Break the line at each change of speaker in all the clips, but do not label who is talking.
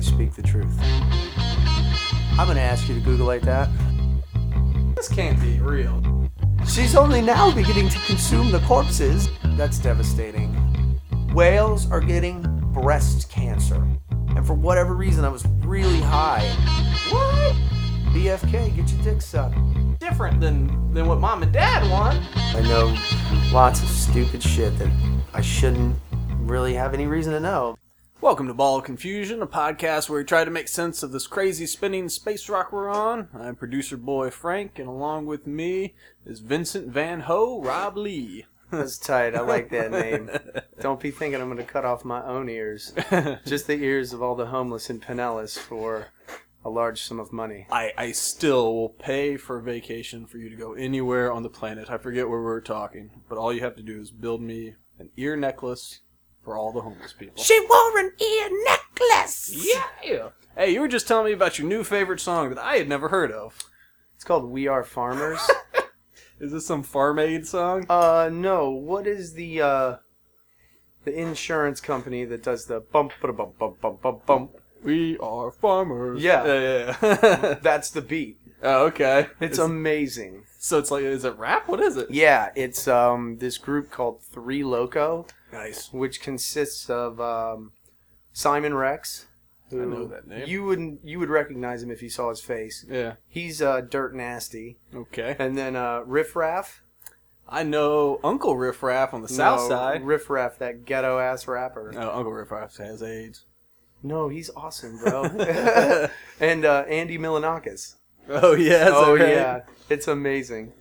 speak the truth. I'm gonna ask you to Google like that.
This can't be real.
She's only now beginning to consume the corpses. That's devastating. Whales are getting breast cancer. And for whatever reason, I was really high.
What?
BFK, get your dick sucked.
Different than than what mom and dad want.
I know lots of stupid shit that I shouldn't really have any reason to know.
Welcome to Ball of Confusion, a podcast where we try to make sense of this crazy spinning space rock we're on. I'm producer boy Frank, and along with me is Vincent Van Ho, Rob Lee.
That's tight. I like that name. Don't be thinking I'm going to cut off my own ears. Just the ears of all the homeless in Pinellas for a large sum of money.
I, I still will pay for a vacation for you to go anywhere on the planet. I forget where we were talking, but all you have to do is build me an ear necklace for all the homeless people.
She wore an ear necklace!
Yeah! Hey, you were just telling me about your new favorite song that I had never heard of.
It's called We Are Farmers.
Is this some farm aid song?
uh, no. What is the, uh, the insurance company that does the bump, ba bump, bump, bump, bump, bump?
We are farmers.
Yeah.
Yeah, yeah, yeah.
That's the beat.
oh, okay.
It's
Is-
amazing.
so it's like, is it rap? What is it?
Yeah, it's, um, this group called Three Loco.
Nice.
which consists of um, Simon Rex. Who
I know that name.
You wouldn't you would recognize him if you saw his face.
Yeah.
He's uh, dirt nasty,
Okay.
and then uh, Riff Raff.
I know Uncle Riff Raff on the South
No,
Side.
Riff Raff, that ghetto ass rapper.
No, Uncle Riff Raff has AIDS.
No, he's awesome, bro. and uh, Andy Milanakis.
Oh yeah. that's
oh
right.
yeah, it's amazing.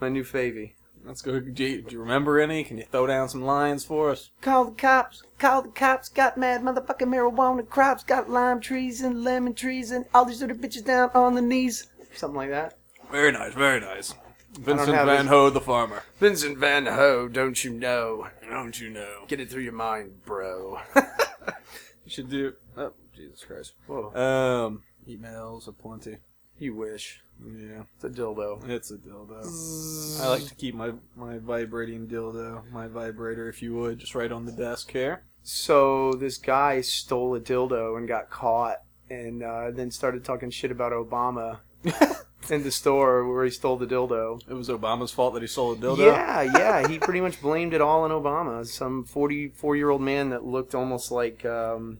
My new favy.
Let's go. Do you, do you remember any? Can you throw down some lines for us?
Call the cops, call the cops, got mad motherfucking marijuana crops, got lime trees and lemon trees and all these little bitches down on the knees. Something like that.
Very nice. Very nice. Vincent
have
Van
his-
Ho, the farmer.
Vincent Van Ho, don't you know?
Don't you know?
Get it through your mind, bro.
You should do. Oh, Jesus Christ.
Whoa,
Um, emails aplenty.
you wish.
Yeah,
It's a dildo.
it's a dildo. I like to keep my my vibrating dildo, my vibrator, if you would, just right on the desk here.
So this guy stole a dildo and got caught, and uh, then started talking shit about Obama in the store where he stole the dildo.
It was Obama's fault that he sold a dildo.
Yeah, yeah. He pretty much blamed it all on Obama. Some 44 year old man that looked almost like um,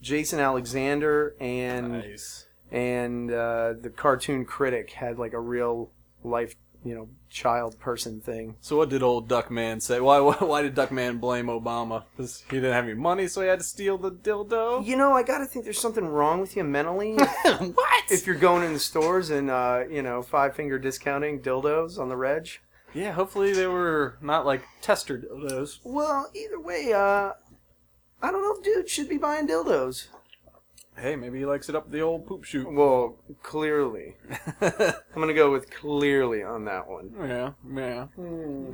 Jason Alexander and
Nice.
and uh, the cartoon critic had like a real life, you know, child person thing.
So what did old Duckman say? Why why, why did Duckman blame Obama? 'Cause he didn't have any money, so he had to steal the dildo.
You know, I gotta think there's something wrong with you mentally.
what?
if you're going in the stores and uh, you know five finger discounting dildos on the reg.
yeah, hopefully they were not like tester dildos.
Well, either way, uh, I don't know if dude should be buying dildos.
Hey, maybe he likes it up the old poop shoot.
Well, clearly,
yeah,
I'm gonna go with clearly on that one.
yeah.
Hmm.
Uh,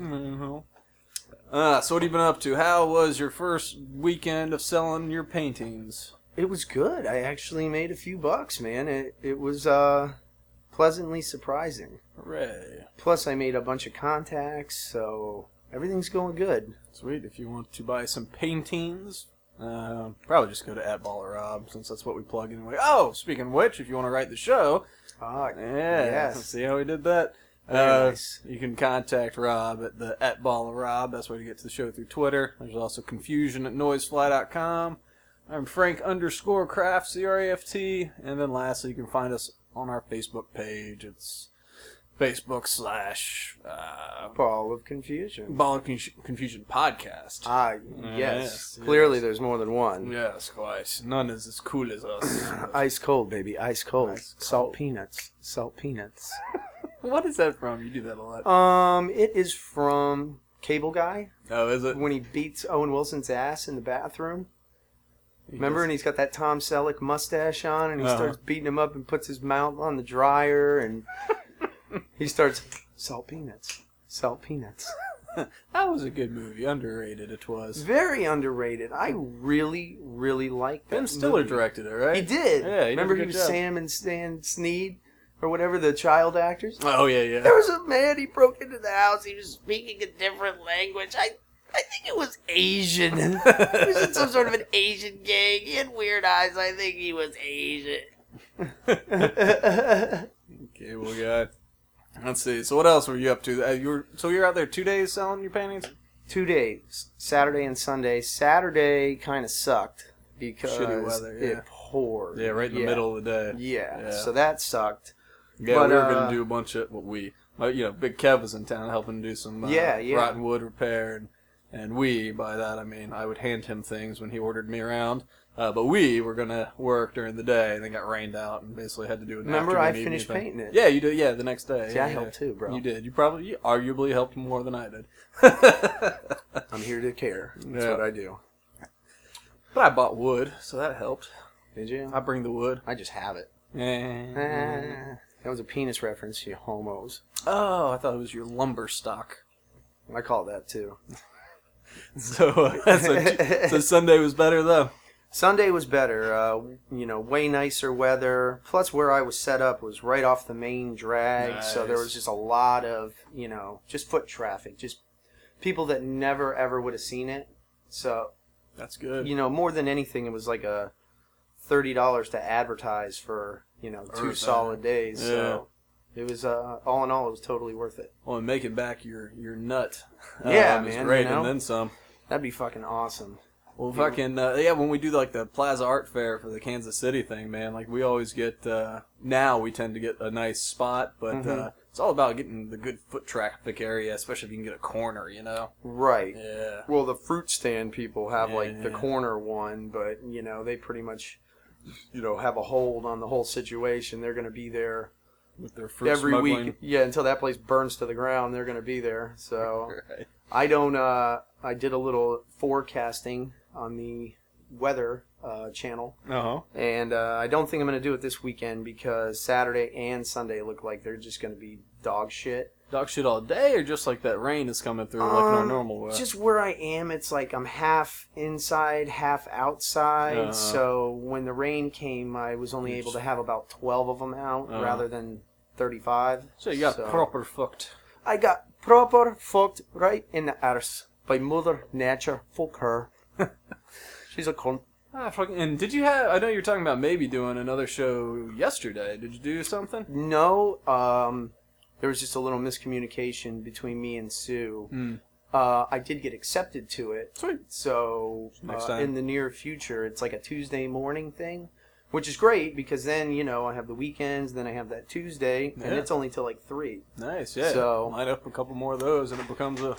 Mm-hmm. so what have you been up to? How was your first weekend of selling your paintings?
It was good. I actually made a few bucks, man. It it was uh, pleasantly surprising.
Hooray.
Plus, I made a bunch of contacts, so everything's going good.
Sweet. If you want to buy some paintings, uh, probably just go to at Baller Rob since that's what we plug anyway. Oh, speaking of which, if you want to write the show,
Ah,
yeah,
Yes.
see how we did that.
Very
Uh,
nice.
You can contact Rob at the at Baller Rob. That's where you get to the show through Twitter. There's also confusion at noisefly.com. I'm Frank underscore craft C R A F T, and then lastly, you can find us on our Facebook page. It's Facebook slash uh,
ball of confusion.
Ball of Con- Confusion podcast.
Ah, yes.
yes,
Clearly, there's more than one.
Yes, quite. None is as cool as us.
Ice cold, baby. Ice cold.
Ice
Salt
cold.
peanuts. Salt peanuts.
what is that from? You do that a lot.
um, it is from Cable Guy
Oh, is it?
when he beats Owen Wilson's ass in the bathroom. Remember, and he's got that Tom Selleck mustache on, and he
Uh-huh.
starts beating him up and puts his mouth on the dryer, and he starts salt peanuts, salt peanuts.
That was a good movie. Underrated it was.
Very underrated. I really, really like that.
Ben Stiller
movie.
directed it, right?
He did.
Yeah, he did a
Remember
good
he was
job.
Sam and Stan Sneed or whatever the child actors.
Oh yeah, yeah.
There was a man. He broke into the house. He was
speaking a different language. I I think it was
Asian. was in some sort of an Asian gang. He had weird eyes. I think he was Asian.
Cable guy. Let's see. So what else were you up to? Uh, you were, so you're out there two days selling your paintings?
Two days, Saturday and Sunday. Saturday kind of sucked because
Shitty weather, yeah.
it poured.
Yeah, right in the middle of the day.
Yeah.
Yeah.
so that sucked.
Yeah,
But,
we were
uh,
gonna do a bunch of what we, well, you know, Big Kev was in town helping do some uh,
Yeah, yeah.
rotten wood repair, and and we by that I mean I would hand him things when he ordered me around. Uh, but we were gonna work during the day, and then got rained out, and basically had to do it.
Remember, I
afternoon
finished
evening.
painting it.
Yeah, you did. Yeah, the next day.
See,
yeah,
I
yeah.
helped too, bro.
You did. You probably, you arguably, helped more than I did.
I'm here to care. That's
Yeah.
what I do.
But I bought wood, so that helped.
Did you?
I bring the wood.
I just have it.
Eh.
Ah, that was a penis reference, you homos.
Oh, I thought it was your lumber stock.
I call it that too.
So, uh, so, so Sunday was better though.
Sunday was better. Uh, you know, way nicer weather. Plus, where I was set up was right off the main drag, so there
Nice.
was just a lot of you know just foot traffic, just people that never ever would have seen it. So
That's good.
you know, more than anything, it was like a thirty dollars to advertise for you know two
Earth, uh,
solid days. So it was uh, all in all, it was totally worth it.
Well, and making back your your nut.
Yeah,
is
man,
great,
you know?
and then some.
That'd be fucking awesome.
Well, fucking uh, yeah. When we do like the Plaza Art Fair for the Kansas City thing, man, like we always get. Uh, now we tend to get a nice spot, but uh,
Mhm.
it's all about getting the good foot traffic area, especially if you can get a corner. You know.
Right.
Yeah.
Well, the fruit stand people have like the
Yeah.
corner one, but you know they pretty much, you know, have a hold on the whole situation. They're going to be there
With their fruit
every
smuggling.
week. Yeah, until that place burns to the ground, they're going to be there. So
Right.
I don't. Uh, I did a little forecasting on the weather uh, channel,
Uh-huh.
and uh, I don't think I'm going to do it this weekend because Saturday and Sunday look like they're just going to be dog shit.
Dog shit all day, or just like that rain is coming through, like in our
Um,
normal way.
Just where I am, it's like I'm half inside, half outside.
Uh-huh.
So when the rain came, I was only
You're
able to
just-
have about 12 of them out
Uh-huh.
rather than 35.
so you got proper fucked.
I got proper fucked right in the arse by Mother Nature. Fuck her. She's a cunt.
Ah, fucking, and did you have? I know you were talking about maybe doing another show yesterday. Did you do something?
No, um, there was just a little miscommunication between me and Sue.
Hmm.
Uh, I did get accepted to it.
Sweet.
So
Next
uh,
time.
in the near future, it's like a Tuesday morning thing, which is great because then you know I have the weekends, then I have that Tuesday, and
Yeah.
it's only till like three.
Nice, yeah.
So-
line up a couple more of those, and it becomes a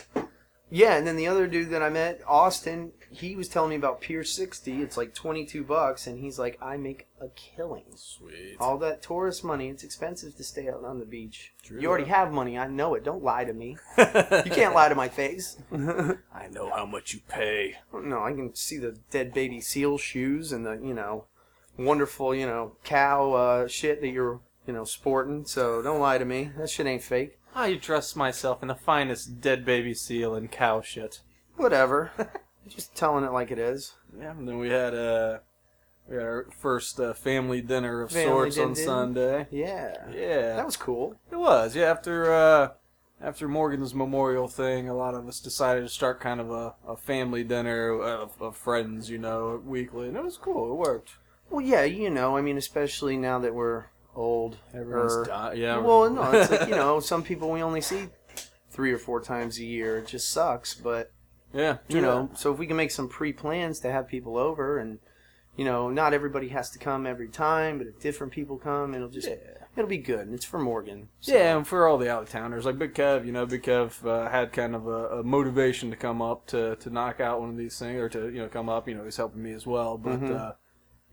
Yeah, and then the other dude that I met, Austin, he was telling me about Pier 60. It's like 22 bucks, and he's like, I make a killing.
sweet.
All that tourist money, it's expensive to stay out on the beach.
True
you already
that.
have money, I know it. Don't lie to me. You
you
can't lie to my face.
I know how much you pay.
No, I can see the dead baby seal shoes and the you know wonderful you know cow uh, shit that you're you know sporting. So don't lie to me. That shit ain't fake.
I dress myself in the finest dead baby seal and cow shit.
Whatever. Just telling it like it is.
Yeah, and then we had uh, we had our first uh, family dinner of
Family
sorts on
din-din.
Sunday.
Yeah.
Yeah,
That was cool.
It was, yeah. After uh, after Morgan's memorial thing, a lot of us decided to start kind of a, a family dinner of, of friends, you know, weekly, and it was cool. It worked.
Well, yeah, you know, I mean, especially now that we're old. er,
di- yeah.
Well, no, it's like you know, some people we only see three or four times a year. It just sucks, but
yeah,
you know so if we can make some pre-plans to have people over and you know not everybody has to come every time but if different people come it'll just
Yeah.
it'll be good and it's for morgan so-
Yeah, and for all the out of towners, like Big Kev, you know, Big Kev uh, had kind of a, a motivation to come up to, to knock out one of these things, or to you know come up. You know, he's helping me as well, but
Mhm.
uh,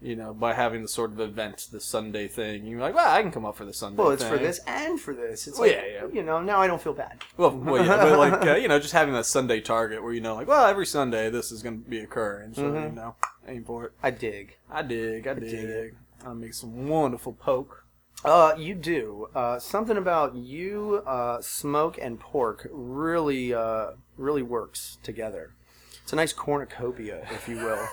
you know, by having the sort of event, the Sunday thing, you're like, well, I can come up for the Sunday.
well it's for
thing."
this and for this it's
Well,
like
Oh, yeah, yeah.
you know now i don't feel bad
Well, well yeah, but like uh, you know, just having that Sunday target where you know, like, well, every Sunday this is going to be occurring, so you
Mhm.
know, aim for it.
i dig
I dig, I
dig
dig. I,
it.
make some wonderful poke.
uh you do uh something about you uh smoke and pork really uh really works together it's a nice cornucopia if you will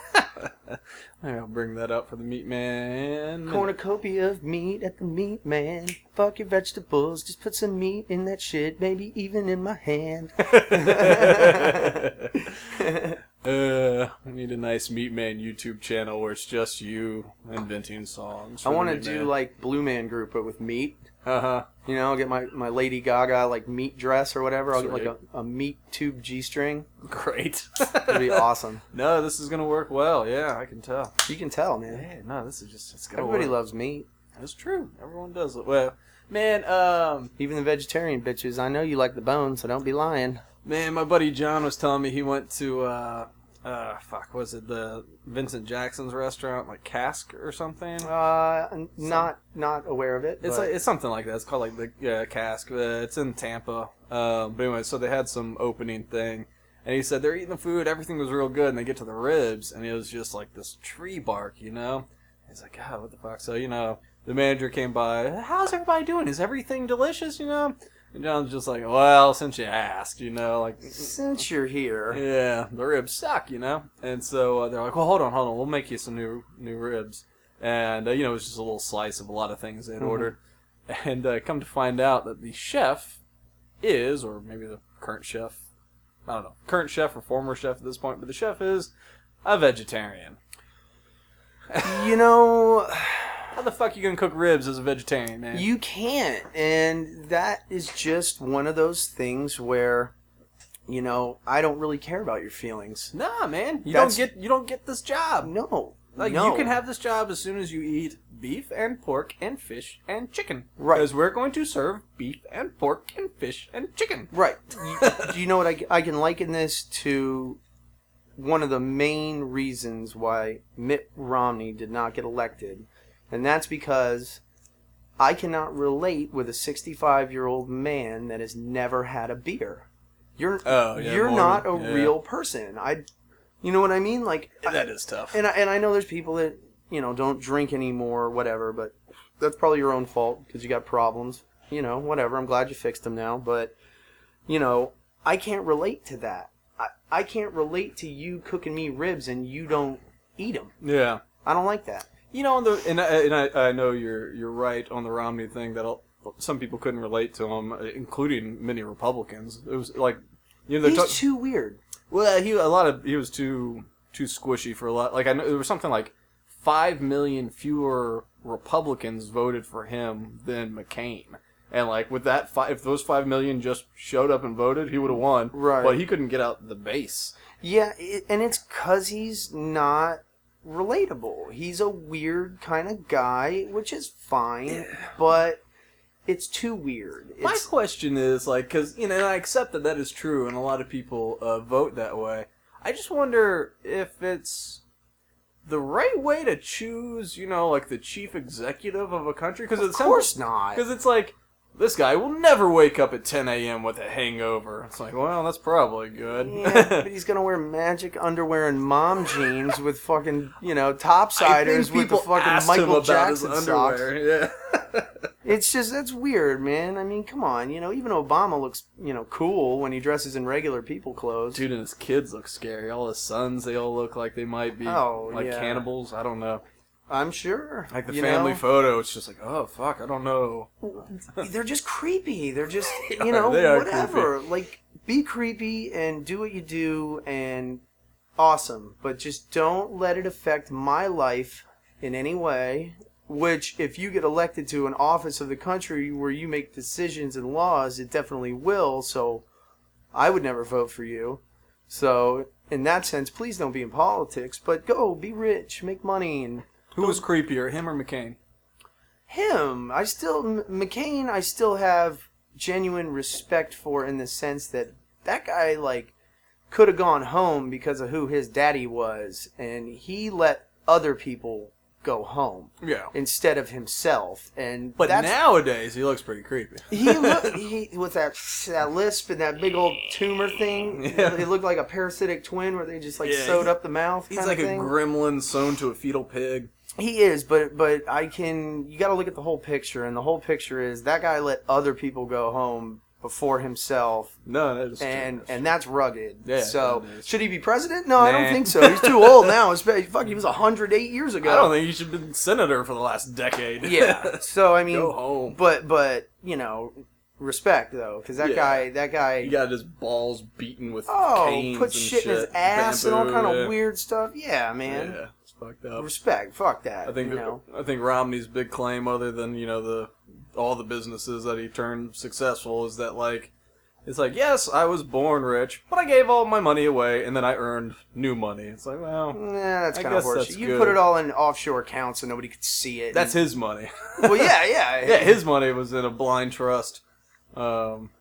Yeah, I'll bring that up for the meat man.
Cornucopia of meat at the meat man. Fuck your vegetables, just put some meat in that shit, maybe even in my hand.
Damn, Uh, need a nice Meat Man YouTube channel where it's just you inventing songs.
I want to do like Blue Man Group, but with meat.
Uh huh.
You know, I'll get my, my Lady Gaga like meat dress or whatever. I'll get like
Sweet.
a, a meat tube G string.
Great.
It'd be awesome.
no, this is gonna work well. Yeah, I can tell.
You can tell, man.
Yeah, no, this is just it's gonna
Everybody
work.
loves meat.
That's true. Everyone does it. Well, man, um,
Even the vegetarian bitches. I know you like the bone, so don't be lying.
man, my buddy John was telling me he went to uh, uh, fuck, was it the Vincent Jackson's restaurant, like Cask or something?
Uh, n- not not aware of it.
It's
but-
like, it's something like that. It's called like the uh, cask. Uh, it's in Tampa. Um, but anyway, so they had some opening thing, and he said they're eating the food. Everything was real good, and they get to the ribs, and it was just like this tree bark, you know. He's like, God, what the fuck? So you know, the manager came by. How's everybody doing? Is everything delicious? You know. And John's just like, well, since you asked, you know, like,
since you're here,
yeah, the ribs suck, you know. And so uh, they're like, well, hold on, hold on, we'll make you some new new ribs. And uh, you know, it was just a little slice of a lot of things they
Mm-hmm.
had ordered. And uh, come to find out that the chef is, or maybe the current chef, I don't know, current chef or former chef at this point, but the chef is a vegetarian.
you know
How the fuck you gonna cook ribs as a vegetarian, man?
you can't, and that is just one of those things where, you know, I don't really care about your feelings.
nah, man, you
That's-
don't get you don't get this job.
No,
Like
no.
you can have this job as soon as you eat beef and pork and fish and chicken.
Right.
Because we're going to serve beef and pork and fish and chicken.
Right. You- Do you know what I, I can liken this to? One of the main reasons why Mitt Romney did not get elected, and that's because I cannot relate with a 65 year old man that has never had a beer. You're
Oh, yeah,
you're
Mormon.
not a
Yeah.
real person. I, you know what I mean? Like, I,
is tough.
and I, and I know there's people that you know don't drink anymore or whatever, but that's probably your own fault because you got problems. You know, whatever. I'm glad you fixed them now, but you know, I can't relate to that. I, I can't relate to you cooking me ribs and you don't eat them.
yeah.
I don't like that.
You know, and, the, and, I, and I, I know you're you're right on the Romney thing that I'll- some people couldn't relate to him, including many Republicans. It was like, you know,
He's
they're ta-
too weird.
Well, he a lot of he was too too squishy for a lot. Like I know there was something like five million fewer Republicans voted for him than McCain. And like with that, five, if those five million just showed up and voted, he would have won.
Right.
But he couldn't get out the base.
Yeah, it, and it's because he's not relatable. He's a weird kind of guy, which is fine, but it's too weird. It's,
My question is like, because you know, and I accept that that is true, and a lot of people uh, vote that way. I just wonder if it's the right way to choose, you know, like the chief executive of a country. Because
of course not.
Because it's like, this guy will never wake up at 10 a.m. with a hangover. It's like, well, that's probably good.
Yeah, but he's gonna wear magic underwear and mom jeans with fucking you know topsiders with the fucking Michael Jackson socks.
Yeah.
It's just that's weird, man. I mean, come on, you know, even Obama looks you know cool when he dresses in regular people clothes.
Dude, and his kids look scary. All his sons, they all look like they might be
Oh,
like
yeah.
cannibals. I don't know.
I'm sure,
Like the
you
family
know?
photo, it's just like, oh, fuck, I don't know.
they're just creepy. They're just
They
you
are-
know
they are
whatever. Like be creepy and do what you do and awesome, but just don't let it affect my life in any way. Which, if you get elected to an office of the country where you make decisions and laws, it definitely will. So, I would never vote for you. So, in that sense, please don't be in politics, but go be rich, make money, and
Who was creepier, him or McCain?
him. I still M- McCain. I still have genuine respect for in the sense that that guy like could have gone home because of who his daddy was, and he let other people go home
Yeah.
instead of himself. And
But
that's,
nowadays, he looks pretty creepy.
he looked he with that that lisp and that big old tumor thing.
Yeah.
It looked like a parasitic twin where they just like
Yeah,
sewed
he's-
up the mouth.
He's
kinda
like a
thing.
gremlin sewn to a fetal pig.
He is, but but I can. You got to look at the whole picture, and the whole picture is that guy let other people go home before himself,
No, that is
and and that's rugged.
Yeah,
so
that is.
should he be president? No, I
Nah.
don't think so. He's too old now. Espe- Fuck, he was hundred eight years ago.
I don't think you should have been senator for the last decade.
yeah. So I mean,
Go home.
but but you know, Respect though, because that
Yeah.
guy, that guy,
He got his balls beaten with
oh,
canes
put
and
shit in his ass and all
bamboo,
kind of
yeah.
weird stuff. Yeah, man.
Yeah, it's fucked up.
Respect. Fuck that.
I think
you know.
I think Romney's big claim, other than you know the all the businesses that he turned successful, is that like it's like yes, I was born rich, but I gave all my money away, and then I earned new money. It's like well,
Nah, that's
I
kind of
guess that's
horseshit. You
good.
put it all in offshore accounts so nobody could see it.
that's his money.
well, yeah, yeah,
yeah, his money was in a blind trust. Um,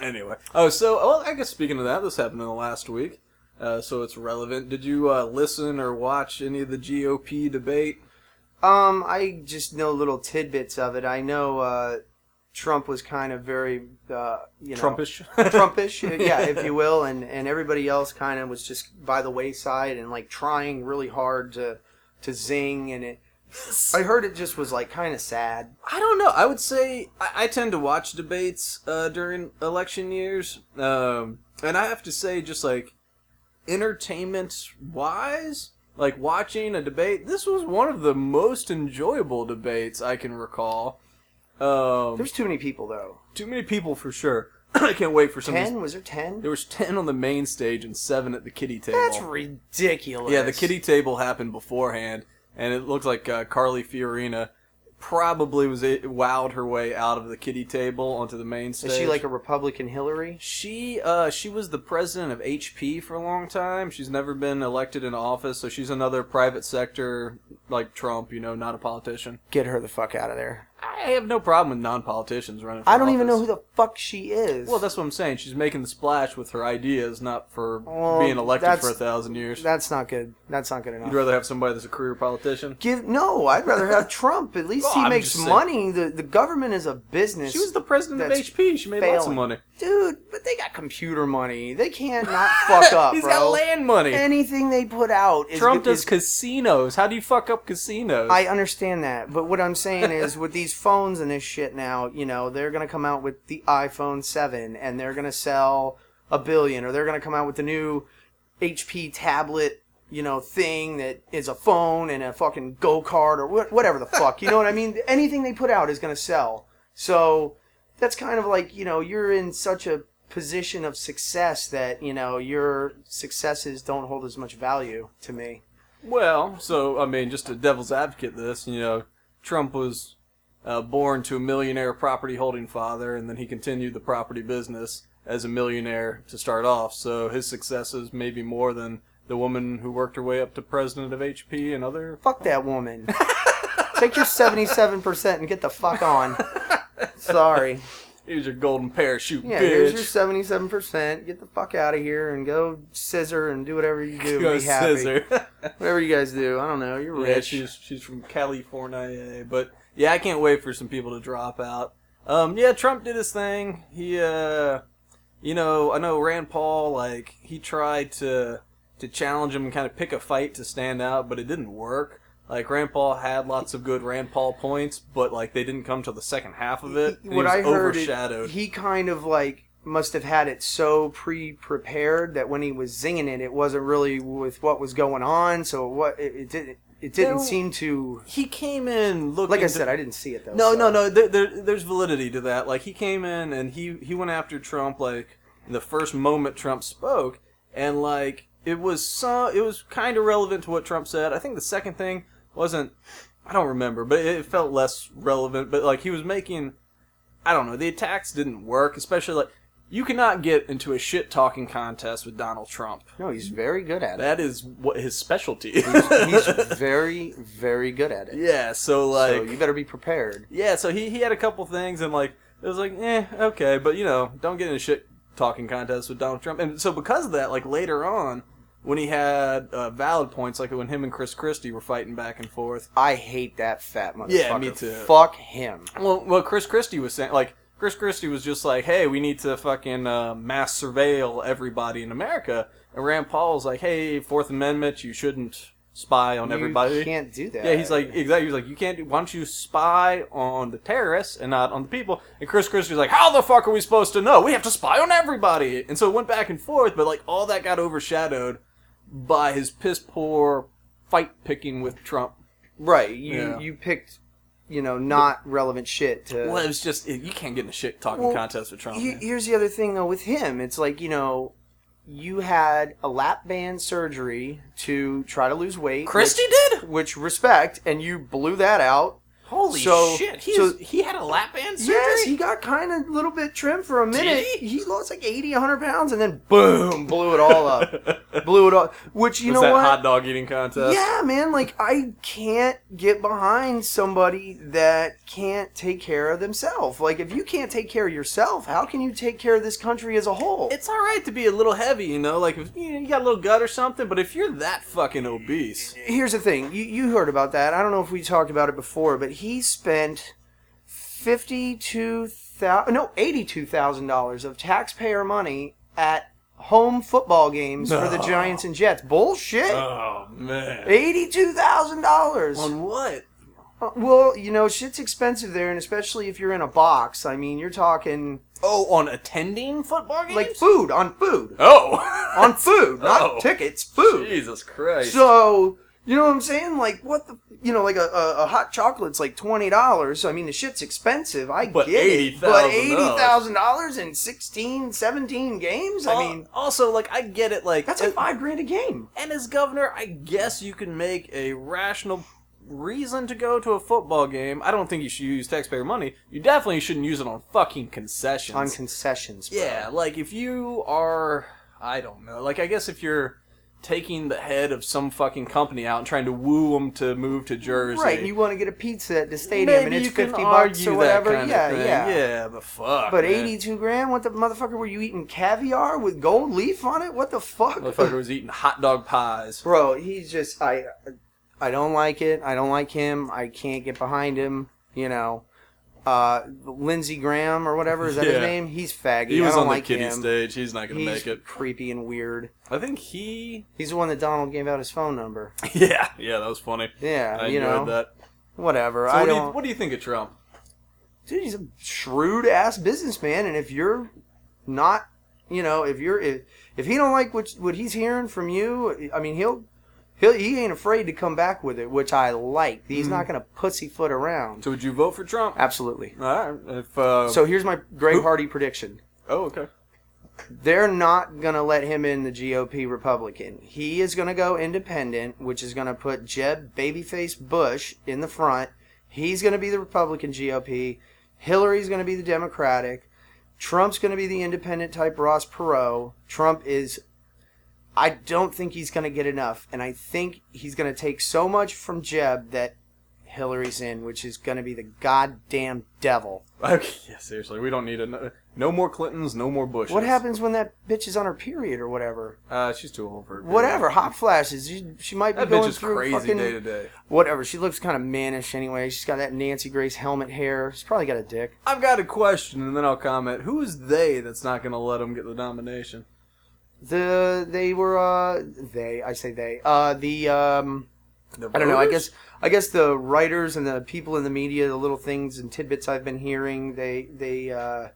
anyway, oh, so well, I guess speaking of that, this happened in the last week, uh, so it's relevant. Did you uh, listen or watch any of the GOP debate?
Um, I just know little tidbits of it. I know uh, Trump was kind of very, uh, you know,
Trumpish.
Trumpish, uh, yeah, if you will, and and everybody else kind of was just by the wayside and like trying really hard to to zing, and it. I heard it just was like kind of sad.
I don't know. I would say I, I tend to watch debates uh, during election years, um, and I have to say, just like entertainment wise, like watching a debate, this was one of the most enjoyable debates I can recall. Um,
There's too many people though.
too many people for sure. I can't wait for some. of these-
Ten was there ten?
There was ten on the main stage and seven at the kitty table.
That's ridiculous.
Yeah, the kitty table happened beforehand, and it looked like uh, Carly Fiorina probably was it, wowed her way out of the kitty table onto the main stage.
Is she like a Republican Hillary?
She uh she was the president of HP for a long time. She's never been elected in office, so she's another private sector like Trump, you know, not a politician.
Get her the fuck out of there.
I have no problem with non-politicians running. For
I don't even know
office.
who the fuck she is.
Well, that's what I'm saying. She's making the splash with her ideas, not for
Well,
being elected
that's-
for a thousand years.
that's not good. That's not good enough.
You'd rather have somebody that's a career politician.
Give no, I'd rather have Trump. At least
Well,
he
I'm
makes
just saying.
money. The the government is a business.
She was the president of
that's
HP. She made lots of
failing.
money.
dude, but they got computer money. They can't not fuck up,
He's
bro.
got land money.
Anything they put out is
Trump does
is-
casinos. How do you fuck up casinos?
I understand that, but what I'm saying is, with these phones and this shit now, you know, they're gonna come out with the iPhone seven, and they're gonna sell a billion, or they're gonna come out with the new HP tablet, you know, thing that is a phone and a fucking go kart or wha- whatever the fuck, you know what I mean? Anything they put out is gonna sell. So that's kind of like you know, you're in such a position of success that you know your successes don't hold as much value to me.
well, so I mean, just a devil's advocate, this you know, Trump was uh, born to a millionaire property holding father, and then he continued the property business as a millionaire to start off. So his successes may be more than the woman who worked her way up to president of HP and other.
Fuck that woman. Take your 77% and get the fuck on. Sorry.
Here's your golden parachute,
Yeah,
bitch.
here's your 77%. Get the fuck out of here and go scissor and do whatever you do. and
Go
be happy.
scissor.
Whatever you guys do. I don't know. You're
Yeah,
rich.
she's she's from California, but yeah, I can't wait for some people to drop out. Um, yeah, Trump did his thing. He, uh, you know, I know Rand Paul. Like he tried to to challenge him and kind of pick a fight to stand out, but it didn't work. Like Rand Paul had lots of good Rand Paul points, but like they didn't come till the second half of it. and he
what
was
I heard, it-
overshadowed.
he kind of like must have had it so pre-prepared that when he was zinging it, it wasn't really with what was going on. So what it, it didn't it didn't
There-
seem to.
he came in looking.
Like I
to-
said, I didn't see it though.
No,
so-
no, no. There, there, there's validity to that. Like he came in and he he went after Trump like the first moment Trump spoke, and like it was so it was kind of relevant to what Trump said. I think the second thing wasn't. I don't remember, but it felt less relevant. But like he was making, I don't know. The attacks didn't work, especially like you cannot get into a shit talking contest with Donald Trump.
no. He's very good at it.
That is what his specialty. is.
He's very, very good at it.
yeah. So like
so you better be prepared.
Yeah, so he, he had a couple things and like it was like, eh, okay, but you know, don't get in a shit talking contest with Donald Trump. And so because of that, like later on, when he had uh, valid points, like when him and Chris Christie were fighting back and forth.
I hate that fat motherfucker.
Yeah, me too.
Fuck him.
Well, well, Chris Christie was saying like Chris Christie was just like, hey, we need to fucking uh, mass surveil everybody in America, and Rand Paul's like, hey, Fourth Amendment, you shouldn't spy on everybody.
You can't do that.
Yeah, he's like exactly. He's like, you can't. Do, why don't you spy on the terrorists and not on the people? And Chris Christie's like, how the fuck are we supposed to know? We have to spy on everybody. And so it went back and forth, but like all that got overshadowed by his piss poor fight picking with Trump.
right. You
Yeah.
you picked. you know not relevant shit to.
Well, it was just you can't get in a shit talking
Well,
contest with Trump.
He-
man.
here's the other thing though with him, it's like you know, you had a lap band surgery to try to lose weight.
Christie
which-
did.
which respect, and you blew that out.
Holy
So-
shit! He
so-
is- he had a lap band surgery.
Yes, he got kind of a little bit trim for a minute.
he?
He? lost like 80, 100 pounds, and then boom, blew it all up. blew it all. Which, you
was
know
that
what?
hot dog eating contest?
yeah, man, like, I can't get behind somebody that can't take care of themselves. Like, if you can't take care of yourself, how can you take care of this country as a whole?
It's all right to be a little heavy, you know, like if you, know, you got a little gut or something. But if you're that fucking obese,
here's the thing you, you heard about that i don't know if we talked about it before but he spent $52000 no $82000 of taxpayer money at home football games for the
No.
giants and jets bullshit
oh man,
$82000
on what?
Uh, well you know shit's expensive there and especially if you're in a box i mean you're talking
Oh, on attending football games?
like food on food
oh,
on food not
Oh.
tickets food
Jesus Christ!
So you know what I'm saying? Like what the you know like a, a, a hot chocolate's like twenty dollars. So I mean the shit's expensive. I
But
get it. But
$80,000.
eighty thousand dollars in 16, 17 games. I
Al-
mean
uh, also, like I get it, like
that's
uh,
like five grand a game.
And as governor, I guess you can make a rational reason to go to a football game. I don't think you should use taxpayer money. You definitely shouldn't use it on fucking concessions.
On concessions. bro.
yeah, like if you are, I don't know. Like I guess if you're taking the head of some fucking company out and trying to woo them to move to Jersey,
Right, you want to get a pizza at the stadium
maybe
and it's
you can
fifty bucks or
argue that
whatever.
kind of
yeah,
thing.
yeah,
yeah. But fuck,
But
man.
eighty-two grand? What the motherfucker? Were you eating caviar with gold leaf on it? What the fuck?
motherfucker was eating hot dog pies.
bro he's just i i don't like it i don't like him i can't get behind him you know uh lindsey graham or whatever is that
Yeah.
his name he's faggy
He was
I don't
on
like
the kiddie
him.
stage. He's not gonna
he's
make it.
creepy and weird
I think he.
he's the one that donald gave out his phone number
Yeah, yeah, that was funny.
yeah
I
you know
enjoyed that.
whatever
So
i
what, do you,
don't
what do you think of Trump?
dude he's a shrewd ass businessman and if you're not you know if you're if, if he don't like what what he's hearing from you i mean he'll he'll he ain't afraid to come back with it which i like he's not gonna pussyfoot around
So would you vote for Trump?
absolutely
All right. If uh,
so here's my gray
Who-
party prediction
oh okay.
they're not gonna let him in the gop republican he is gonna go independent which is gonna put jeb babyface bush in the front he's gonna be the republican gop hillary's gonna be the democratic Trump's going to be the independent type Ross Perot. Trump is. I don't think he's going to get enough, and I think he's going to take so much from Jeb that Hillary's in, which is going to be the goddamn devil.
Okay. Yeah, seriously, we don't need another. No more Clintons. No more Bushes.
What happens when that bitch is on her period or whatever?
Uh, she's too old for it.
Whatever, hot flashes. She, she might be
That
going
bitch is
through
crazy
fucking
day to day.
whatever. She looks kind of mannish anyway. She's got that Nancy Grace helmet hair. She's probably got a dick.
I've got a question, and then I'll comment. Who is they that's not going to let him get the nomination?
The they were uh they I say they uh the um
The
I don't know. I
voters?
guess I guess the writers and the people in the media, the little things and tidbits I've been hearing, they they uh,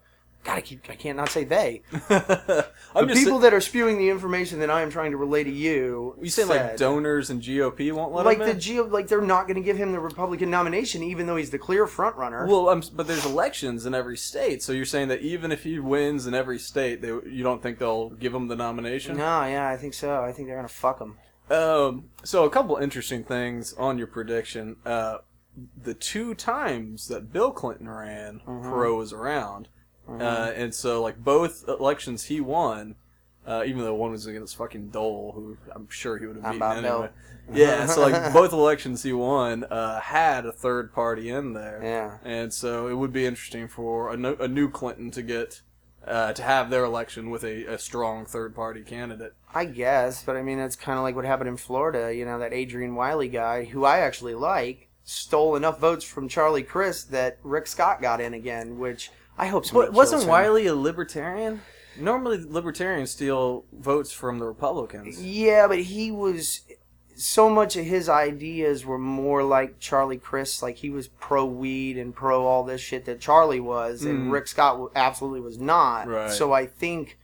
God, I, keep, I can't not say they.
I'm
the
just
people
people.
that are spewing the information that I am trying to relay to you.
you saying like
said-
donors and GOP won't let
like
him
the
in?
geo, like they're not going to give him the Republican nomination, even though he's the clear front runner.
well, I'm, s- but there's elections in every state, so you're saying that even if he wins in every state, they, you don't think they'll give him the nomination?
no, yeah, I think so. I think they're going to fuck him.
Um, so a couple interesting things on your prediction. Uh, the two times that Bill Clinton ran,
Mm-hmm.
Perot was around, uh, and so like both elections he won. Uh, even though one was against fucking Dole, who I'm sure he would have
I'm about
beaten anyway. Yeah, so like both elections he won uh, had a third party in there.
Yeah.
And so it would be interesting for a, no- a new Clinton to get uh, to have their election with a, a strong third party candidate.
I guess, but I mean that's kind of like what happened in Florida. You know that Adrian Wiley guy, who I actually like, stole enough votes from Charlie Chris that Rick Scott got in again, which I hope. somebody
But wasn't
kills him.
Wiley a libertarian? Normally, libertarians steal votes from the Republicans.
Yeah, but he was so much of his ideas were more like Charlie Chris, like he was pro weed and pro all this shit that Charlie was, and Rick Scott w- absolutely was not.
Mm. Right.
So I think,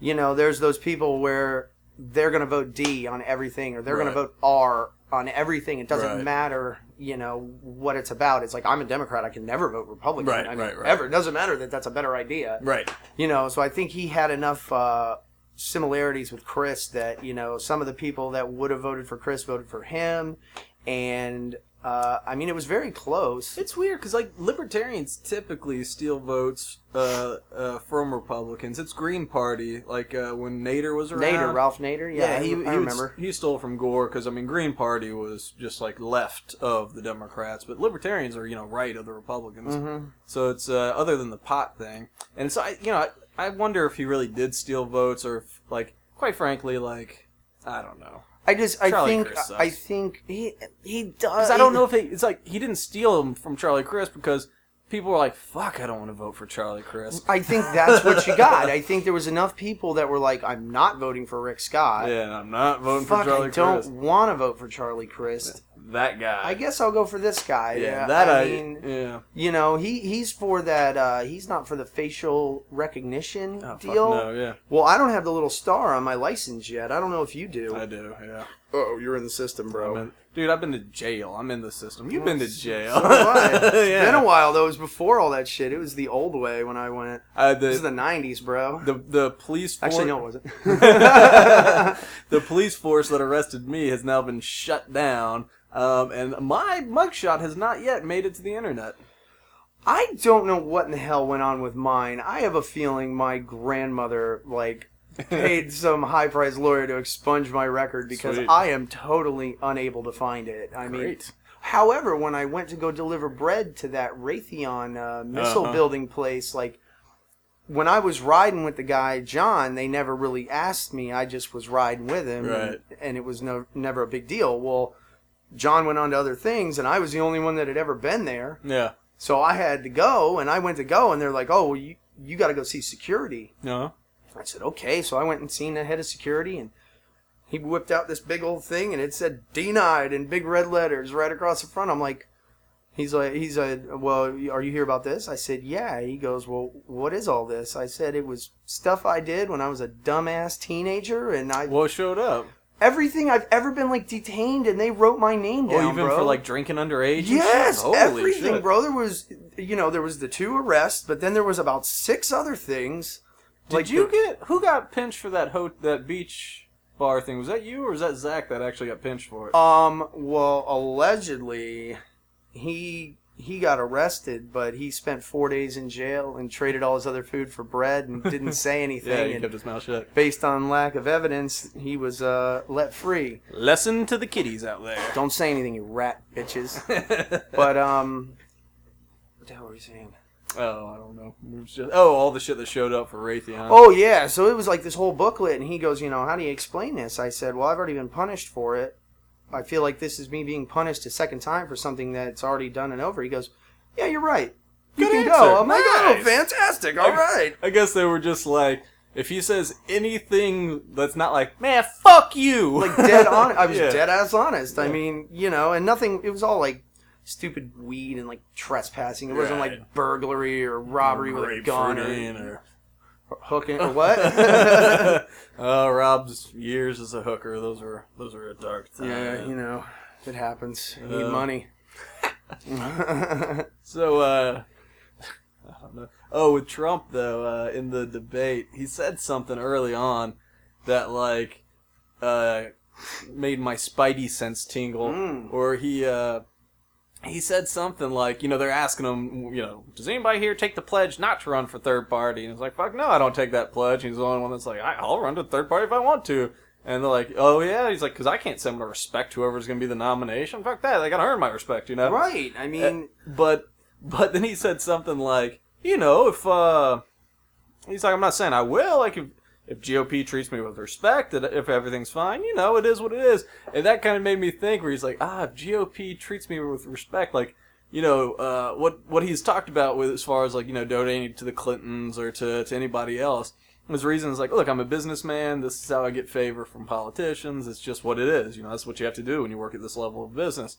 you know, there's those people where they're going to vote D on everything or they're going
Right.
to vote R on everything. It doesn't
Right.
matter, you know, what it's about. It's like I'm a Democrat. I can never vote Republican.
Right,
I mean,
right, right.
Ever. It doesn't matter that that's a better idea.
Right.
You know, so I think he had enough uh, similarities with Chris that you know some of the people that would have voted for Chris voted for him, and uh, I mean it was very close.
It's weird because like libertarians typically steal votes uh, uh, from Republicans. It's Green Party. Like uh, when Nader was around.
Nader, Ralph Nader, yeah, I,
he,
I
he would-
remember.
he stole from Gore because I mean Green Party was just like left of the Democrats, but libertarians are you know right of the Republicans.
Mm-hmm.
So it's uh, other than the pot thing, and so I you know I, I wonder if he really did steal votes or if, like quite frankly like I don't know.
I just, I
Charlie
think,
Chris sucks.
I think he Uh, he does.
Because I don't know if they, it's like he didn't steal them from Charlie Crist because people were like, "Fuck, I don't want to vote for Charlie Crist."
I think that's what you got. I think there was enough people that were like, I'm not voting for Rick Scott.
yeah, and I'm not voting
Fuck,
for Charlie
I don't
Crist.
want to vote for Charlie Crist.
That guy.
I guess I'll go for this guy.
Yeah,
Yeah,
that I,
I mean,
yeah.
You know, he he's for that. Uh, he's not for the facial recognition
Oh, fuck
deal.
no, yeah,
Well, I don't have the little star on my license yet. I don't know if you do.
I do. Yeah.
oh, you're in the system, bro.
I've been- dude, I've been to jail. I'm in the system. You've been to jail.
So have I.
yeah.
Been a while though. It was before all that shit. It was the old way when I went.
Uh,
This is the
the,
'90s, bro.
the the police force.
Actually, no, it wasn't.
the police force that arrested me has now been shut down, um, and my mugshot has not yet made it to the internet.
I don't know what in the hell went on with mine. I have a feeling my grandmother like paid some high priced lawyer to expunge my record because
Sweet.
I am totally unable to find it. I mean,
Great.
however, when I went to go deliver bread to that Raytheon uh, missile
Uh-huh.
building place, like when I was riding with the guy John, they never really asked me. I just was riding with him,
Right.
and, and it was no, never a big deal. Well, John went on to other things, and I was the only one that had ever been there.
Yeah.
So I had to go, and I went to go, and they're like, "Oh, well, you you got to go see security."
No.
I said, "Okay." So I went and seen the head of security, and he whipped out this big old thing, and it said "denied" in big red letters right across the front. I'm like, "He's like, he's like, well, are you here about this?" I said, "Yeah." He goes, "Well, what is all this?" I said, "It was stuff I did when I was a dumbass teenager, and I
Well, it showed up.
everything I've ever been like detained, and they wrote my name
Well,
down,
Oh, even
bro."
for like drinking underage. and shit?
Yes,
Holy
everything,
shit.
bro. There was, you know, there was the two arrests, but then there was about six other things.
Did you get who got pinched for that ho- that beach bar thing? Was that you or was that Zach that actually got pinched for it?
Um. Well, allegedly, he he got arrested, but he spent four days in jail and traded all his other food for bread and didn't say
yeah,
anything.
he
and
kept his mouth shut.
based on lack of evidence, he was uh, let free.
Lesson to the kiddies out there.
Don't say anything, you rat bitches. but um, what the hell were we saying?
oh, I don't know. It was just- oh, all the shit that showed up for Raytheon.
Oh yeah, so it was like this whole booklet, and he goes, you know, how do you explain this? I said, well, I've already been punished for it. I feel like this is me being punished a second time for something that's already done and over. He goes, yeah, you're right. You
Good
can
answer.
go. I'm like, oh,
Nice.
fantastic. All right.
I guess they were just like, if he says anything that's not like, man, fuck you,
Like dead on. I was
Yeah.
dead ass honest. I mean, you know, and nothing. It was all like stupid weed and like trespassing. It wasn't
Right.
like burglary or robbery with a gun or
Grapefruiting or-
hooking or what.
uh, Rob's years as a hooker. Those are those are a dark time.
yeah, you know, it happens. You need
Uh,
money.
So, uh, I don't know. Oh, with Trump, though, uh, in the debate, he said something early on that, like, uh, made my spidey sense tingle.
Mm.
Or he, uh, he said something like, you know, they're asking him, you know, does anybody here take the pledge not to run for third party? And he's like, fuck no, I don't take that pledge. He's the only one that's like, I- I'll run to third party if I want to. And they're like, oh yeah. He's like, because I can't send to respect whoever's going to be the nomination. Fuck that. They got to earn my respect, you know?
Right. I mean,
but but then he said something like, you know, if uh, he's like, I'm not saying I will. Like if if GOP treats me with respect, and if everything's fine, you know, it is what it is. And that kind of made me think where he's like, ah, if GOP treats me with respect, like. You know uh, what? What he's talked about with as far as like you know donating to the Clintons or to, to anybody else. His reason is like, look, I'm a businessman. This is how I get favor from politicians. It's just what it is. You know, that's what you have to do when you work at this level of business.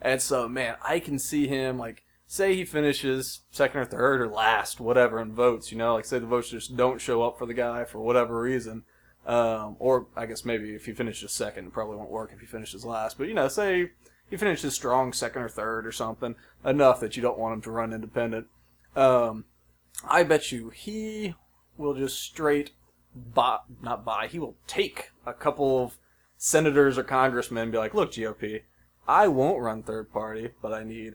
And so, man, I can see him like say he finishes second or third or last, whatever, in votes. You know, like say the votes just don't show up for the guy for whatever reason. Um, or I guess maybe if he finishes second, it probably won't work if he finishes last. But you know, say he finishes strong second or third or something enough that you don't want him to run independent. Um, I bet you he will just straight buy, not buy. He will take a couple of senators or congressmen and be like, "Look, GOP, I won't run third party, but I need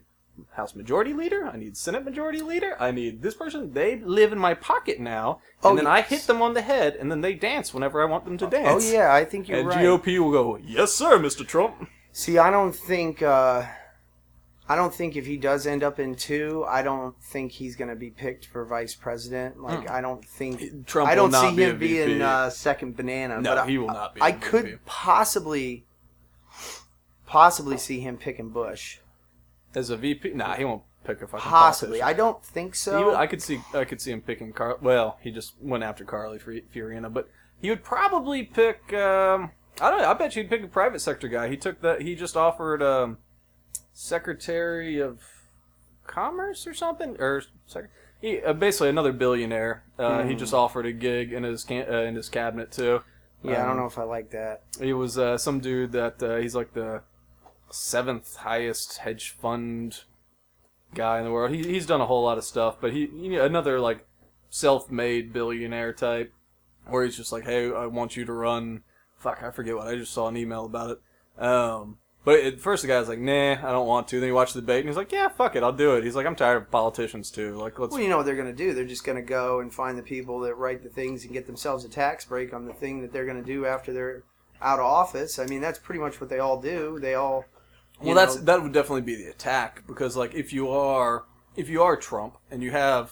House Majority Leader, I need Senate Majority Leader, I need this person. They live in my pocket now, and
Oh,
then I
yes.
hit them on the head, and then they dance whenever I want them to
Oh
dance."
yeah, I think you're
And
right.
GOP will go, "Yes, sir, Mr. Trump."
See, I don't think uh, I don't think if he does end up in two, I don't think he's going to be picked for vice president. Like I don't think
Hmm. Trump
I
will
don't
not
see
be a
him being
VP.
uh, second banana.
No,
but
he
I,
will not be
I
a VP.
could possibly possibly see him picking Bush.
As a VP, nah, he won't pick a fucking
Possibly,
politician.
I don't think
He
so.
would- I could see I could see him picking Car. Well, he just went after Carly Fu- Fiorina, but he would probably pick. Um, I don't. know. I bet you'd pick a private sector guy. He took the. He just offered um, Secretary of Commerce or something, or sec- he, uh, basically another billionaire. Uh,
Hmm.
He just offered a gig in his can, uh, in his cabinet too.
yeah, I
Um,
don't know if I like that.
He was uh, some dude that uh, he's like the seventh highest hedge fund guy in the world. He, he's done a whole lot of stuff, but he you know, another like self-made billionaire type, where he's just like, hey, I want you to run. Fuck, I forget what I just saw an email about it. Um, but at first the guy's like, nah, I don't want to. Then he watched the debate and he's like, yeah, fuck it, I'll do it. He's like, I'm tired of politicians too. Like, let's
Well, you know what they're going to do. They're just going to go and find the people that write the things and get themselves a tax break on the thing that they're going to do after they're out of office. I mean, that's pretty much what they all do. They all. you
Well, that's
know-
that would definitely be the attack because like if you are if you are Trump and you have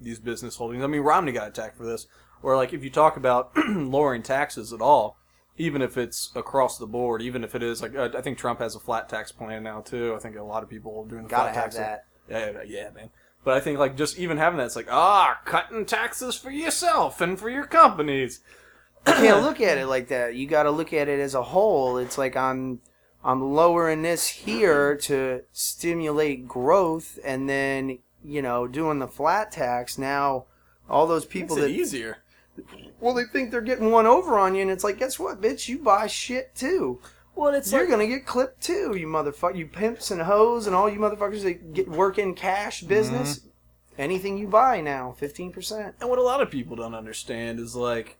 these business holdings, I mean Romney got attacked for this. Or like if you talk about lowering taxes at all, even if it's across the board, even if it is like uh, I think Trump has a flat tax plan now too. I think a lot of people are doing the
Gotta
flat
have
tax.
that.
Yeah, yeah, yeah, man. But I think like just even having that, it's like ah, cutting taxes for yourself and for your companies.
You can't look at it like that. You got to look at it as a whole. It's like I'm I'm lowering this here to stimulate growth, and then you know doing the flat tax now. All those people
Makes it
that
easier.
well, they think they're getting one over on you, and it's like, guess what, bitch? You buy shit too.
Well, it's
You're gonna get clipped too, you motherfucker. You pimps and hoes and all you motherfuckers that get work in cash business. Anything you buy now, fifteen percent.
And what a lot of people don't understand is like,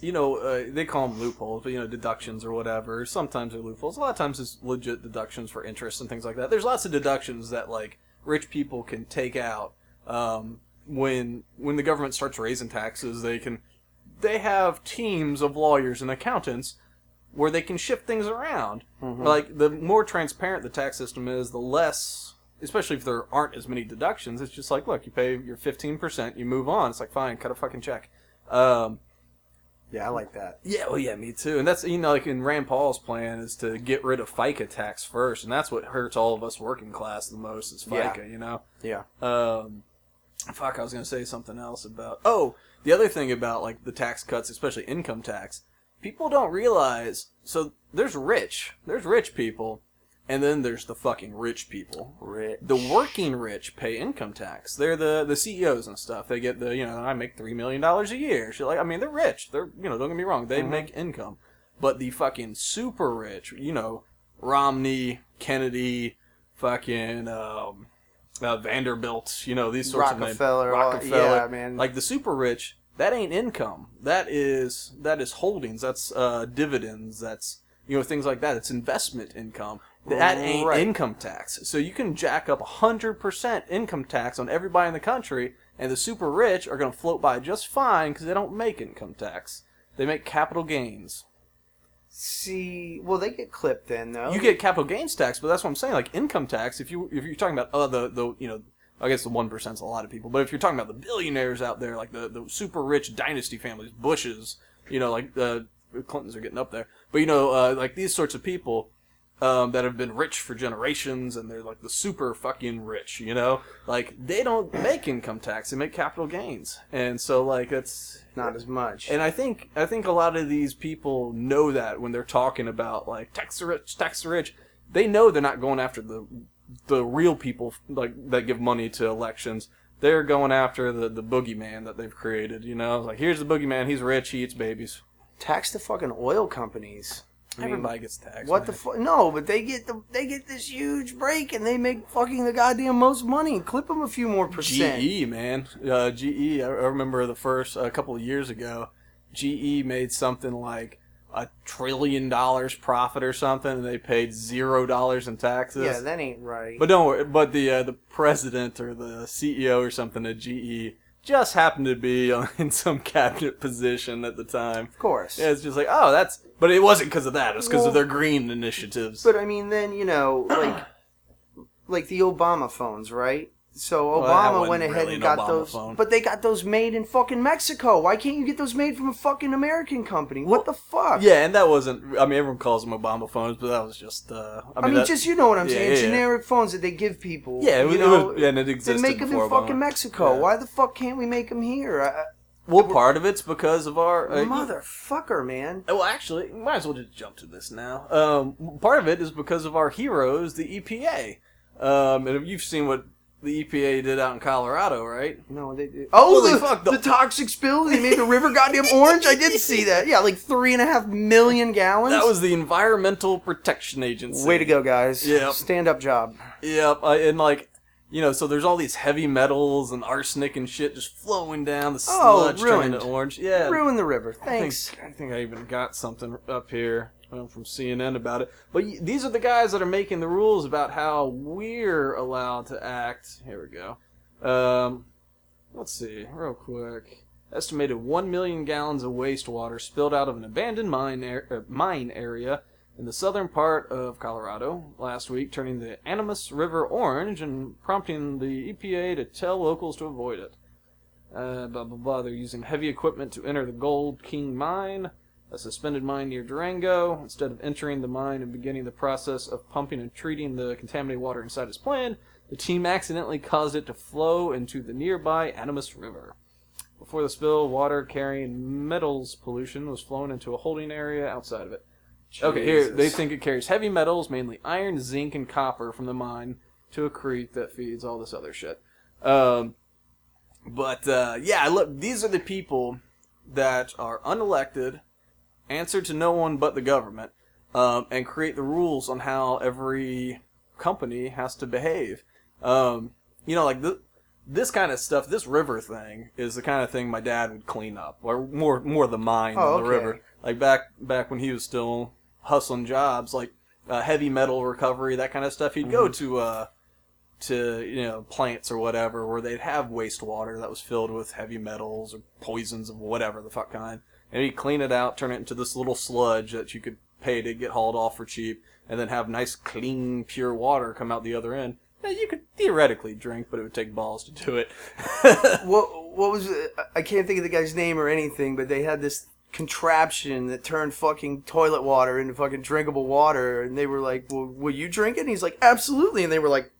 you know, uh, they call them loopholes, but you know, deductions or whatever. Sometimes they're loopholes. A lot of times it's legit deductions for interest and things like that. There's lots of deductions that like rich people can take out um, when when the government starts raising taxes. They can they have teams of lawyers and accountants where they can shift things around. Like the more transparent the tax system is, the less, especially if there aren't as many deductions. It's just like, look, you pay your fifteen percent, you move on. It's like, fine, cut a fucking check. Um,
Yeah, I like that.
yeah, well, yeah, me too. And that's you know, like in Rand Paul's plan is to get rid of FICA tax first, and that's what hurts all of us working class the most is
Yeah.
FICA. You know.
Yeah.
Um, fuck, I was gonna say something else about. Oh, the other thing about like the tax cuts, especially income tax, people don't realize. So there's rich, there's rich people, and then there's the fucking rich people.
Rich.
The working rich pay income tax. They're the the CEOs and stuff. They get the you know I make three million dollars a year. Shit like I mean they're rich. They're you know don't get me wrong.
Mm-hmm.
They make income, but the fucking super rich, you know Romney, Kennedy, fucking um, uh, Vanderbilt, you know these sorts
Rockefeller,
of
all-
names. Rockefeller,
yeah, man.
Like the super rich, that ain't income. That is that is holdings. That's uh, dividends. That's you know things like that. It's investment income. That ain't
Right.
income tax. So you can jack up hundred percent income tax on everybody in the country, and the super rich are going to float by just fine because they don't make income tax. They make capital gains.
See, well, they get clipped then though.
You get capital gains tax, but that's what I'm saying. Like income tax, if you if you're talking about oh the the you know I guess the one percent's a lot of people, but if you're talking about the billionaires out there, like the the super rich dynasty families, Bushes, you know, like uh, the Clintons are getting up there, but you know, uh, like these sorts of people. Um, that have been rich for generations, and they're like the super fucking rich, you know. Like they don't make income tax; they make capital gains, and so like that's
not as much.
and I think I think a lot of these people know that when they're talking about like tax the rich, tax the rich, they know they're not going after the the real people like that give money to elections. They're going after the the boogeyman that they've created. You know, like here's the boogeyman. He's rich. He eats babies.
Tax the fucking oil companies. I mean,
Everybody gets taxed.
What the
man.
fuck? No, but they get the they get this huge break and they make fucking the goddamn most money. Clip them a few more percent.
GE E, man, uh, GE. I I remember the first a couple of years ago, GE made something like a trillion dollars profit or something, and they paid zero dollars in taxes.
Yeah, that ain't right.
But don't worry. But the uh, the president or the CEO or something at GE just happened to be on, in some cabinet position at the time.
of course.
Yeah, it's just like oh, that's. But it wasn't because of that. It's because
Well-
of their green initiatives.
But I mean, then you know, like, like the Obama phones, right? So
that
Obama
wasn't
went ahead
really
and
an
got
Obama
those,
phone.
but they got those made in fucking Mexico. Why can't you get those made from a fucking American company? What the fuck?
yeah, and that wasn't. I mean, everyone calls them Obama phones, but that was just. Uh, I mean,
I mean,
that-
just you know what I'm
yeah,
saying.
yeah, yeah.
Generic phones that they give people.
Yeah, it was,
you know,
it was, and it
they
existed
make them
before
in fucking
Obama.
Mexico.
Yeah.
Why the fuck can't we make them here? I,
Well, part of it's because of our
I,
uh,
motherfucker, man.
Well, actually, might as well just jump to this now. Um, part of it is because of our heroes, the EPA. Um, and you've seen what the EPA did out in Colorado, right?
No, they. Oh,
Holy
the,
fuck,
the,
the-
toxic spill. They made the river goddamn orange. I did see that. Yeah, like three and a half million gallons.
That was the Environmental Protection Agency.
Way to go, guys.
Yep.
Stand up job.
Yep, I, and like, you know, so there's all these heavy metals and arsenic and shit just flowing down the
Oh,
sludge, turning
ruined.
to orange. Yeah,
Ruin the river.
I
Thanks.
think, I think I even got something up here um, from CNN about it. But y- these are the guys that are making the rules about how we're allowed to act. Here we go. Um, let's see, real quick. Estimated 1 million gallons of wastewater spilled out of an abandoned mine, ar- uh, mine area in the southern part of Colorado last week, turning the Animas River orange and prompting the EPA to tell locals to avoid it. Uh, blah blah blah. They're using heavy equipment to enter the Gold King mine, a suspended mine near Durango. Instead of entering the mine and beginning the process of pumping and treating the contaminated water inside as planned, the team accidentally caused it to flow into the nearby Animus River. Before the spill, water carrying metals pollution was flown into a holding area outside of it. Okay, here they
Jesus.
think it carries heavy metals, mainly iron, zinc, and copper, from the mine to a creek that feeds all this other shit. Um, but uh, yeah, look, these are the people that are unelected, answer to no one but the government, um, and create the rules on how every company has to behave. Um, you know, like the, this kind of stuff, this river thing is the kind of thing my dad would clean up, or more more the mine
Oh,
than the
okay.
river. Like back back when he was still hustling jobs, like uh, heavy metal recovery, that kind of stuff. He'd
Mm-hmm.
go to. Uh, to you know plants or whatever where they'd have wastewater that was filled with heavy metals or poisons of whatever the fuck kind and he'd clean it out turn it into this little sludge that you could pay to get hauled off for cheap and then have nice clean pure water come out the other end now, you could theoretically drink but it would take balls to do it
What what was it? I- I can't think of the guy's name or anything, but they had this contraption that turned fucking toilet water into fucking drinkable water, and they were like, "Well, will you drink it?" And he's like, "Absolutely," and they were like.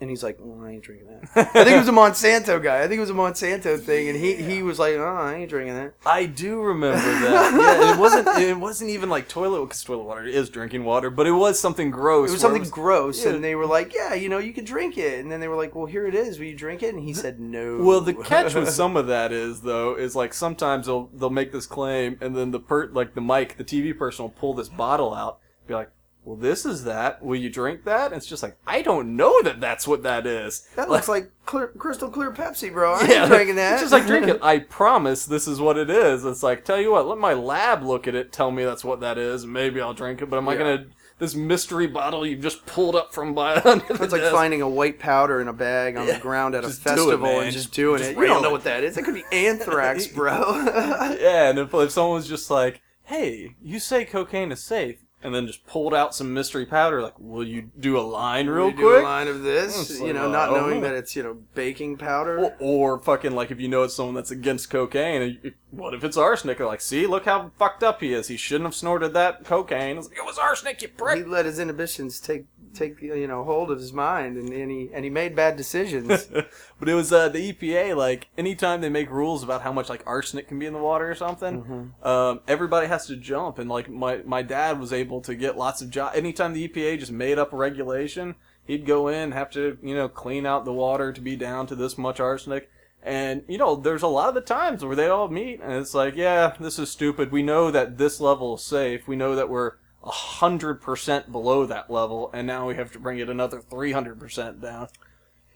And he's like, well, I ain't drinking that. I think it was a Monsanto guy. I think it was a Monsanto thing, and he, he was like, oh, I ain't drinking that.
I do remember that. Yeah, and it wasn't. It wasn't even like toilet because toilet water is drinking water, but it was something gross.
It was
where
something gross,
yeah.
and they were like, "Yeah, you know, you can drink it." And then they were like, "Well, here it is. Will you drink it?" And he said, "No."
Well, the catch with some of that is though is like sometimes they'll they'll make this claim and then the per like the mic the TV person will pull this bottle out be like, well this is that will you drink that? And it's just like I don't know that that's what that is.
That looks like clear, crystal clear Pepsi, bro. I ain't
Yeah,
drinking that.
It's just like drinking. I promise this is what it is. It's like tell you what, let my lab look at it, tell me that's what that is, and maybe I'll drink it. But am I
Yeah.
gonna this mystery bottle you've just pulled up from by under the
It's like
desk?
finding a white powder in a bag on
Yeah.
the ground at a
Just do it,
festival
man.
and
Just-
just doing
just
it. You
rail
don't know
it.
what that is. It could be anthrax, bro.
yeah, and if, if someone was just like, "Hey, you say cocaine is safe," and then just pulled out some mystery powder, like, "Will you do a line real
We do
quick?"
a line of this,
It's
you
like,
know, not
uh,
knowing
oh.
that it's you know baking powder.
Or, or fucking like if you know it's someone that's against cocaine, and you- what if it's arsenic? They're like, "See, look how fucked up he is. He shouldn't have snorted that cocaine." It's like, it was arsenic, you
He
prick.
let his inhibitions take take you know hold of his mind, and, and he and he made bad decisions.
but it was uh, the EPA. Like anytime they make rules about how much like arsenic can be in the water or something,
Mm-hmm.
um, everybody has to jump. And like my my dad was able to get lots of jobs. Anytime the EPA just made up a regulation, he'd go in have to you know clean out the water to be down to this much arsenic. And you know, there's a lot of the times where they all meet, and it's like, yeah, this is stupid. We know that this level is safe. We know that we're hundred percent below that level, and now we have to bring it another three hundred percent down.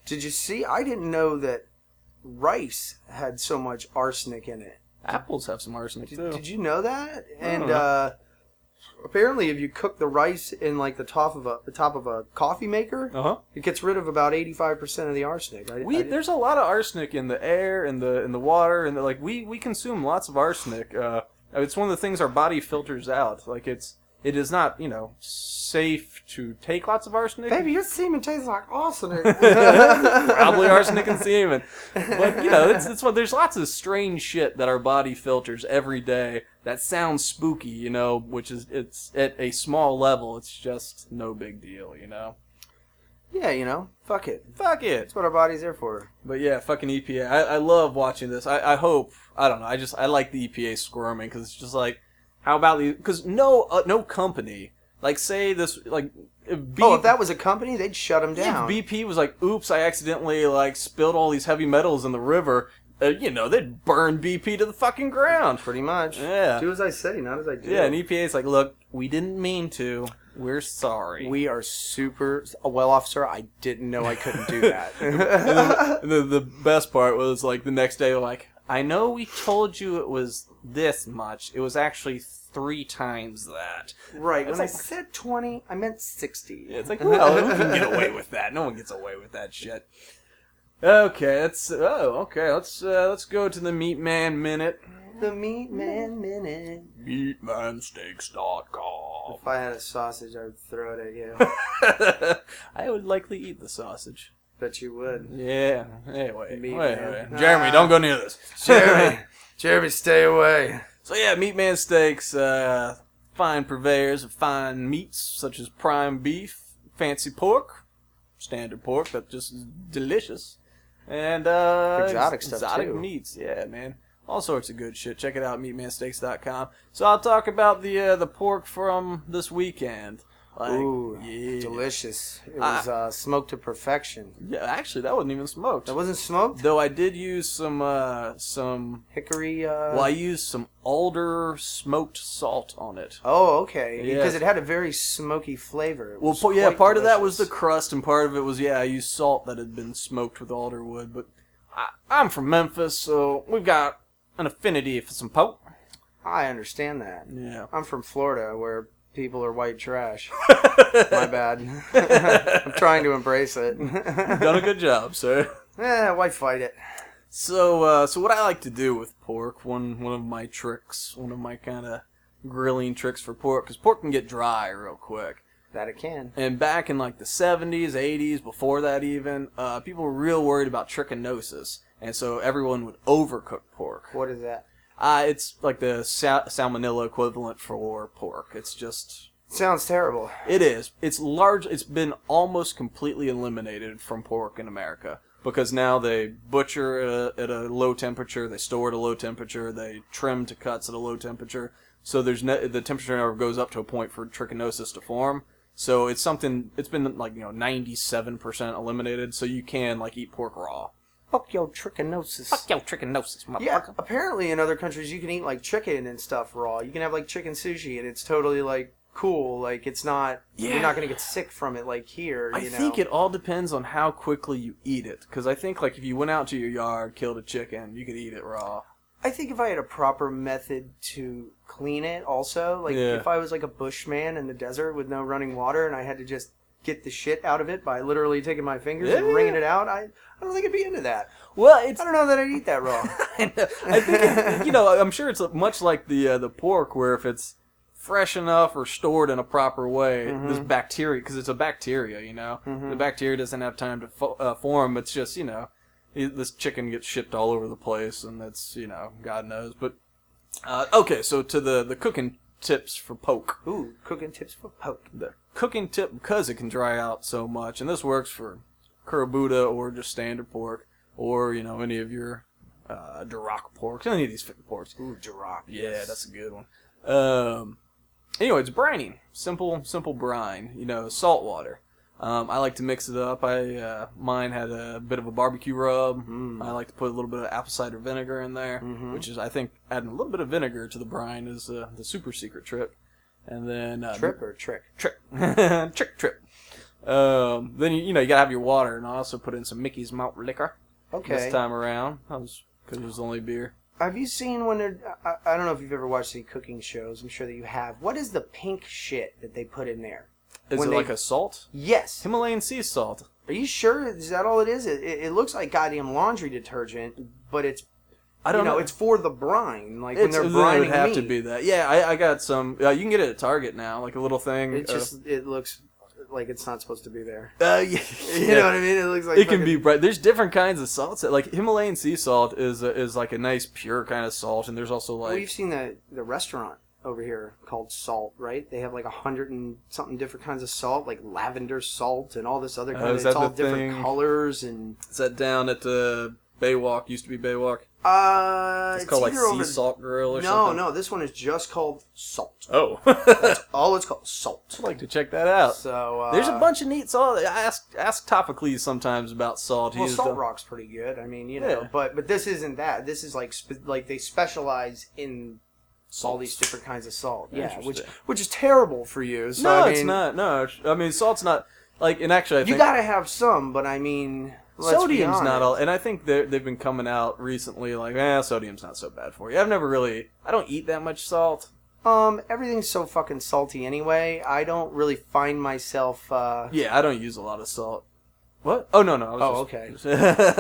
Did you see? I didn't know that rice had so much arsenic in it.
Apples have some arsenic
Did,
too.
did you know that? And
know.
uh, apparently, if you cook the rice in like the top of a the top of a coffee maker,
uh huh.
it gets rid of about eighty five percent of the arsenic. I, I
We
didn't-
there's a lot of arsenic in the air, in the in the water, and the, like we we consume lots of arsenic. Uh, it's one of the things our body filters out. Like it's it is not you know safe to take lots of arsenic.
Baby, your semen tastes like arsenic.
probably arsenic and semen. But you know, it's, it's what there's lots of strange shit that our body filters every day that sounds spooky, you know, which is it's at a small level, it's just no big deal, you know.
Yeah, you know, fuck it.
Fuck it.
That's what our body's there for.
But yeah, fucking EPA. I, I love watching this. I, I hope I don't know. I just I like the EPA squirming because it's just like, how about these? Because no uh, no company like say this like. Be,
oh, if that was a company, they'd shut them down.
If BP was like, "Oops, I accidentally like spilled all these heavy metals in the river," uh, you know, they'd burn BP to the fucking ground.
Pretty much.
Yeah.
Do as I say, not as I do.
Yeah, and EPA's like, "Look, we didn't mean to. We're sorry."
we are super well off, sir. I didn't know I couldn't do that.
And then the, the best part was like the next day, like, "I know we told you it was this much. It was actually three times that."
right.
It's
When I
like-
said 20, I meant 60.
Yeah, It's like, well, who can get away with that? No one gets away with that shit. Okay, let's. Oh, okay. Let's uh, let's go to the Meat Man minute.
the meat man minute.
meatmansteaks.com.
If I had a sausage, I would throw it at you.
I would likely eat the sausage.
Bet you would.
Yeah. Anyway.
Meat
wait,
man. Uh,
wait. Jeremy, don't go near this.
Jeremy, Jeremy, stay away.
so yeah, Meat Man Steaks, uh, fine purveyors of fine meats such as prime beef, fancy pork, standard pork that just is delicious, and uh,
Exotic
ex-
stuff,
exotic
too.
meats. Yeah, man. All sorts of good shit. Check it out, meatmansteaks.com. So I'll talk about the uh, the pork from this weekend. Like,
Ooh,
yeah.
delicious. It
Ah.
was uh, smoked to perfection.
Yeah, actually, that wasn't even smoked.
That wasn't smoked.
Though I did use some, uh, some.
Hickory. Uh,
Well, I used some alder smoked salt on it.
Oh, okay.
Yeah.
Because it had a very smoky flavor. It
Well,
was
po- yeah,
quite
part of that was the
delicious.
crust, and part of it was yeah, I used salt that had been smoked with alder wood. But I, I'm from Memphis, so we've got an affinity for some poke.
I understand that.
Yeah.
I'm from Florida, where people are white trash. My bad. I'm trying to embrace it.
Done a good job, sir.
eh, why fight it?
So, uh, so what I like to do with pork, one one of my tricks, one of my kind of grilling tricks for pork, because pork can get dry real quick.
That it can.
And back in like the 70s, 80s, before that even, uh, people were real worried about trichinosis. And so everyone would overcook pork.
What is that?
Uh, it's like the sa- salmonella equivalent for pork. It's just,
Sounds terrible.
it is. It's large, it's been almost completely eliminated from pork in America. Because now they butcher uh, at a, at a low temperature, they store at a low temperature, they trim to cuts at a low temperature. So there's no, the temperature never goes up to a point for trichinosis to form. So it's something, it's been like, you know, 97% eliminated. So you can, like, eat pork raw.
Fuck your trichinosis.
yo, trichinosis, motherfucker.
yeah, apparently in other countries you can eat like chicken and stuff raw. You can have like chicken sushi, and it's totally like cool. Like it's not.
Yeah.
You're not gonna get sick from it like here.
I
you know?
think it all depends on how quickly you eat it. Because I think, like, if you went out to your yard, killed a chicken, you could eat it raw.
I think if I had a proper method to clean it, also, like
Yeah.
if I was like a bushman in the desert with no running water and I had to just get the shit out of it by literally taking my fingers and
Yeah.
wringing it out, I, I don't think I'd be into that.
Well, it's.
I don't know that I'd eat that raw.
I think, it- you know, I'm sure it's much like the uh, the pork, where if it's fresh enough or stored in a proper way, this bacteria, because it's a bacteria, you know, the bacteria doesn't have time to fo- uh, form. It's just, you know, it, this chicken gets shipped all over the place, and that's, you know, God knows. But uh, okay, so to the the cooking tips for poke.
Ooh, cooking tips for poke.
the cooking tip because it can dry out so much, and this works for kurabuta or just standard pork, or you know any of your uh, duroc porks, any of these fi- porks.
Ooh, Jirok.
Yeah, that's a good one. Um, anyway, it's brining. Simple, simple brine. You know, salt water. Um, I like to mix it up. I uh, mine had a bit of a barbecue rub.
Mm.
I like to put a little bit of apple cider vinegar in there, Uh,
Mm-hmm.
which is I think adding a little bit of vinegar to the brine is uh, the super secret trip. And then uh,
Trip or trick?
trip, trick, trip. Um, then you, you know you gotta have your water, and I also put in some Mickey's malt liquor
Okay.
this time around. I was because it was the only beer.
Have you seen when they're? I, I don't know if you've ever watched any cooking shows. I'm sure that you have. What is the pink shit that they put in there?
Is
When
it
they-
like a salt?
Yes.
Himalayan sea salt.
Are you sure? Is that all it is? It, it, it looks like goddamn laundry detergent, but it's
I don't
you know,
know.
It's for the brine, like when
It's-
they're
then it
brining
would have
meat.
to be that. Yeah, I, I got some. Uh, you can get it at Target now, like a little thing.
It
uh,
just it looks like it's not supposed to be there.
uh, yeah,
You
yeah.
know what I mean? It looks like
It can
fucking-
be bright. There's different kinds of salts. Like Himalayan sea salt is a, is like a nice pure kind of salt, and there's also
We've
like
seen the the restaurant over here called Salt, right? They have like a hundred and something different kinds of salt, like lavender salt and all this other kind.
Oh, is
of it's
that
all
the
different
thing?
colors and
set down at the Baywalk. Used to be Baywalk.
uh,
It's, called like
either
sea
over-
salt grill or
No,
something.
no, this one is just called Salt.
Oh, I'd
All it's called Salt.
like to check that out.
So uh,
There's a bunch of neat salt. Ask ask Topocles sometimes about salt.
Well,
He's
Salt
the-
Rock's pretty good. I mean, you know,
Yeah.
but but this isn't that. This is like spe- like they specialize in all these different kinds of salt. Yeah, which
Interesting.
which is terrible for you. So,
no,
I
it's
mean,
not. No, I mean salt's not like. And actually, I
You
think
gotta have some, but I mean, let's be
sodium's not
honest.
all. And I think they're- they've been coming out recently like, eh, sodium's not so bad for you. I've never really. I don't eat that much salt.
Um, everything's so fucking salty anyway. I don't really find myself. uh
Yeah, I don't use a lot of salt. What? Oh no no. I was
Oh,
just-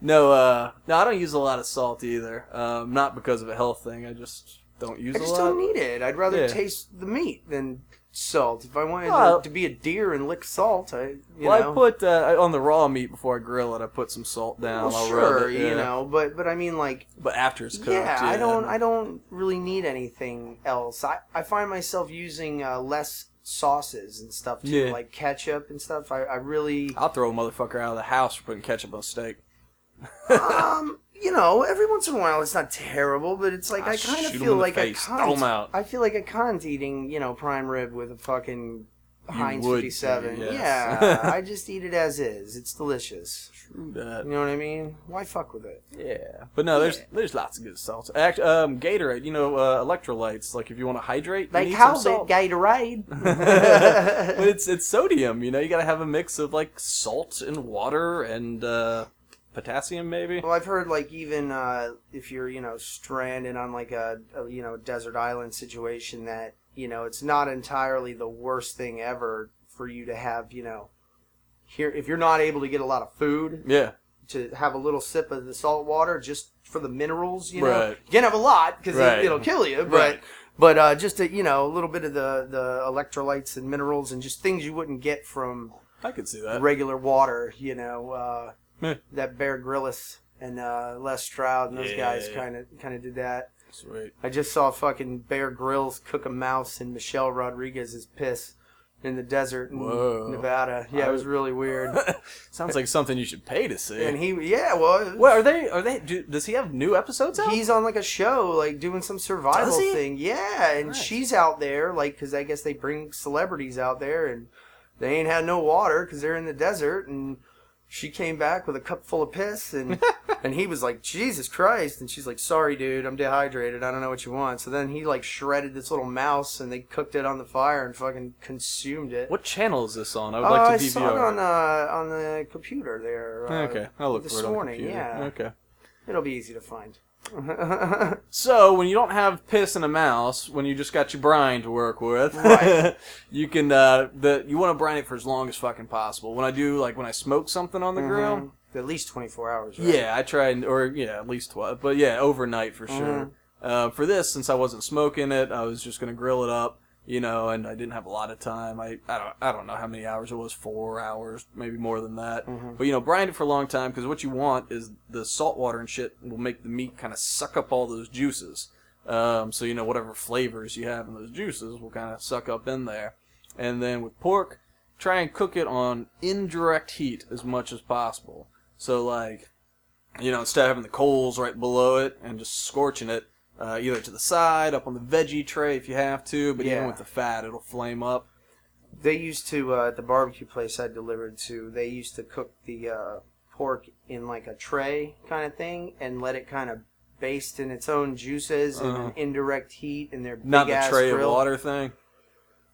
no, uh, no, I don't use a lot of salt either. Um, not because of a health thing. I just don't use
I
a
just
lot.
don't need it. I'd rather
Yeah.
taste the meat than salt. If I wanted
Well-
to, to be a deer and lick salt, I you
well,
know.
I put uh, I- on the raw meat before I grill it. I put some salt down.
well,
I'll
sure,
rub it, yeah.
you know, but but I mean, like,
But after it's cooked,
yeah, I don't, I don't really need anything else. I, I find myself using uh, less sauces and stuff too,
Yeah.
like ketchup and stuff. I, I really,
I'll throw a motherfucker out of the house for putting ketchup on steak.
um, you know, every once in a while it's not terrible, but it's like
Ah,
I kind of
shoot 'em
feel
in the
like a
face. Throw 'em out.
cunt. I feel like a cunt eating, you know, prime rib with a fucking Heinz
would,
fifty seven.
yes.
Yeah, I just eat it as is. It's delicious.
True that.
You know what I mean? Why fuck with it?
Yeah, but no, there's there's lots of good salts. Act, um, Gatorade, you know, uh, electrolytes. Like if you want to hydrate, you
Like
need
how
some salt.
that Gatorade.
but it's it's sodium. You know, you gotta have a mix of like salt and water and uh, potassium, maybe.
Well, I've heard like even uh, if you're you know stranded on like a, a you know desert island situation that you know it's not entirely the worst thing ever for you to have you know here if you're not able to get a lot of food
Yeah,
to have a little sip of the salt water just for the minerals you know
Right.
you can't have a lot because
Right.
it, will kill you but
Right.
but uh, just a, you know a little bit of the the electrolytes and minerals and just things you wouldn't get from
I could see that.
regular water, you know, uh,
Uh, Meh.
that Bear Grylls and uh, Les Stroud and those
Yeah.
guys kind of kind of did that.
Sweet.
I just saw fucking Bear Grylls cook a mouse in Michelle Rodriguez's piss in the desert in
Whoa.
Nevada. Yeah,
I-
it was really weird.
Sounds like something you should pay to see.
and he, yeah, well,
Well, are they? Are they? Do, does he have new episodes out?
he's on like a show, like doing some survival
Does he?
thing. Yeah, and
Nice.
she's out there, like, because I guess they bring celebrities out there, and they ain't had no water because they're in the desert, and she came back with a cup full of piss, and and he was like, Jesus Christ, and she's like, Sorry, dude, I'm dehydrated. I don't know what you want. So then he like shredded this little mouse, and they cooked it on the fire and fucking consumed it.
What channel is this on? I would
Uh, I
like to DVR.
saw it on uh, on the computer there. Uh,
okay, I'll look
this
for it on the
morning,
computer.
yeah.
Okay.
It'll be easy to find.
So when you don't have piss and a mouse, when you just got your brine to work with,
Right.
you can uh, the you want to brine it for as long as fucking possible. When I do like when I smoke something on the
Mm-hmm.
grill,
At least 24 hours. Right?
yeah, I try and or yeah at least twelve, but yeah overnight for
Mm-hmm.
sure. Uh, for this, since I wasn't smoking it, I was just gonna grill it up, you know, and I didn't have a lot of time. I I don't I don't know how many hours it was, four hours, maybe more than that.
Mm-hmm.
But you know, brine it for a long time because what you want is the salt water and shit will make the meat kind of suck up all those juices. Um, so you know whatever flavors you have in those juices will kind of suck up in there. And then with pork, try and cook it on indirect heat as much as possible. So like, you know, instead of having the coals right below it and just scorching it, uh, either to the side, up on the veggie tray if you have to, but even
Yeah.
with the fat, it'll flame up.
They used to uh, at the barbecue place I delivered to. They used to cook the uh, pork in like a tray kind of thing and let it kind of baste in its own juices and
Uh-huh.
an indirect heat in their
Not
big
the
ass
tray
grill.
of water thing.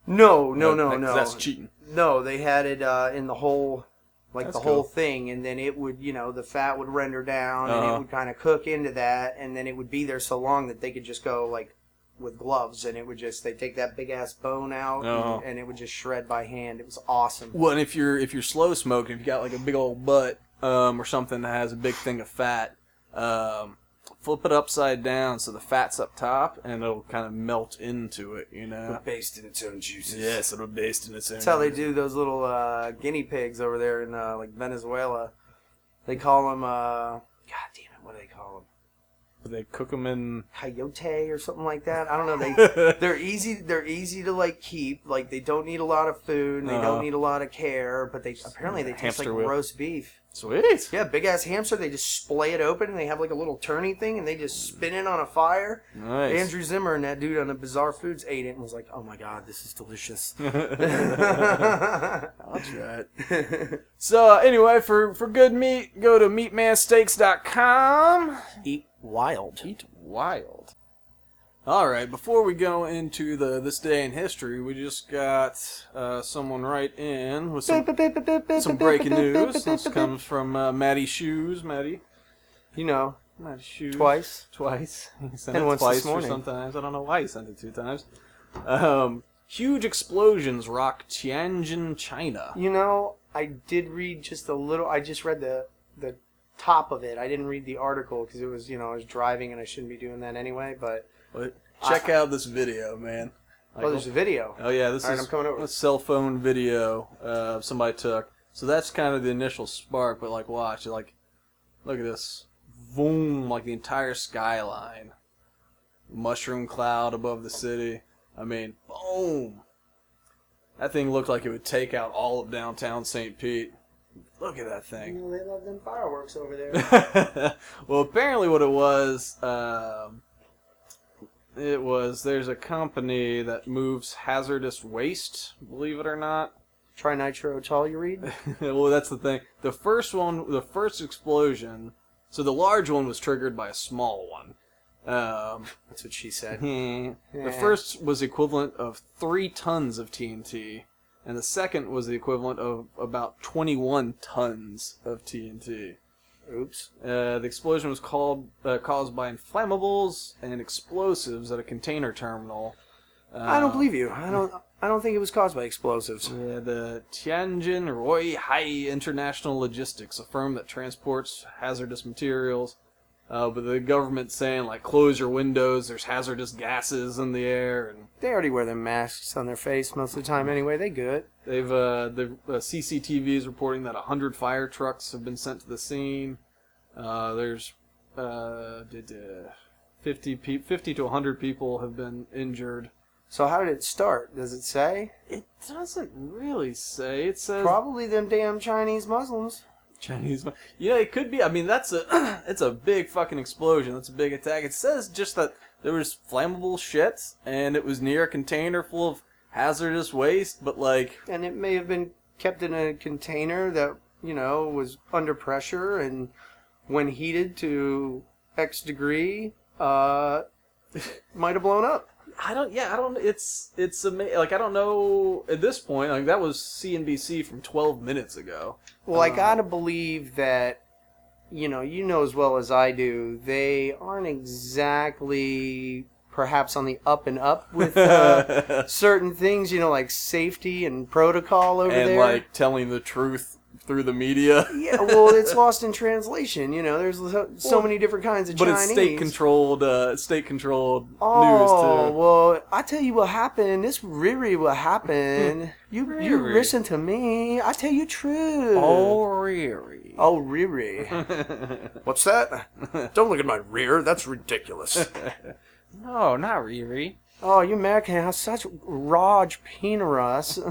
No, no,
That-
no,
that-
no.
That's cheating.
No, they had it uh, in the whole, like
That's
the whole
cool.
thing, and then it would, you know, the fat would render down, and
Uh-huh.
it would kind of cook into that, and then it would be there so long that they could just go like with gloves, and it would just they take that big ass bone out,
Uh-huh.
and, and it would just shred by hand. It was awesome.
Well, and if you're if you're slow smoking, if you got like a big old butt um, or something that has a big thing of fat, um, flip it upside down so the fat's up top and it'll kind of melt into it. You know.
Based in its own juices.
Yes, it'll baste in its own.
That's how they do those little uh, guinea pigs over there in uh, like Venezuela. They call them, uh, God damn it, what do they call them?
They cook them in.
coyote or something like that. I don't know. They
yeah,
they're easy. They're easy to like keep. Like they don't need a lot of food. And they
Uh-huh.
don't need a lot of care. But they apparently they taste
Hamster
like
whip.
roast beef.
sweet.
Yeah, big ass hamster. They just splay it open and they have like a little turny thing and they just spin it on a fire.
Nice.
Andrew Zimmer and that dude on the Bizarre Foods ate it and was like, "Oh my god, this is delicious."
I'll try it. So uh, anyway, for for good meat, go to meatmansteaks.com.
Eat wild.
Eat wild. All right, before we go into the this day in history, we just got uh, someone right in with some, some breaking news. This comes from uh, Maddie Shoes. Maddie,
You know,
Maddie Shoes.
twice.
twice. He sent
And
it
once this
twice or
morning.
sometimes. I don't know why he sent it two times. Um, huge explosions rock Tianjin, China.
You know, I did read just a little. I just read the the top of it. I didn't read the article because it was you know I was driving and I shouldn't be doing that anyway. But
But check out this video, man. Like,
oh, there's a video.
Oh yeah, this
All right,
is
I'm coming over.
a cell phone video uh, somebody took. So that's kind of the initial spark, but like, watch, like, look at this, boom, like the entire skyline, mushroom cloud above the city. I mean, boom. That thing looked like it would take out all of downtown St. Pete. Look at that thing.
You know, they love them fireworks over there.
well, apparently, what it was, um, it was there's a company that moves hazardous waste. Believe it or not.
Trinitro you read?
well, that's the thing. The first one, the first explosion. So the large one was triggered by a small one. Um,
That's what she said.
the
Yeah.
first was the equivalent of three tons of TNT, and the second was the equivalent of about 21 tons of TNT.
Oops.
Uh, the explosion was called uh, caused by inflammables and explosives at a container terminal. Uh,
I don't believe you. I don't. I don't think it was caused by explosives.
Yeah, the Tianjin Roy Hai International Logistics, a firm that transports hazardous materials. Uh, but the government's saying like close your windows. There's hazardous gases in the air, and
They already wear their masks on their face most of the time anyway. They good.
They've uh, the uh, CCTV is reporting that hundred fire trucks have been sent to the scene. Uh, there's uh, did, uh, 50, pe- 50 to hundred people have been injured.
So how did it start? Does it say?
It doesn't really say. It says
Probably them damn Chinese Muslims.
Chinese. mo- Yeah, it could be. I mean, that's a it's a big fucking explosion. That's a big attack. It says just that there was flammable shit and it was near a container full of hazardous waste. But like,
and it may have been kept in a container that you know was under pressure and when heated to x degree uh might have blown up
I don't. Yeah, I don't. It's it's ama- like I don't know at this point. Like that was CNBC from twelve minutes ago.
well i
Um,
gotta believe that you know you know as well as i do they aren't exactly perhaps on the up and up with uh, certain things you know like safety and protocol over
and
there
like telling the truth through the media.
yeah well it's lost in translation you know there's so, so
Well,
many different kinds of
But
chinese
it's state controlled. Uh, state controlled
Oh
news too.
well, I tell you what happened. This really what happened.
Hmm.
you you
Riri.
listen to me. I tell you true.
really?
oh Riri.
Oh. What's that? Don't look at my rear. That's ridiculous.
no, not Riri.
Oh, you American have such Raj penis. so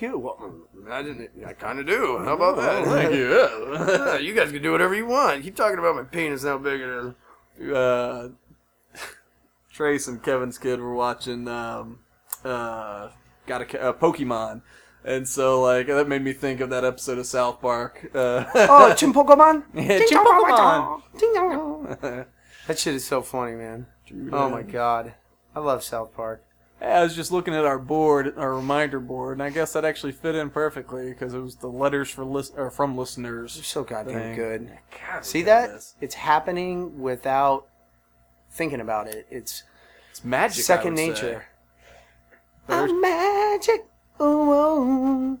you.
Well, mm, I didn't. I kind of do. How about that? Thank you. Yeah. you guys can do whatever you want. Keep talking about my penis, how big it is.
uh, Trace and Kevin's kid were watching um, uh, got a, ca- a Pokemon. And so, like, that made me think of that episode of South Park. Uh,
Oh, Chim Pokemon?
yeah,
Ding
Chim
dong,
Pokemon!
ding dong.
Oh
That shit is so funny, man. Oh my god. I love South Park.
Hey, I was just looking at our board, our reminder board, and I guess that actually fit in perfectly because it was the letters for lis- or from
They're
listeners.
so goddamn
Dang.
good.
God, we
See
did
that?
this.
It's happening without thinking about it. It's
It's magic. I
second
would say.
nature.
There's-
I'm magic. Oh, oh.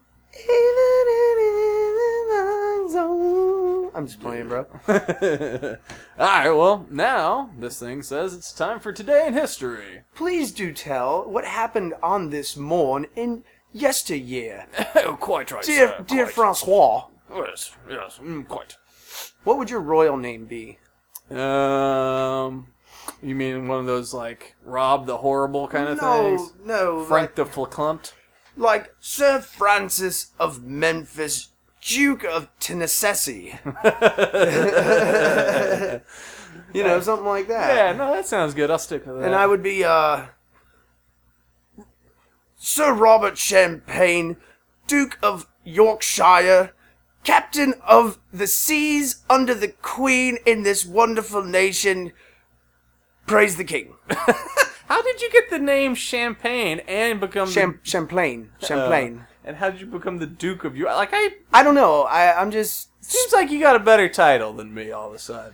Even in the zone. I'm just playing, bro.
All right. Well, now this thing says it's time for today in history.
Please do tell what happened on this morn in yesteryear.
oh, quite right,
Dear, dear Francois,
Yes, yes, mm, quite.
what would your royal name be?
Um, you mean one of those like Rob the Horrible kind of things?
no,
Frank the Flaclumped?
like Sir Francis of Memphis, Duke of Tennessee. you know, something like that.
Yeah, no, that sounds good. I'll stick with that.
And I would be uh, Sir Robert Champagne, Duke of Yorkshire, Captain of the Seas under the Queen in this wonderful nation. Praise the King.
How did you get the name Champagne and become
Cham- Champlain. Champlain.
The, and how did you become the Duke of York? Like I
I don't know. I, I'm just.
seems like you got a better title than me all of a sudden.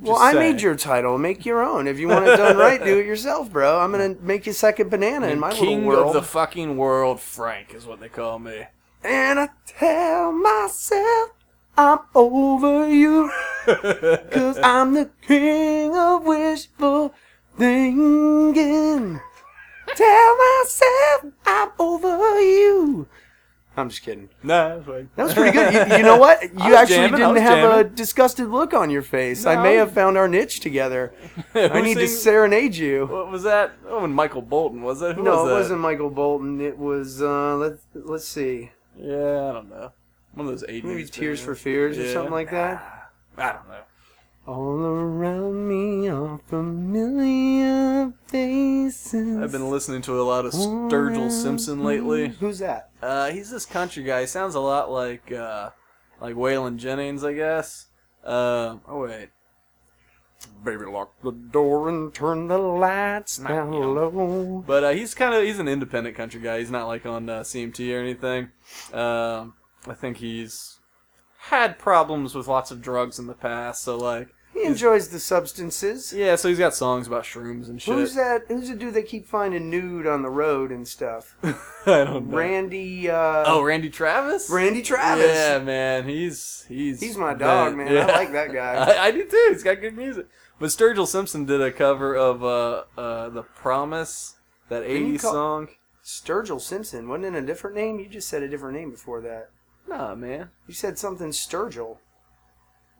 Well, I made your title. Make your own. If you want it done right, do it yourself, bro. I'm gonna make you second banana in my
king
little world.
of the fucking world, Frank is what they call me.
and I tell myself I'm over you, cause I'm the king of wishful thinking. Tell myself I'm over you. I'm just kidding.
No, that's right.
That was pretty good. You, you know what? You
was
actually
jamming, I
didn't
was
have a
jamming.
disgusted look on your face. I
No.
may have found our niche together. I need to serenade you.
What was that? Oh, and Michael Bolton was that? Who
No,
was
it
that?
wasn't Michael Bolton. It was uh, let's let's see,
Yeah, I don't know. One of those eighties.
maybe Tears for Fears or
Yeah. Ah,
something like that.
I don't know.
All around me are familiar faces.
I've been listening to a lot of Sturgill Simpson lately.
Who's that?
Uh, he's this country guy. He sounds a lot like uh, like Waylon Jennings, I guess. Uh, oh wait, baby lock the door.
And turn the lights down
him.
low.
But uh, he's kind of he's an independent country guy. He's not like on uh, CMT or anything. Um, I think he's had problems with lots of drugs in the past. So like,
He enjoys the substances.
yeah. So he's got songs about shrooms and shit.
Who's that? Who's the dude they keep finding nude on the road and stuff?
I don't know.
Randy. Uh,
oh, Randy Travis.
Randy Travis.
Yeah, man, he's he's
He's my dog, man. I like that guy.
I, I do too. He's got good music. But Sturgill Simpson did a cover of uh, uh, the Promise, that
you
'80s
call-
song.
Sturgill Simpson. Wasn't it a different name? You just said a different name before that.
Nah, man,
You said something Sturgill.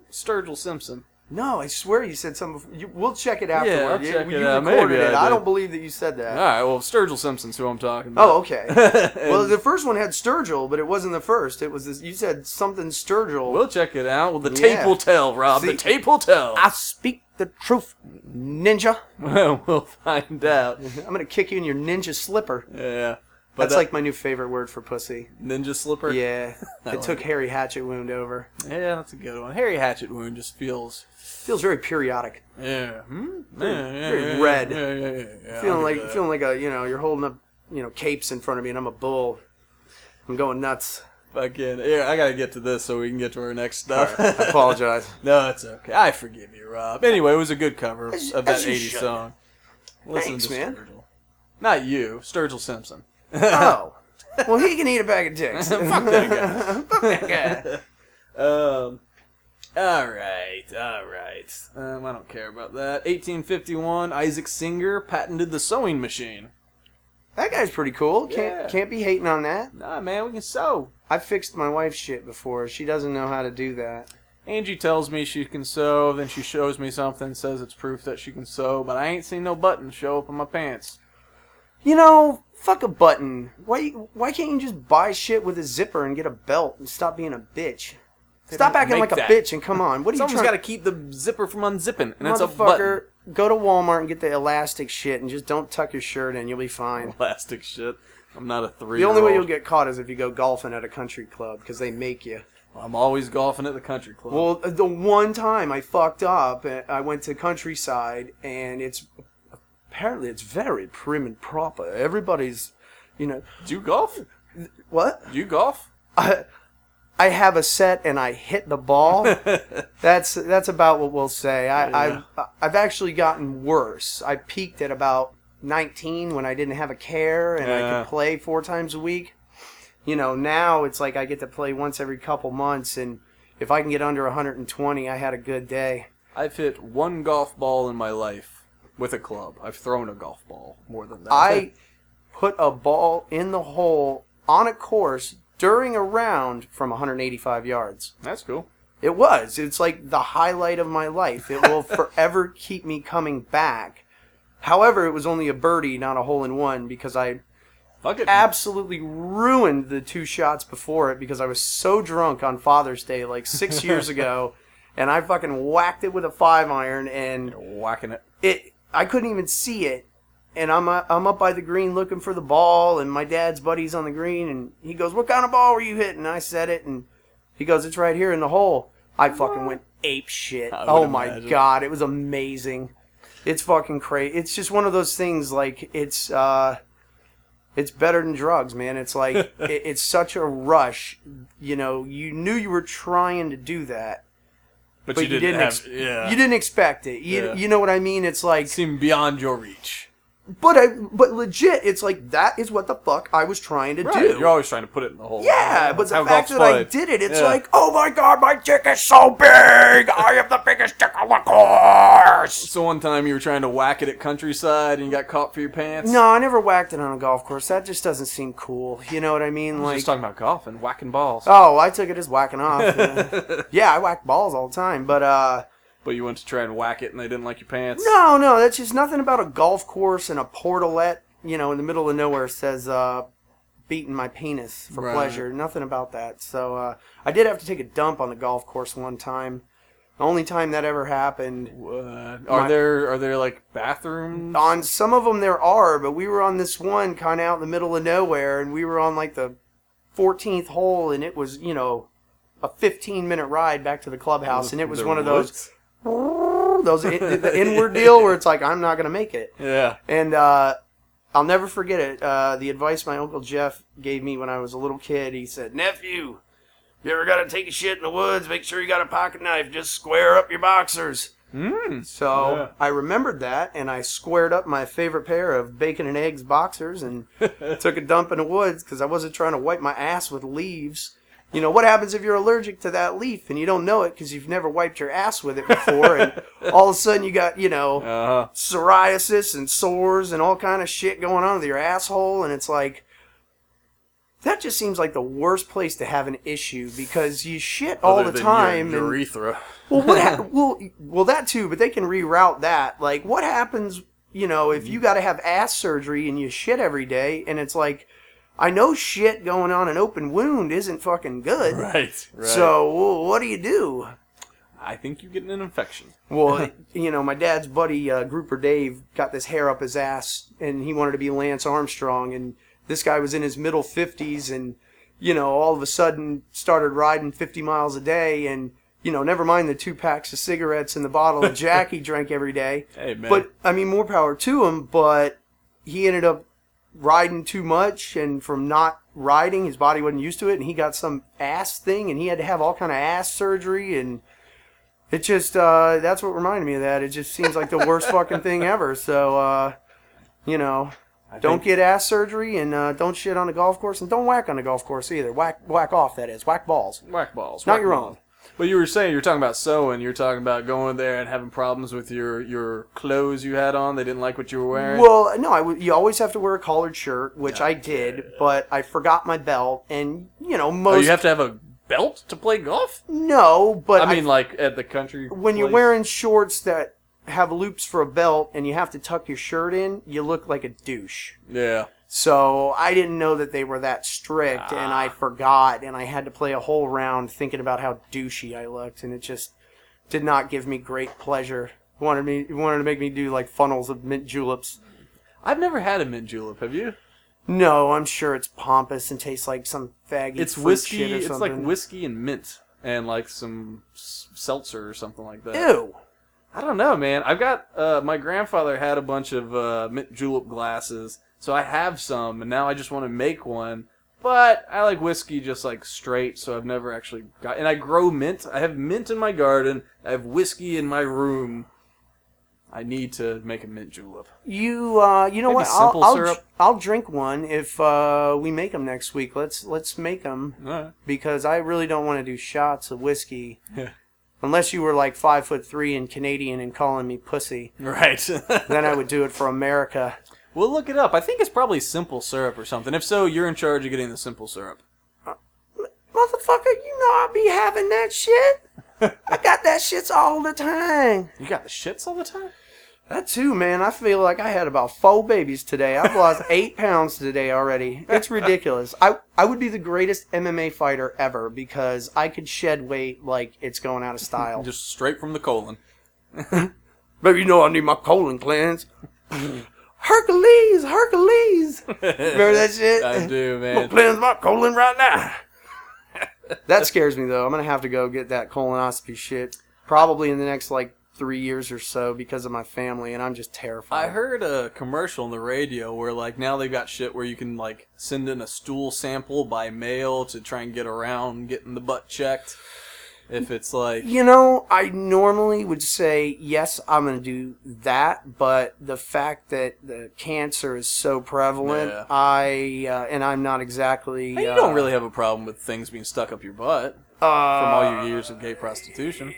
Sturgill Simpson.
No, I swear you said something. Before. You, we'll check it afterward.
I'll
You-
check
you
it out.
recorded
Maybe
it.
I
I
did.
don't believe that you said that.
All right, well, Sturgill Simpson's who I'm talking about.
Oh, okay. well, the first one had Sturgill, but it wasn't the first. It was this. You said something Sturgill.
we'll check it out. Well, the
Yeah.
tape will tell, Rob.
See-
the tape will tell.
I speak the truth, ninja.
Well, we'll find out.
I'm gonna kick you in your ninja slipper.
Yeah, but
That's
uh,
like my new favorite word for pussy.
ninja slipper.
Yeah,
I
it
like
took Harry Hatchet wound over.
yeah, that's a good one. Harry Hatchet wound just feels
Feels very periodic.
Yeah. Hmm?
very red.
Yeah, yeah, yeah, yeah.
feeling
I
like
get that.
feeling like a you know you're holding up you know capes in front of me and I'm a bull. I'm going nuts.
fucking. Yeah, I gotta get to this so we can get to our next stuff.
I apologize.
no, it's okay. I forgive you, Rob. Anyway, it was a good cover
As-
of that
as you
'80s
should.
song. Listen
Thanks,
to
man.
Sturgill. Not you, Sturgill Simpson.
Oh. Well, he can eat a bag of dicks.
Fuck that guy. Fuck that guy. um. All right, all right. Um, I don't care about that. 1851, Isaac Singer patented the sewing machine.
That guy's pretty cool. Can't
Yeah.
can't be hating on that.
Nah, man, we can sew.
I fixed my wife's shit before. She doesn't know how to do that.
Angie tells me she can sew, then she shows me something, says it's proof that she can sew, but I ain't seen no buttons show up on my pants.
You know, fuck a button. Why why can't you just buy shit with a zipper and get a belt and stop being a bitch? Stop
don't
acting
make
like
that.
a bitch and come on. What are you
Someone's
trying
got to keep the zipper from unzipping, and that's a
motherfucker?
button.
Go to Walmart and get the elastic shit and just don't tuck your shirt in. You'll be fine.
Plastic shit. I'm not a three.
The only way you'll get caught is if you go golfing at a country club because they make you.
I'm always golfing at the country club.
Well, the one time I fucked up, uh, I went to countryside, and it's apparently it's very prim and proper. Everybody's, you know,
do you golf?
what?
Do you golf?
I, I have a set and I hit the ball. that's that's about what we'll say. I,
Yeah.
I've I've actually gotten worse. I peaked at about 19 when I didn't have a care and I
Yeah.
could play four times a week. You know, now it's like I get to play once every couple months, and if I can get under 120, I had a good day.
I've hit one golf ball in my life with a club. I've thrown a golf ball more than that.
I put a ball in the hole on a course during a round from 185 yards.
That's cool.
It was. It's like the highlight of my life. It will forever keep me coming back. However, it was only a birdie, not a hole in one, because I
Fuck it.
absolutely ruined the two shots before it because I was so drunk on Father's Day like six years ago, and I fucking whacked it with a five iron, and
Whacking it.
it I couldn't even see it, and I'm uh, I'm up by the green looking for the ball, and my dad's buddy's on the green, and he goes, "What kind of ball were you hitting?" And I said it, and he goes, "It's right here in the hole." I fucking went ape shit.
I would
Oh my
imagine.
god, it was amazing. It's fucking crazy. It's just one of those things like it's uh it's better than drugs, man. It's like it, it's such a rush. You know, you knew you were trying to do that, but you, didn't.
have.
ex-
yeah.
You didn't expect it. You,
Yeah.
you know what I mean? It's like
It seemed beyond your reach.
but I, but legit, it's like that is what the fuck I was trying to do.
You're always trying to put it in the hole.
yeah, but the
How
fact that
golf's
I
played.
did it, it's
Yeah.
like, oh my god, my dick is so big. I am the biggest dick on the course.
So one time you were trying to whack it at countryside and you got caught for your pants.
No, I never whacked it on a golf course. That just doesn't seem cool. You know what I mean?
We're
Like,
just talking about golf and whacking balls.
oh, I took it as whacking off. yeah, I whack balls all the time, but uh,
But you went to try and whack it and they didn't like your pants.
no, no, that's just nothing about a golf course and a portalette. You know, in the middle of nowhere says uh, beating my penis for
Right.
pleasure. Nothing about that. So uh, I did have to take a dump on the golf course one time. The only time that ever happened.
Uh, are
My-
there are there like bathrooms?
On some of them there are, but we were on this one kind of out in the middle of nowhere, and we were on like the 14th hole, and it was you know a 15 minute ride back to the clubhouse, and it was
There
one of those
was?
those in, the inward deal where it's like I'm not gonna make it.
Yeah.
And uh, I'll never forget it. Uh, the advice my uncle Jeff gave me when I was a little kid. He said, "Nephew, you ever gotta take a shit in the woods? Make sure you got a pocket knife. Just square up your boxers."
Mm.
So
Yeah.
I remembered that, and I squared up my favorite pair of bacon and eggs boxers and took a dump in the woods because I wasn't trying to wipe my ass with leaves. You know what happens if you're allergic to that leaf and you don't know it because you've never wiped your ass with it before, and all of a sudden you got you know
Uh,
psoriasis and sores and all kind of shit going on with your asshole and it's like that just seems like the worst place to have an issue because you shit all
other
the
than
time
Your
and,
urethra.
well what ha- well well that too but they can reroute that like what happens you know if you got to have ass surgery and you shit every day and it's like I know shit going on an open wound isn't fucking good
Right. Right.
so wh- what do you do
I think you're getting an infection.
well, you know, my dad's buddy, uh, Grouper Dave, got this hair up his ass, and he wanted to be Lance Armstrong. And this guy was in his middle 50s, and, you know, all of a sudden started riding 50 miles a day. And, you know, never mind the two packs of cigarettes and the bottle of Jack he drank every day.
Hey man.
But, I mean, more power to him, but he ended up riding too much and from not riding his body wasn't used to it and he got some ass thing and he had to have all kind of ass surgery and it just uh, that's what reminded me of that it just seems like the worst fucking thing ever so uh, you know
I
don't
think-
get ass surgery and uh, don't shit on the golf course and don't whack on the golf course either whack whack off that is whack balls
whack balls.
Not
whack
your
balls.
own.
But you were saying you were talking about sewing. You were talking about going there and having problems with your your clothes you had on. They didn't like what you were wearing.
Well, no, I w- you always have to wear a collared shirt, which I did, but I forgot my belt, and you know most
oh, you have to have a belt to play golf.
no, but
I mean, like at the country.
when you're
place?
wearing shorts that have loops for a belt and you have to tuck your shirt in, you look like a douche.
Yeah.
So I didn't know that they were that strict, and
Ah.
I forgot, and I had to play a whole round thinking about how douchey I looked, and it just did not give me great pleasure. wanted me he wanted to make me do like funnels of mint juleps.
I've never had a mint julep. Have you?
No, I'm sure it's pompous and tastes like some faggy.
It's
fruit
whiskey.
Shit or
It's like
something.
whiskey and mint and like some s- seltzer or something like that.
Ew.
I don't know, man. I've got uh, my grandfather had a bunch of uh, mint julep glasses, so I have some, and now I just want to make one. But I like whiskey just like straight, so I've never actually got. And I grow mint. I have mint in my garden. I have whiskey in my room. I need to make a mint julep.
You uh, you know
Maybe
what? I'll
simple
I'll,
syrup.
dr- I'll drink one if uh, we make them next week. Let's let's make them because I really don't want to do shots of whiskey.
Yeah.
Unless you were like five foot three and Canadian and calling me pussy,
Right.
then I would do it for America.
we'll look it up. I think it's probably simple syrup or something. If so, you're in charge of getting the simple syrup.
Motherfucker, you know I be having that shit. I got that shits all the time.
You got the shits all the time.
That too, man. I feel like I had about four babies today. I've lost eight pounds today already. It's ridiculous. I I would be the greatest MMA fighter ever because I could shed weight like it's going out of style.
Just straight from the colon.
But you know I need my colon cleanse. Hercules, Hercules. Remember that shit?
I do,
I'ma
man.
cleanse my colon right now. that scares me though. I'm gonna have to go get that colonoscopy shit probably in the next like three years or so because of my family, and I'm just terrified.
I heard a commercial on the radio where like now they've got shit where you can like send in a stool sample by mail to try and get around getting the butt checked. If it's like
You know, I normally would say, yes, I'm going to do that, but the fact that the cancer is so prevalent,
Yeah.
I, uh, and I'm not exactly.
Hey, you
uh,
don't really have a problem with things being stuck up your butt
Uh,
from all your years of gay prostitution.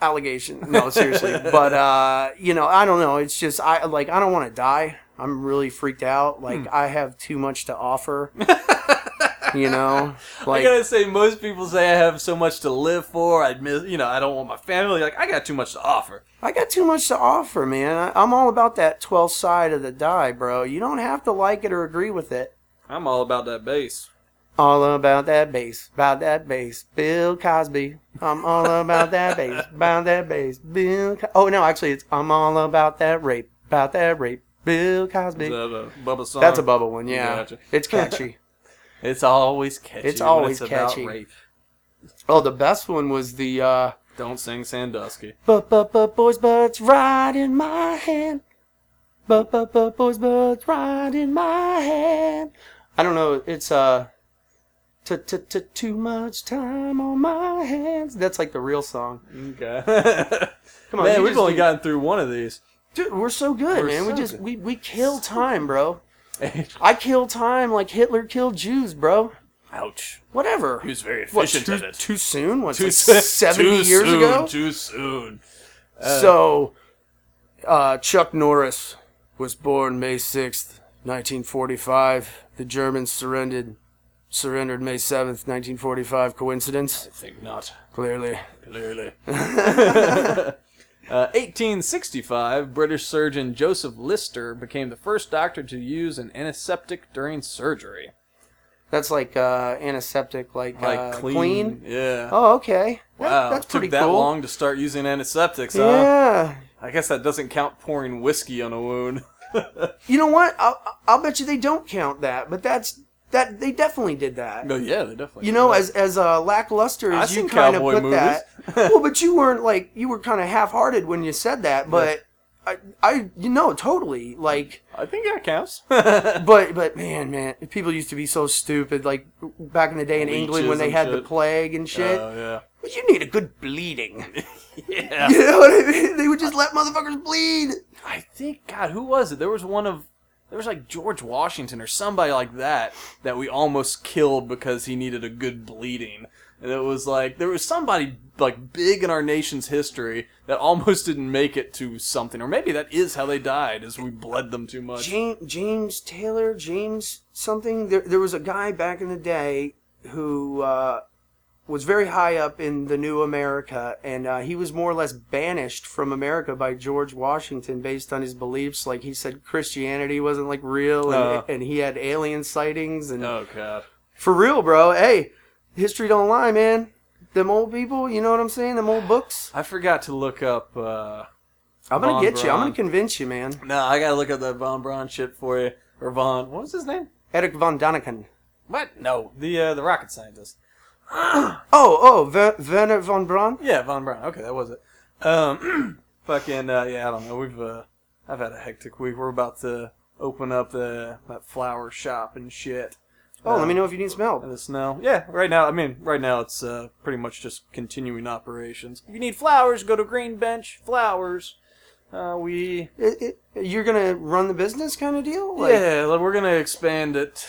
allegation. No, seriously. but, uh, you know, I don't know. It's just, I, like, I don't want to die. I'm really freaked
Hmm.
out. Like, I have too much to offer. you know? Like,
I gotta say, most people say I have so much to live for. I miss, you know, I don't want my family. Like I got too much to offer.
I got too much to offer, man. I, I'm all about that 12 side of the die, bro. You don't have to like it or agree with it.
I'm all about that bass.
All about that bass, about that bass, Bill Cosby. I'm all about that bass, about that bass, Bill. Co- oh no, actually, it's I'm all about that rape, about that rape, Bill Cosby.
Is that a Bubba song?
That's a bubble one, yeah.
Gotcha.
It's catchy.
It's always catchy.
It's
when
always
about
catchy.
rape.
oh, the best one was the uh,
Don't sing Sandusky.
but but but boys, butts right in my hand. But but but boys, butts right in my hand. I don't know. It's uh, t t t too much time on my hands. That's like the real song.
Okay.
Come on,
man,
you
we've
just
only
do-
gotten through one of these.
Dude, we're so good,
We're
man. we
so
just
good.
we we kill time, bro. I kill time like Hitler killed Jews, bro.
Ouch.
Whatever.
He was very
What,
efficient
too,
at it.
too soon? What's like
soon-
70
too
years
soon,
ago?
Too soon.
so, uh, Chuck Norris was born May 6th, 1945. The Germans surrendered surrendered May 7th, 1945. Coincidence?
I think not.
Clearly.
Clearly. Uh, 1865, British surgeon Joseph Lister became the first doctor to use an antiseptic during surgery.
That's like uh, antiseptic, like,
Like
uh,
clean. Yeah.
Oh, okay. That-
wow.
that's pretty
Took that
cool.
long to start using antiseptics, huh?
Yeah.
I guess that doesn't count pouring whiskey on a wound.
You know what? I'll, I'll bet you they don't count that, but that's that they definitely did that.
no, yeah, they definitely.
You know,
do
as as uh, lackluster
I've
as you
seen
kind of
cowboy
put
movies.
that. well, but you weren't like you were kind of half-hearted when you said that, but I, I, you know, totally like.
that. I think that counts. yeah,
But but man, man, people used to be so stupid. Like back in the day in England when
Leeches
they
and
had the
shit.
plague and shit.
Oh, yeah.
but you need a good bleeding.
Yeah.
you know what I mean? They would just let motherfuckers bleed.
I think God, who was it? There was one of there was like George Washington or somebody like that that we almost killed because he needed a good bleeding. And it was like there was somebody like big in our nation's history that almost didn't make it to something, or maybe that is how they died, is we bled them too much.
James, James Taylor, James something. There, there was a guy back in the day who uh, was very high up in the New America, and uh, he was more or less banished from America by George Washington based on his beliefs. Like he said, Christianity wasn't like real, and,
Uh.
and he had alien sightings. And
Oh God,
for real, bro. Hey, history don't lie, man. Them old people, you know what I'm saying? Them old books.
I forgot to look up. Uh,
I'm gonna
Von
get you. I'm
Braun.
gonna convince you, man.
no, I gotta look up that Von Braun shit for you. Or Von, what was his name?
Eric von Daniken.
What? No, the uh, the rocket scientist.
Oh, oh, Ver- Werner von Braun.
Yeah, Von Braun. Okay, that was it. Um, fucking uh, yeah, I don't know. We've uh, I've had a hectic week. We're about to open up the that flower shop and shit.
Oh,
Um,
let me know if you need some help.
And the snow. Yeah, right now. I mean, right now it's uh, pretty much just continuing operations. If you need flowers, go to Green Bench Flowers. Uh, we
It, it, you're gonna run the business, kind of deal. Like,
yeah, like, we're gonna expand it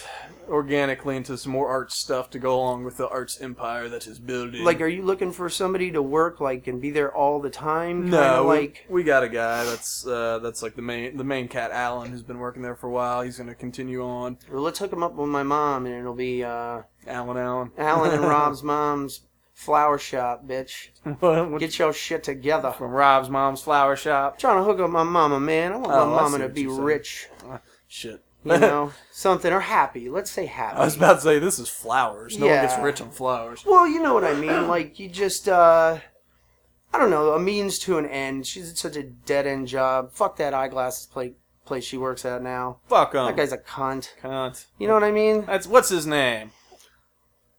organically into some more arts stuff to go along with the arts empire that is building.
Like, are you looking for somebody to work like and be there all the time? Kinda
no, we-
like
we, got a guy that's uh, that's like the main the main cat Alan who's been working there for a while. He's gonna continue on.
well, let's hook him up with my mom, and it'll be uh,
Alan Allen.
Alan and Rob's mom's flower shop, bitch.
What- what-
Get your shit together.
from Rob's mom's flower shop.
trying to hook up my mama, man. I want
Oh, I
my
see
mama to
what
be
you're saying.
rich,
Shit.
you know, something or happy. Let's say happy.
I was about to say this is flowers. No one gets
Yeah.
rich on flowers.
Well, you know what I mean. Like you just, uh I don't know, a means to an end. She's such a dead end job. Fuck that eyeglasses pla place she works at now.
Fuck him.
That guy's a cunt.
Cunt.
You know what I mean?
That's what's his name.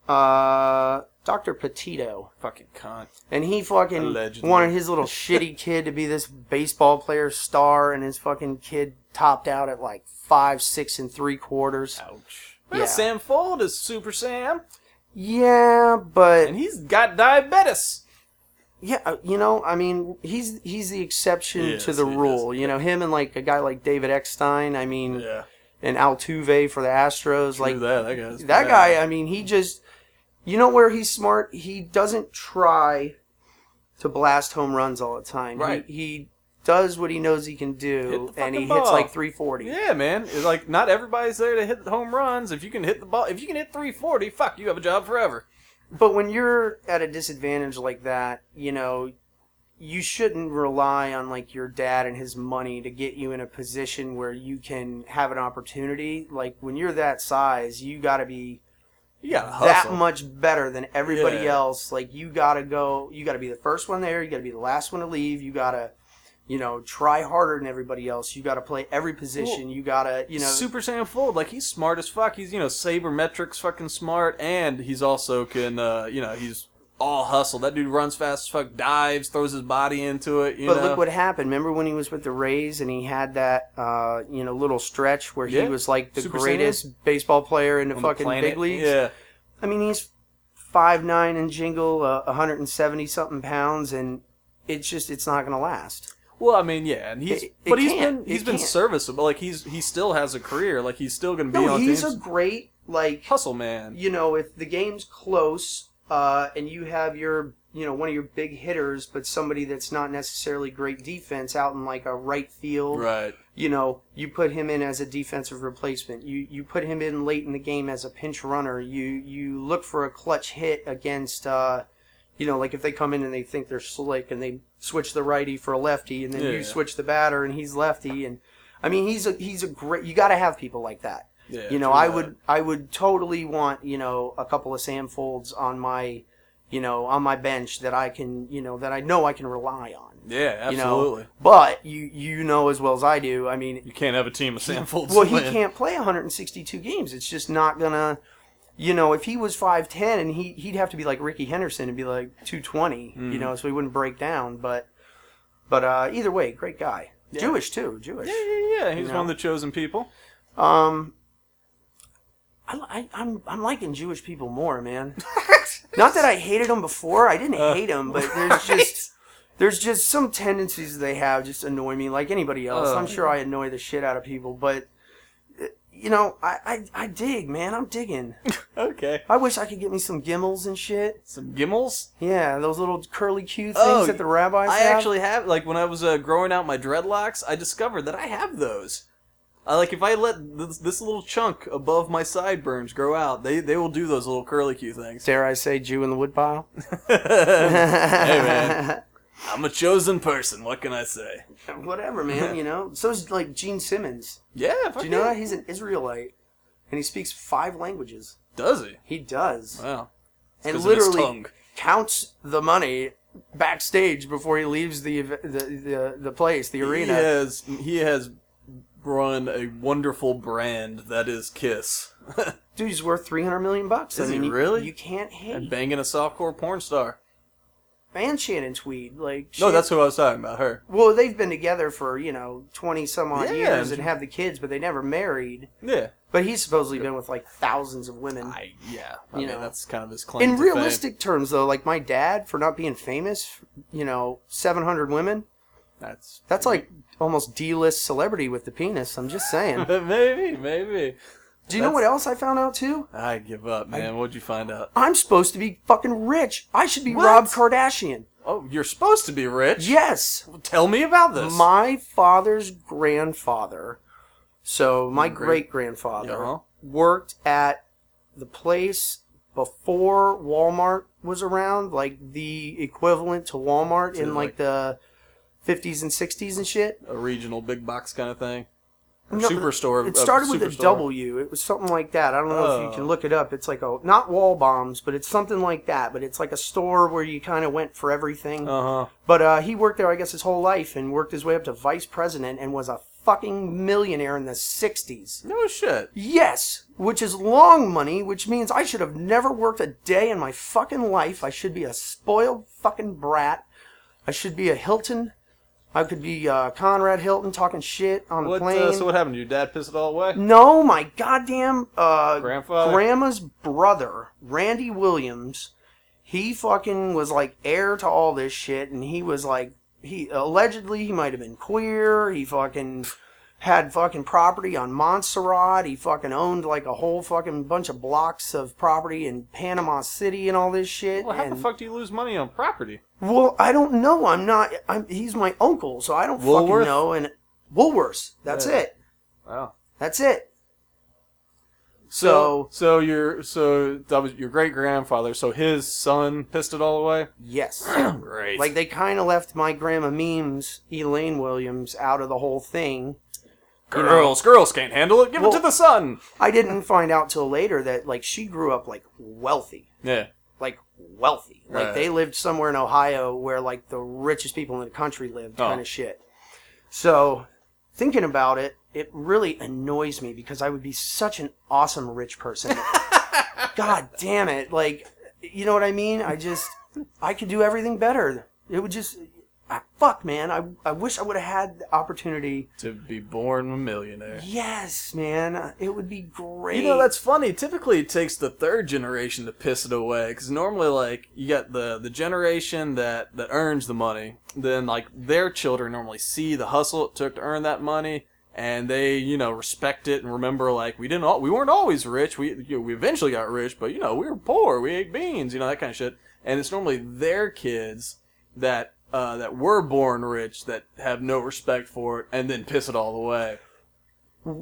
Uh, Doctor Petito,
Fucking cunt.
and he fucking
Allegedly.
wanted his little shitty kid to be this baseball player star, and his fucking kid topped out at like five, six, and three quarters.
Ouch. Well,
Yeah.
Sam Fold is Super Sam,
Yeah, but
and he's got diabetes.
Yeah, uh, you know, I mean, he's he's the exception
Yes,
to the
he is.
rule. You know, him and like a guy like David Eckstein. I mean,
Yeah.
and Altuve for the Astros. Like
Like that. That guy's
that
bad.
guy. I mean, he just, you know, where he's smart. He doesn't try to blast home runs all the time.
Right.
He, he does what he knows he can
Hit
do,
the
and he
fucking ball.
hits like 340.
Yeah, man. It's like not everybody's there to hit home runs. If you can hit the ball, if you can hit 340, fuck, you have a job forever.
But when you're at a disadvantage like that, you know, you shouldn't rely on like your dad and his money to get you in a position where you can have an opportunity. Like when you're that size, you got to be
You gotta
that
hustle.
much better than everybody
Yeah.
else. Like you got to go, you got to be the first one there, you got to be the last one to leave, you got to you know, try harder than everybody else. You got to play every position. you got to, you know,
Super Sam Fold, like he's smart as fuck. He's you know sabermetrics fucking smart, and he's also can uh, you know he's all hustle. That dude runs fast as fuck, dives, throws his body into it. You
But
know?
look what happened. Remember when he was with the Rays and he had that uh, you know little stretch where
Yeah.
he was like the
Super
greatest baseball player in the
On the
fucking
planet.
big leagues.
Yeah,
I mean, he's five nine and jingle, uh, 170 something pounds, and it's just it's not gonna last.
Well, I mean, yeah, and he's
It- it
but he's
can't.
been he's
It
been
can't.
serviceable. Like he's he still has a career. Like he's still gonna be
No,
on
he's
teams.
a great like
hustle man.
you know if the game's close uh, and you have your you know one of your big hitters, but somebody that's not necessarily great defense out in like a right field.
Right.
you know, you put him in as a defensive replacement. You you put him in late in the game as a pinch runner. You you look for a clutch hit against, uh, you know, like if they come in and they think they're slick and they switch the righty for a lefty, and then
Yeah.
you switch the batter and he's lefty. And I mean, he's a he's a great. You got to have people like that.
Yeah.
you know,
true
I
that.
would I would totally want you know a couple of Sam Folds on my, you know, on my bench that I can you know that I know I can rely on.
Yeah,
you know,
absolutely. You,
But you you know as well as I do. I mean,
can't have a team of Sam Folds.
well, he
win.
can't play 162 games. It's just not gonna. You know, if he was 5'10 and he he'd have to be like Ricky Henderson and be like 220. You know, so he wouldn't break down. But but uh, either way, great guy. Jewish too. Jewish.
Yeah, yeah, yeah. He's
You
one of
know.
the chosen people.
Um. I, I, I'm I'm liking Jewish people more, man. Not that I hated them before. I
Uh,
didn't hate them, but there's just there's just some tendencies they have just annoy me like anybody else.
Ugh.
I'm sure I annoy the shit out of people, but uh, you know, I, I I dig, man. I'm digging.
Okay.
I wish I could get me some gimmels and shit.
Some Gimmels.
Yeah, those little curly Q things
Oh,
that the rabbis
I
have.
actually have like when I was uh, growing out my dreadlocks, I discovered that I have those. I like if I let this, this little chunk above my sideburns grow out, they they will do those little curlicue things.
dare I say Jew in the woodpile.
hey man. I'm a chosen person. What can I say?
Whatever, man. You know, so's like Gene Simmons.
Yeah, fuck
Do you know
yeah.
that he's an Israelite, and he speaks five languages?
Does he?
He does,
Wow.
and
'Cause of his
literally,
tongue.
counts the money backstage before he leaves the ev- the the, the place, the arena.
He has he has run a wonderful brand that is Kiss.
Dude, he's worth three hundred million bucks.
Is
I
he
mean, you-
really?
You can't hate
and banging a softcore porn star.
Van Shannon Tweed. Like,
No,
shit.
that's who I was talking about. Her.
well, they've been together for you know twenty some odd
Yeah.
years and have the kids, but they never married.
Yeah.
But he's supposedly been with like thousands of women.
I yeah. I
You
mean,
know.
that's kind of his claim.
In
to
realistic terms, though, like my dad for not being famous, you know, seven hundred women.
fame. that's
That's like almost D-list celebrity with the penis. I'm just saying.
maybe maybe.
Do you know what else I found out too?
I give up, man. What'd you find out?
I'm supposed to be fucking rich. I should be
What?
Rob Kardashian.
Oh, you're supposed to be rich.
Yes.
Tell me about this.
My father's grandfather, so my
Great.
great grandfather,
Uh-huh.
worked at the place before Walmart was around, like the equivalent to Walmart
To,
in like
like-
the 50s and 60s and shit.
a regional big box kind of thing. Or
No,
superstore.
It
uh,
started with a
superstore.
W. It was something like that. I don't know if
Oh.
you can look it up. It's like a not wall bombs, but it's something like that. But it's like a store where you kind of went for everything.
Uh huh.
But uh, he worked there, I guess, his whole life and worked his way up to vice president and was a fucking millionaire in the '60s.
No shit.
Yes, which is long money, which means I should have never worked a day in my fucking life. I should be a spoiled fucking brat. I should be a Hilton. I could be uh, Conrad Hilton talking shit on the
What?
plane.
Uh, so what happened? Your dad pissed it all away.
No, my goddamn uh,
Grandfather?
grandma's brother, Randy Williams, he fucking was like heir to all this shit, and he was like, he allegedly he might have been queer. He fucking had fucking property on Montserrat. He fucking owned like a whole fucking bunch of blocks of property in Panama City and all this shit.
Well, how
and,
the fuck do you lose money on property?
well, I don't know. I'm not. I'm. He's my uncle, so I don't
Woolworth?
fucking know. And Woolworths. That's
Yeah.
it.
Wow.
That's it.
So,
So-
so your so that was your great grandfather. So his son pissed it all away.
Yes.
Great.
Like they kind of left my grandma memes, Elaine Williams, out of the whole thing.
girls, girls can't handle it. Give it
Well-
to the son.
I didn't find out till later that like she grew up like wealthy,
Yeah.
like wealthy. Like
Right.
they lived somewhere in Ohio where like the richest people in the country lived,
Oh.
kind of shit. So thinking about it, it really annoys me because I would be such an awesome rich person. God damn it! Like, you know what I mean? I just, I could do everything better. It would just, I, fuck, man. I, I wish I would have had the opportunity.
To be born a millionaire.
Yes, man. It would be great.
You know that's funny. Typically, it takes the third generation to piss it away because normally, like, you got the the generation that that earns the money. Then, like, their children normally see the hustle it took to earn that money, and they, you know, respect it and remember, like, we didn't, all, we weren't always rich. We you know, we eventually got rich, but you know, we were poor. We ate beans, you know, that kind of shit. And it's normally their kids that uh, that were born rich that have no respect for it and then piss it all away.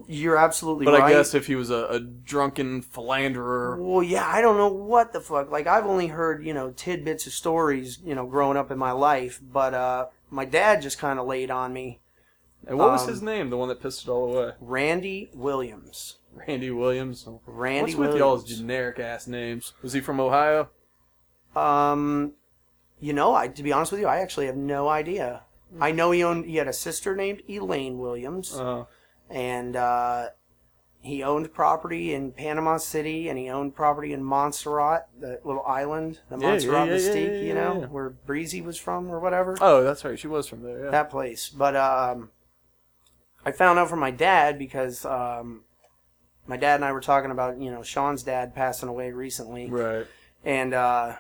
you're absolutely
But
right.
I guess if he was a, a drunken philanderer,
Well, yeah, I don't know what the fuck. Like, I've only heard, you know, tidbits of stories, you know, growing up in my life, but uh, my dad just kind of laid on me.
And what was
Um,
his name? The one that pissed it all away.
Randy Williams.
Randy Williams.
Randy
What's with y'all's
Williams.
generic ass names? Was he from Ohio?
Um, you know, I to be honest with you, I actually have no idea. I know he owned. He had a sister named Elaine Williams,
Uh,
and uh, he owned property in Panama City, and he owned property in Montserrat, the little island, the
Yeah, yeah,
Montserrat
yeah, yeah,
Mystique,
yeah,
you know,
yeah.
where Breezy was from or whatever
oh, that's right. She was from there. Yeah.
that place. But um, I found out from my dad because um, my dad and I were talking about you know Sean's dad passing away recently,
right.
and uh,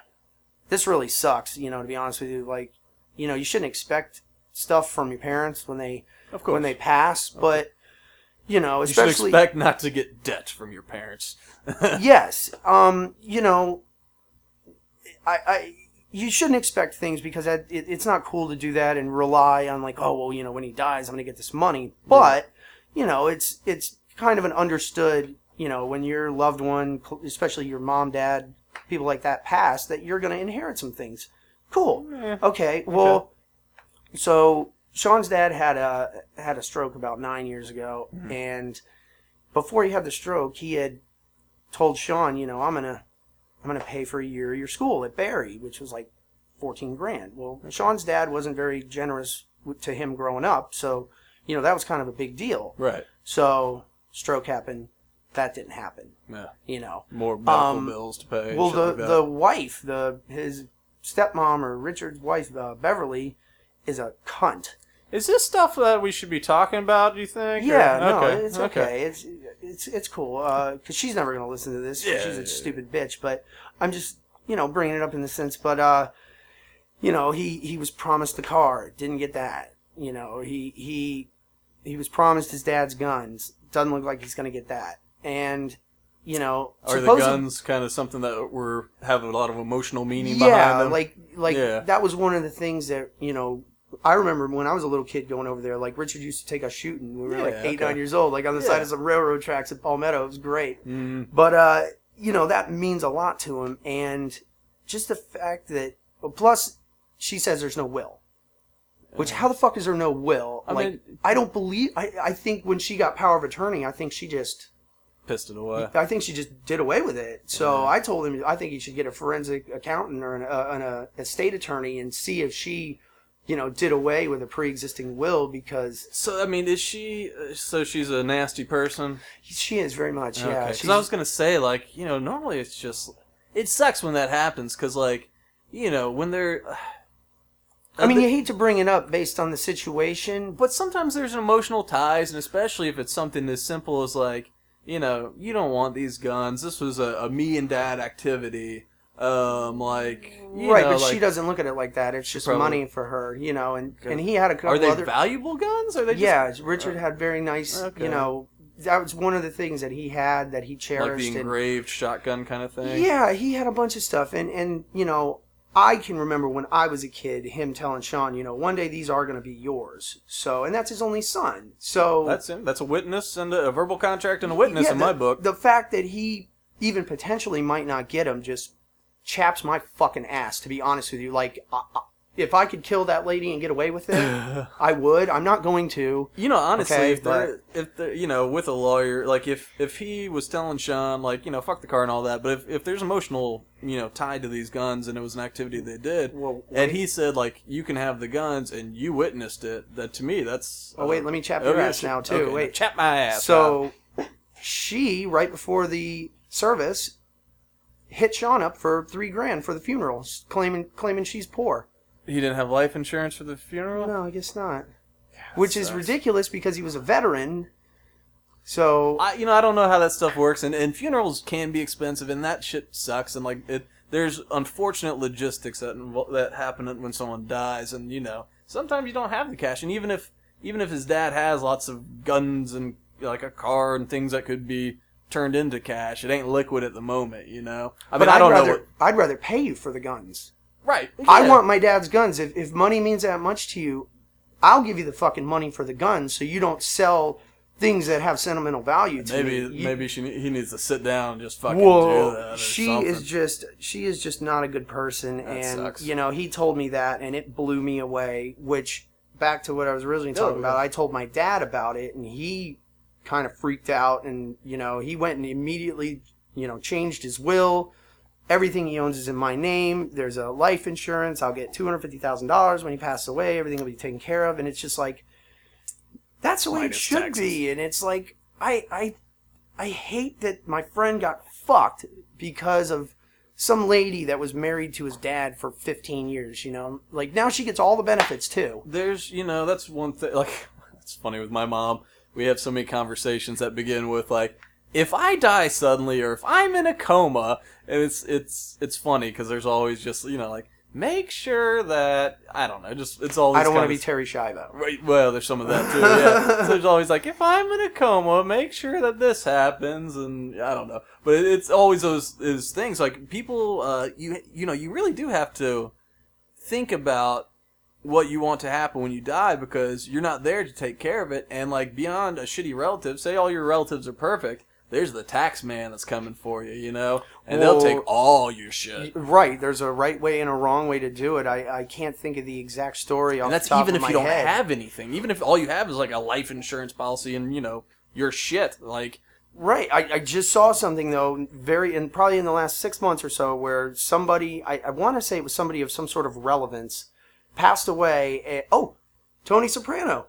this really sucks. You know, to be honest with you, like you know you shouldn't expect stuff from your parents when they
Of course.
when they pass, but you know
you should
especially
expect not to get debt from your parents.
yes. Um, you know, I, I, you shouldn't expect things because that, it, it's not cool to do that and rely on like, oh well, you know, when he dies, I'm gonna get this money. But you know, it's it's kind of an understood, you know, when your loved one, cl- especially your mom, dad, people like that pass, that you're gonna inherit some things. Cool.
Eh,
Okay. Well, so Sean's dad had a had a stroke about nine years ago, and before he had the stroke, he had told Sean, you know, I'm gonna I'm going to pay for a year of your school at Barry, which was like 14 grand. Well, Sean's dad wasn't very generous w- to him growing up, so, you know, that was kind of a big deal.
Right.
So, stroke happened. That didn't happen,
Yeah.
you know.
More medical
Um,
bills to pay. and
Well,
shit
the
like that.
the wife, the his stepmom or Richard's wife, uh, Beverly, is a cunt.
Is this stuff that we should be talking about? Do you think?
Yeah,
Or-
no, it's okay. It's it's it's cool because she's never gonna listen to this. 'cause
Yeah,
she's
yeah, yeah.
a stupid bitch. But I'm just you know bringing it up in the sense, but uh, you know he he was promised the car, didn't get that. You know he he he was promised his dad's guns. Doesn't look like he's gonna get that. And you know
Are the
supposedly-
guns kind of something that were have a lot of emotional meaning
yeah,
behind them?
like like
Yeah.
that was one of the things that you know. I remember when I was a little kid going over there. Like Richard used to take us shooting. when We were like
Yeah,
eight,
okay.
nine years old, like on the
Yeah.
side of some railroad tracks at Palmetto. It was great,
Mm,
but uh, you know that means a lot to him, and just the fact that. well, Plus, she says there's no will. Which how the fuck is there no will?
I
like
mean-
I don't believe. I I think when she got power of attorney, I think she just
pissed it away.
I think she just did away with it. So I told him I think he should get a forensic accountant or an, uh, an uh, estate attorney and see if she, you know, did away with a pre-existing will because
So I mean, is she? uh, So she's a nasty person.
she is very much
Okay.
yeah.
'Cause
She's,
I was gonna say, like, you know, normally it's just it sucks when that happens because, like, you know, when they're.
I mean, you hate to bring it up based on the situation.
but sometimes there's emotional ties, and especially if it's something as simple as like, you know, you don't want these guns. This was a, a me and dad activity. Um, like, you
right,
know,
but she
like,
doesn't look at it like that. It's just
Probably.
money for her, you know. And
Okay.
and he had a couple
Are they
other
valuable guns? Are they just, uh,
yeah. Richard had very nice,
Okay.
you know. That was one of the things that he had that he
like
cherished.
the
and-
engraved shotgun kind of thing?
Yeah, he had a bunch of stuff, and and you know, I can remember when I was a kid, him telling Sean, you know, one day these are going to be yours. So, and that's his only son. So
That's him. That's a witness and a, a verbal contract and a witness
yeah,
in
the,
my book.
The fact that he even potentially might not get him just chaps my fucking ass. To be honest with you, like. I, I, if I could kill that lady and get away with it, I would. I'm not going to.
You know, honestly,
Okay,
if they're, if they're, you know, with a lawyer, like if if he was telling Sean, like you know, fuck the car and all that, but if, if there's emotional, you know, tied to these guns and it was an activity they did,
Well,
and
wait.
he said like you can have the guns and you witnessed it, that to me that's.
Oh, wait, let me chap your ass now, too.
okay,
Wait.
chap my ass.
So she, right before the service, hit Sean up for three grand for the funeral, s- claiming claiming she's poor.
now. he didn't have life insurance for the funeral.
No, I guess not. Which is
sucks.
ridiculous because he was a veteran. So
I you know I don't know how that stuff works, and, and funerals can be expensive, and that shit sucks, and like it, there's unfortunate logistics that invol- that happen when someone dies, and you know sometimes you don't have the cash, and even if even if his dad has lots of guns and like a car and things that could be turned into cash, it ain't liquid at the moment, you know. I mean
I'd
I don't
rather,
know what
I'd rather pay you for the guns.
right.
I
yeah.
want my dad's guns. If if money means that much to you, I'll give you the fucking money for the guns so you don't sell things that have sentimental value to
maybe
me. You-
maybe she ne- he needs to sit down and just fucking do that.
Well,
or
she
something.
is just she is just not a good person, and
sucks.
you know he told me that, and it blew me away. Which back to what I was originally talking
yeah.
about, I told my dad about it, and he kind of freaked out, and you know he went and immediately you know changed his will. Everything he owns is in my name. There's a life insurance. I'll get two hundred fifty thousand dollars when he passes away. Everything will be taken care of, and it's just like that's the way it
Minus
should be. And it's like I I I hate that my friend got fucked because of some lady that was married to his dad for 15 years, you know? Like, now she gets all the benefits, too.
there's you know that's one thing like it's funny with my mom we have so many conversations that begin with like if i die suddenly or if i'm in a coma and it's it's it's funny because there's always just you know like make sure that i don't know just it's always
I don't want to
kinda-
be Terry Schiavo.
Right, well, there's some of that too. Yeah, so there's always like, if I'm in a coma, make sure that this happens, and I don't know, but it, it's always those those things. Like people, uh, you you know, you really do have to think about what you want to happen when you die because you're not there to take care of it, and like beyond a shitty relative, say all your relatives are perfect. There's the tax man that's coming for you, you know, and
Well,
they'll take all your shit.
Right, there's a right way and a wrong way to do it. I, I can't think of the exact story off
And that's
the top of
even if
my
you don't
head.
have anything. Even if all you have is like a life insurance policy and you know your shit, like
Right. I, I just saw something though, very and probably in the last six months or so, where somebody I, I want to say it was somebody of some sort of relevance passed away. And, oh, Tony Soprano,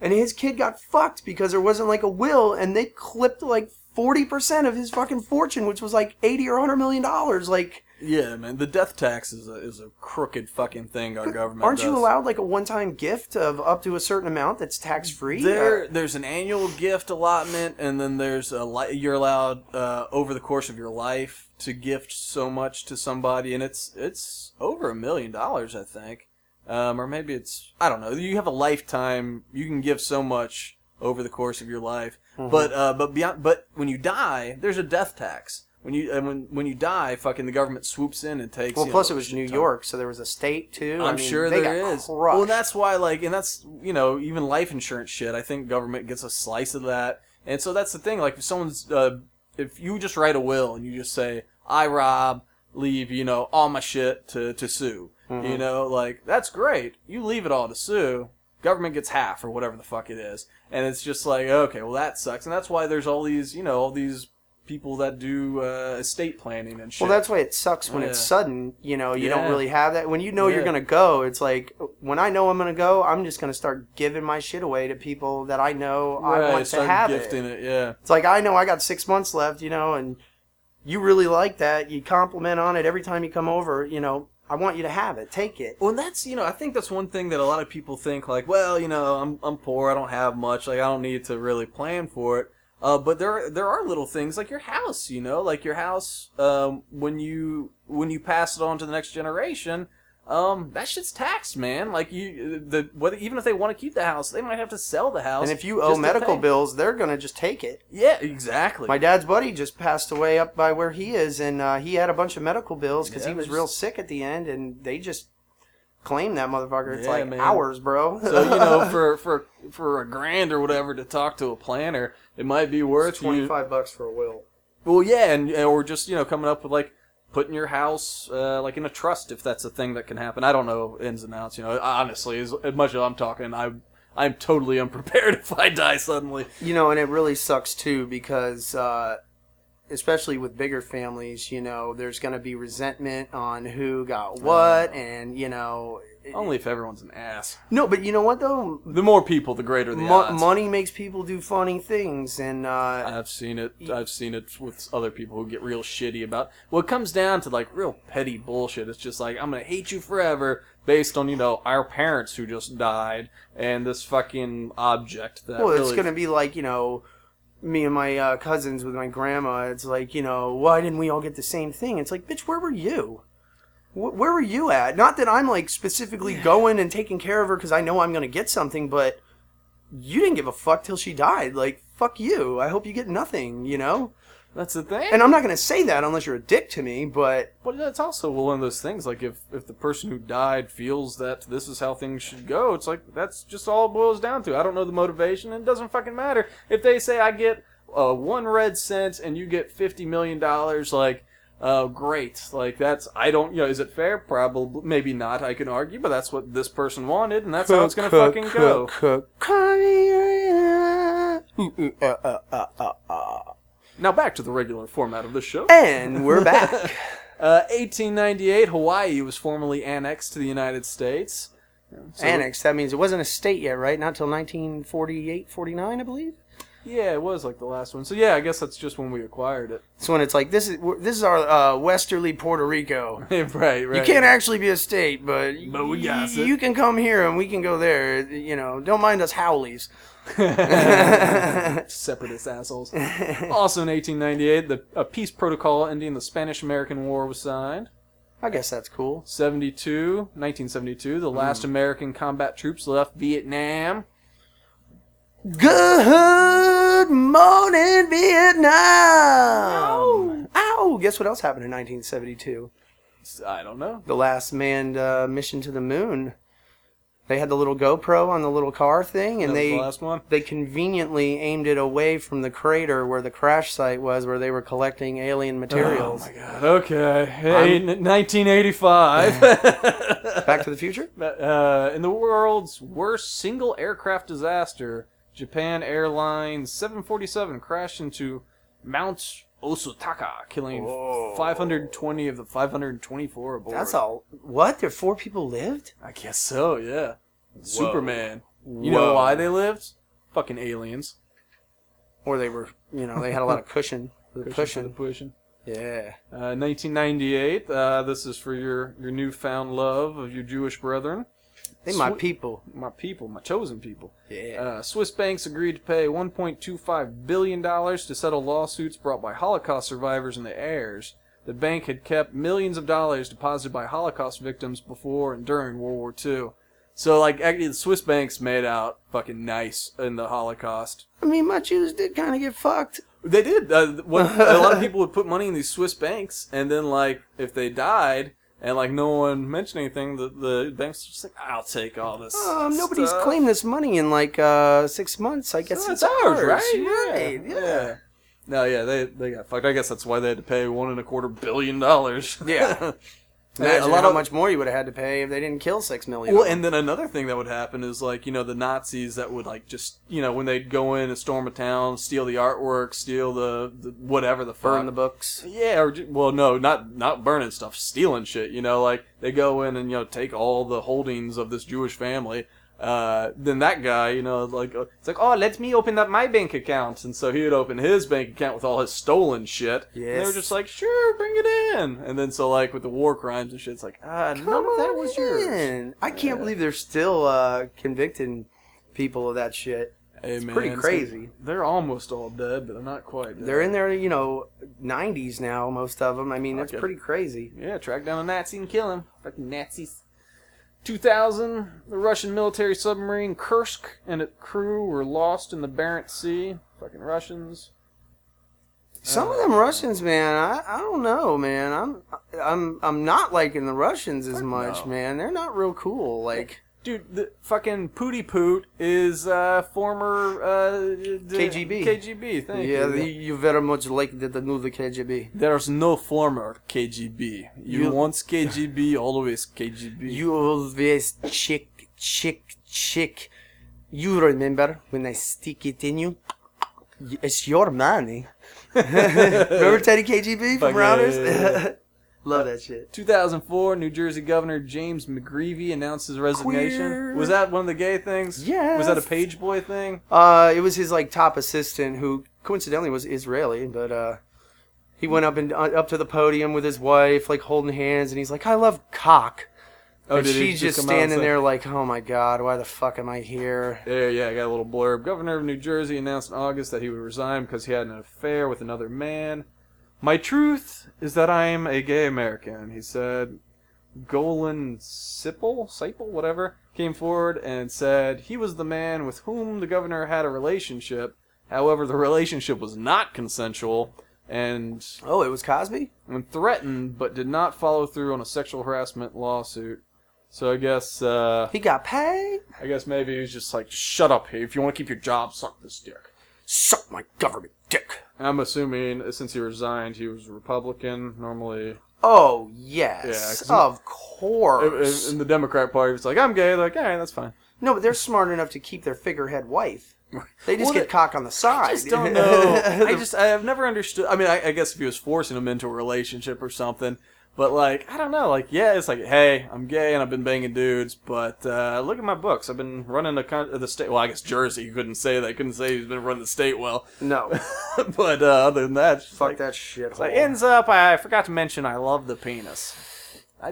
and his kid got fucked because there wasn't like a will, and they clipped like forty percent of his fucking fortune, which was like eighty or hundred million dollars. Like,
Yeah, man. The death tax is a, is a crooked fucking thing our government
aren't you
does.
allowed like a one-time gift of up to a certain amount that's tax-free?
There,
Uh,
there's an annual gift allotment, and then there's a li- you're allowed uh, over the course of your life to gift so much to somebody, and it's it's over a million dollars, I think, um, or maybe it's I don't know. You have a lifetime; you can give so much over the course of your life,
Mm-hmm.
but uh, but beyond, but when you die, there's a death tax. When you and when when you die, fucking the government swoops in and takes.
well,
you
plus
know,
it was
shit
New
ton.
York, so there was a state too. I
I'm
mean,
sure
they
there is.
got crushed.
Well, that's why, like, and that's you know, even life insurance shit. I think government gets a slice of that, and so that's the thing. Like, if someone's, uh, if you just write a will and you just say, "I rob, leave," you know, all my shit to to Sue.
Mm-hmm.
You know, like that's great. You leave it all to Sue. Government gets half or whatever the fuck it is, and it's just like, okay, well that sucks, and that's why there's all these, you know, all these people that do uh, estate planning and shit.
Well, that's why it sucks when it's
Yeah.
sudden. You know, you
Yeah.
don't really have that. When you know
Yeah.
you're gonna go, it's like when I know I'm gonna go, I'm just gonna start giving my shit away to people that I know I
Right,
want to
start
have
gifting
it.
it. Yeah.
It's like I know I got six months left, you know, and you really like that. You compliment on it every time you come over. You know, I want you to have it. Take it.
Well, that's you know, I think that's one thing that a lot of people think like, well, you know, I'm I'm poor, I don't have much, like I don't need to really plan for it. Uh, but there there are little things like your house, you know, like your house um, when you when you pass it on to the next generation, um, that shit's taxed, man. Like you the whether even if they want to keep the house, they might have to sell the house.
And if you owe
just to
medical
pay-
bills, they're gonna just take it.
yeah, exactly.
My dad's buddy just passed away up by where he is, and uh, he had a bunch of medical bills because
Yeah,
he was
there's-
real sick at the end, and they just claimed that motherfucker. It's
Yeah,
like
man.
ours, bro.
so you know, for for for a grand or whatever to talk to a planner, it might be worth you.
bucks for a will.
Well, yeah, and or just you know coming up with like putting your house uh, like in a trust if that's a thing that can happen. I don't know ins and outs. You know, honestly, as, as much as I'm talking, I I'm totally unprepared if I die suddenly.
You know, and it really sucks too because, uh, especially with bigger families, you know, there's going to be resentment on who got what, and you know, it-
Only if everyone's an ass.
no, but you know what though,
The more people, the greater the
Mo-
odds.
money makes people do funny things, and uh,
I've seen it. I've seen it with other people who get real shitty about. Well, it comes down to like real petty bullshit. It's just like I'm gonna hate you forever based on you know our parents who just died and this fucking object that.
Well, it's
really-
going to be like, you know, me and my uh, cousins with my grandma. It's like, you know, why didn't we all get the same thing? It's like, bitch, where were you? Wh- where were you at? Not that I'm like specifically going and taking care of her because I know I'm going to get something, but you didn't give a fuck till she died. Like, fuck you. I hope you get nothing, you know?
that's the thing.
And I'm not going to say that unless you're a dick to me, but
But that's also one of those things. Like if if the person who died feels that this is how things should go, it's like that's just all it boils down to. I don't know the motivation, and it doesn't fucking matter if they say I get uh, one red cent and you get fifty million dollars. Like, uh, great. Like that's I don't. You know, is it fair? Probably, maybe not. I can argue, but that's what this person wanted, and that's how it's gonna fucking go. Now back to the regular format of the show.
And we're back.
Uh, 1898, Hawaii was formally annexed to the United States. So-
Annexed. That means it wasn't a state yet, right? Not till 1948, 49, I believe.
Yeah, it was like the last one. So yeah, I guess that's just when we acquired it.
It's when it's like this is we're- this is our uh, westerly Puerto Rico.
right, right.
You can't actually be a state, but
But we got
y-
it.
you can come here and we can go there. You know, don't mind us howlies.
separatist assholes. also in 1898, the a peace protocol ending the Spanish-American War was signed.
I guess that's cool.
72, 1972, the
Hmm.
last American combat troops left Vietnam.
Good morning,
Oh
Vietnam. Ow! Guess what else happened in 1972?
S- I don't know.
The last manned uh, mission to the moon. They had the little GoPro on the little car thing, and
That was
they
the last one.
they conveniently aimed it away from the crater where the crash site was, where they were collecting alien
Oh
materials.
my god. Okay. Hey, n- 1985.
Back to the Future.
Uh, in the world's worst single aircraft disaster, Japan Airlines 747 crashed into Mount Osutaka, killing
Whoa.
520 of the 524 aboard.
That's all. What? There four people lived?
I guess so, yeah. Superman. You know why they lived? Fucking aliens.
Or they were, you know, they had a lot of cushion. The cushion.
Pushing, pushing.
Yeah.
Uh, 1998. Uh, this is for your your newfound love of your Jewish brethren,
They my
Swe-
people.
my people, my chosen people.
Yeah.
Uh, Swiss banks agreed to pay 1.25 billion dollars to settle lawsuits brought by Holocaust survivors and their heirs. The bank had kept millions of dollars deposited by Holocaust victims before and during World War II. So, like, actually, the Swiss banks made out fucking nice in the Holocaust.
I mean, my Jews did kind of get fucked.
They did. Uh, what, a lot of people would put money in these Swiss banks, and then like if they died and like no one mentioned anything, the the banks just like, I'll take all this.
Um, nobody's
stuff."
claimed this money in like uh, six months. I
So
guess it's
it's
ours,
right?
Right,
Yeah. yeah. No, yeah, they they got fucked. I guess that's why they had to pay one and a quarter billion dollars.
Yeah.
Yeah,
Imagine a lot how of, much more you would have had to pay if they didn't kill six million.
Well, and then another thing that would happen is like you know the Nazis that would like just you know when they'd go in and storm a town, steal the artwork, steal the, the whatever the fuck.
burn the books.
Yeah, or ju- well, no, not not burning stuff, stealing shit. You know, like they go in and you know take all the holdings of this Jewish family. Uh, then that guy, you know, like uh, it's like, oh, let me open up my bank account, and so he would open his bank account with all his stolen shit. And they were
Yes.
just like, sure, bring it in. And then so like with the war crimes and shit, it's like, ah, none of that was yours.
Man, I can't believe they're still uh, convicting people of that shit.
Hey, man,
pretty
gonna-
crazy.
they're almost all dead, but they're not quite. Dead.
They're in their, you know, 90s now, most of them. I mean, that's
Okay.
pretty crazy.
Yeah, track down a Nazi and kill him. Fucking Nazis. 2000, the Russian military submarine Kursk and its crew were lost in the Barents Sea. Fucking Russians.
Some of them Russians, man, I, I don't know, man. I'm I'm I'm not liking the Russians as much,
no.
man. They're not real cool. Like
Dude, the fucking Pooty Poot is uh, former uh, d-
KGB.
KGB, thank
yeah,
you.
the, you very much like the, the new the KGB.
There's no former KGB. You,
You-
once KGB, always KGB.
You always chick, chick, chick. You remember when I stick it in you? It's your money. remember Teddy KGB
Fuck
from
yeah,
Rounders?
yeah, yeah.
Love that shit.
2004, New Jersey Governor James McGreevey announced his resignation.
Queer.
Was that one of the gay things? Was that a
Yes.
page boy thing?
Uh, it was his like top assistant who coincidentally was Israeli, but uh, he went up and uh, up to the podium with his wife, like holding hands, and he's like, "I love cock."
Oh,
and
did he
she's just,
come out and
standing
say-
there like, "Oh my god, why the fuck am I here?"
There, yeah, I got a little blurb. Governor of New Jersey announced in August that he would resign because he had an affair with another man. My truth is that I am a gay American, he said. Golan Sipple, Sipple, whatever, came forward and said he was the man with whom the governor had a relationship. However, the relationship was not consensual and,
Oh, it was Cosby.
and threatened, but did not follow through on a sexual harassment lawsuit. So I guess uh,
He got paid.
I guess maybe he was just like, shut up here. If you want to keep your job, suck this dick.
Suck my government dick.
I'm assuming uh, since he resigned, he was a Republican. Normally,
Oh
Yeah,
yes,
'cause-
of
i- i-
course.
in the Democrat Party, it's like, I'm gay. They're like, all right, that's fine.
no, but they're smart enough to keep their figurehead wife. They just
Well,
get
they-
cock on the side.
I just don't know. I just, I have never understood. I mean, I, I guess if he was forcing him into a relationship or something, but like, I don't know. Like, yeah, it's like, hey, I'm gay and I've been banging dudes, but uh, look at my books. I've been running the con- the state. Well, I guess Jersey. You couldn't say that. You couldn't say he's been running the state well.
no,
but uh, other than that, it's just
fuck
like,
that shit.
It ends up, I forgot to mention, I love the penis.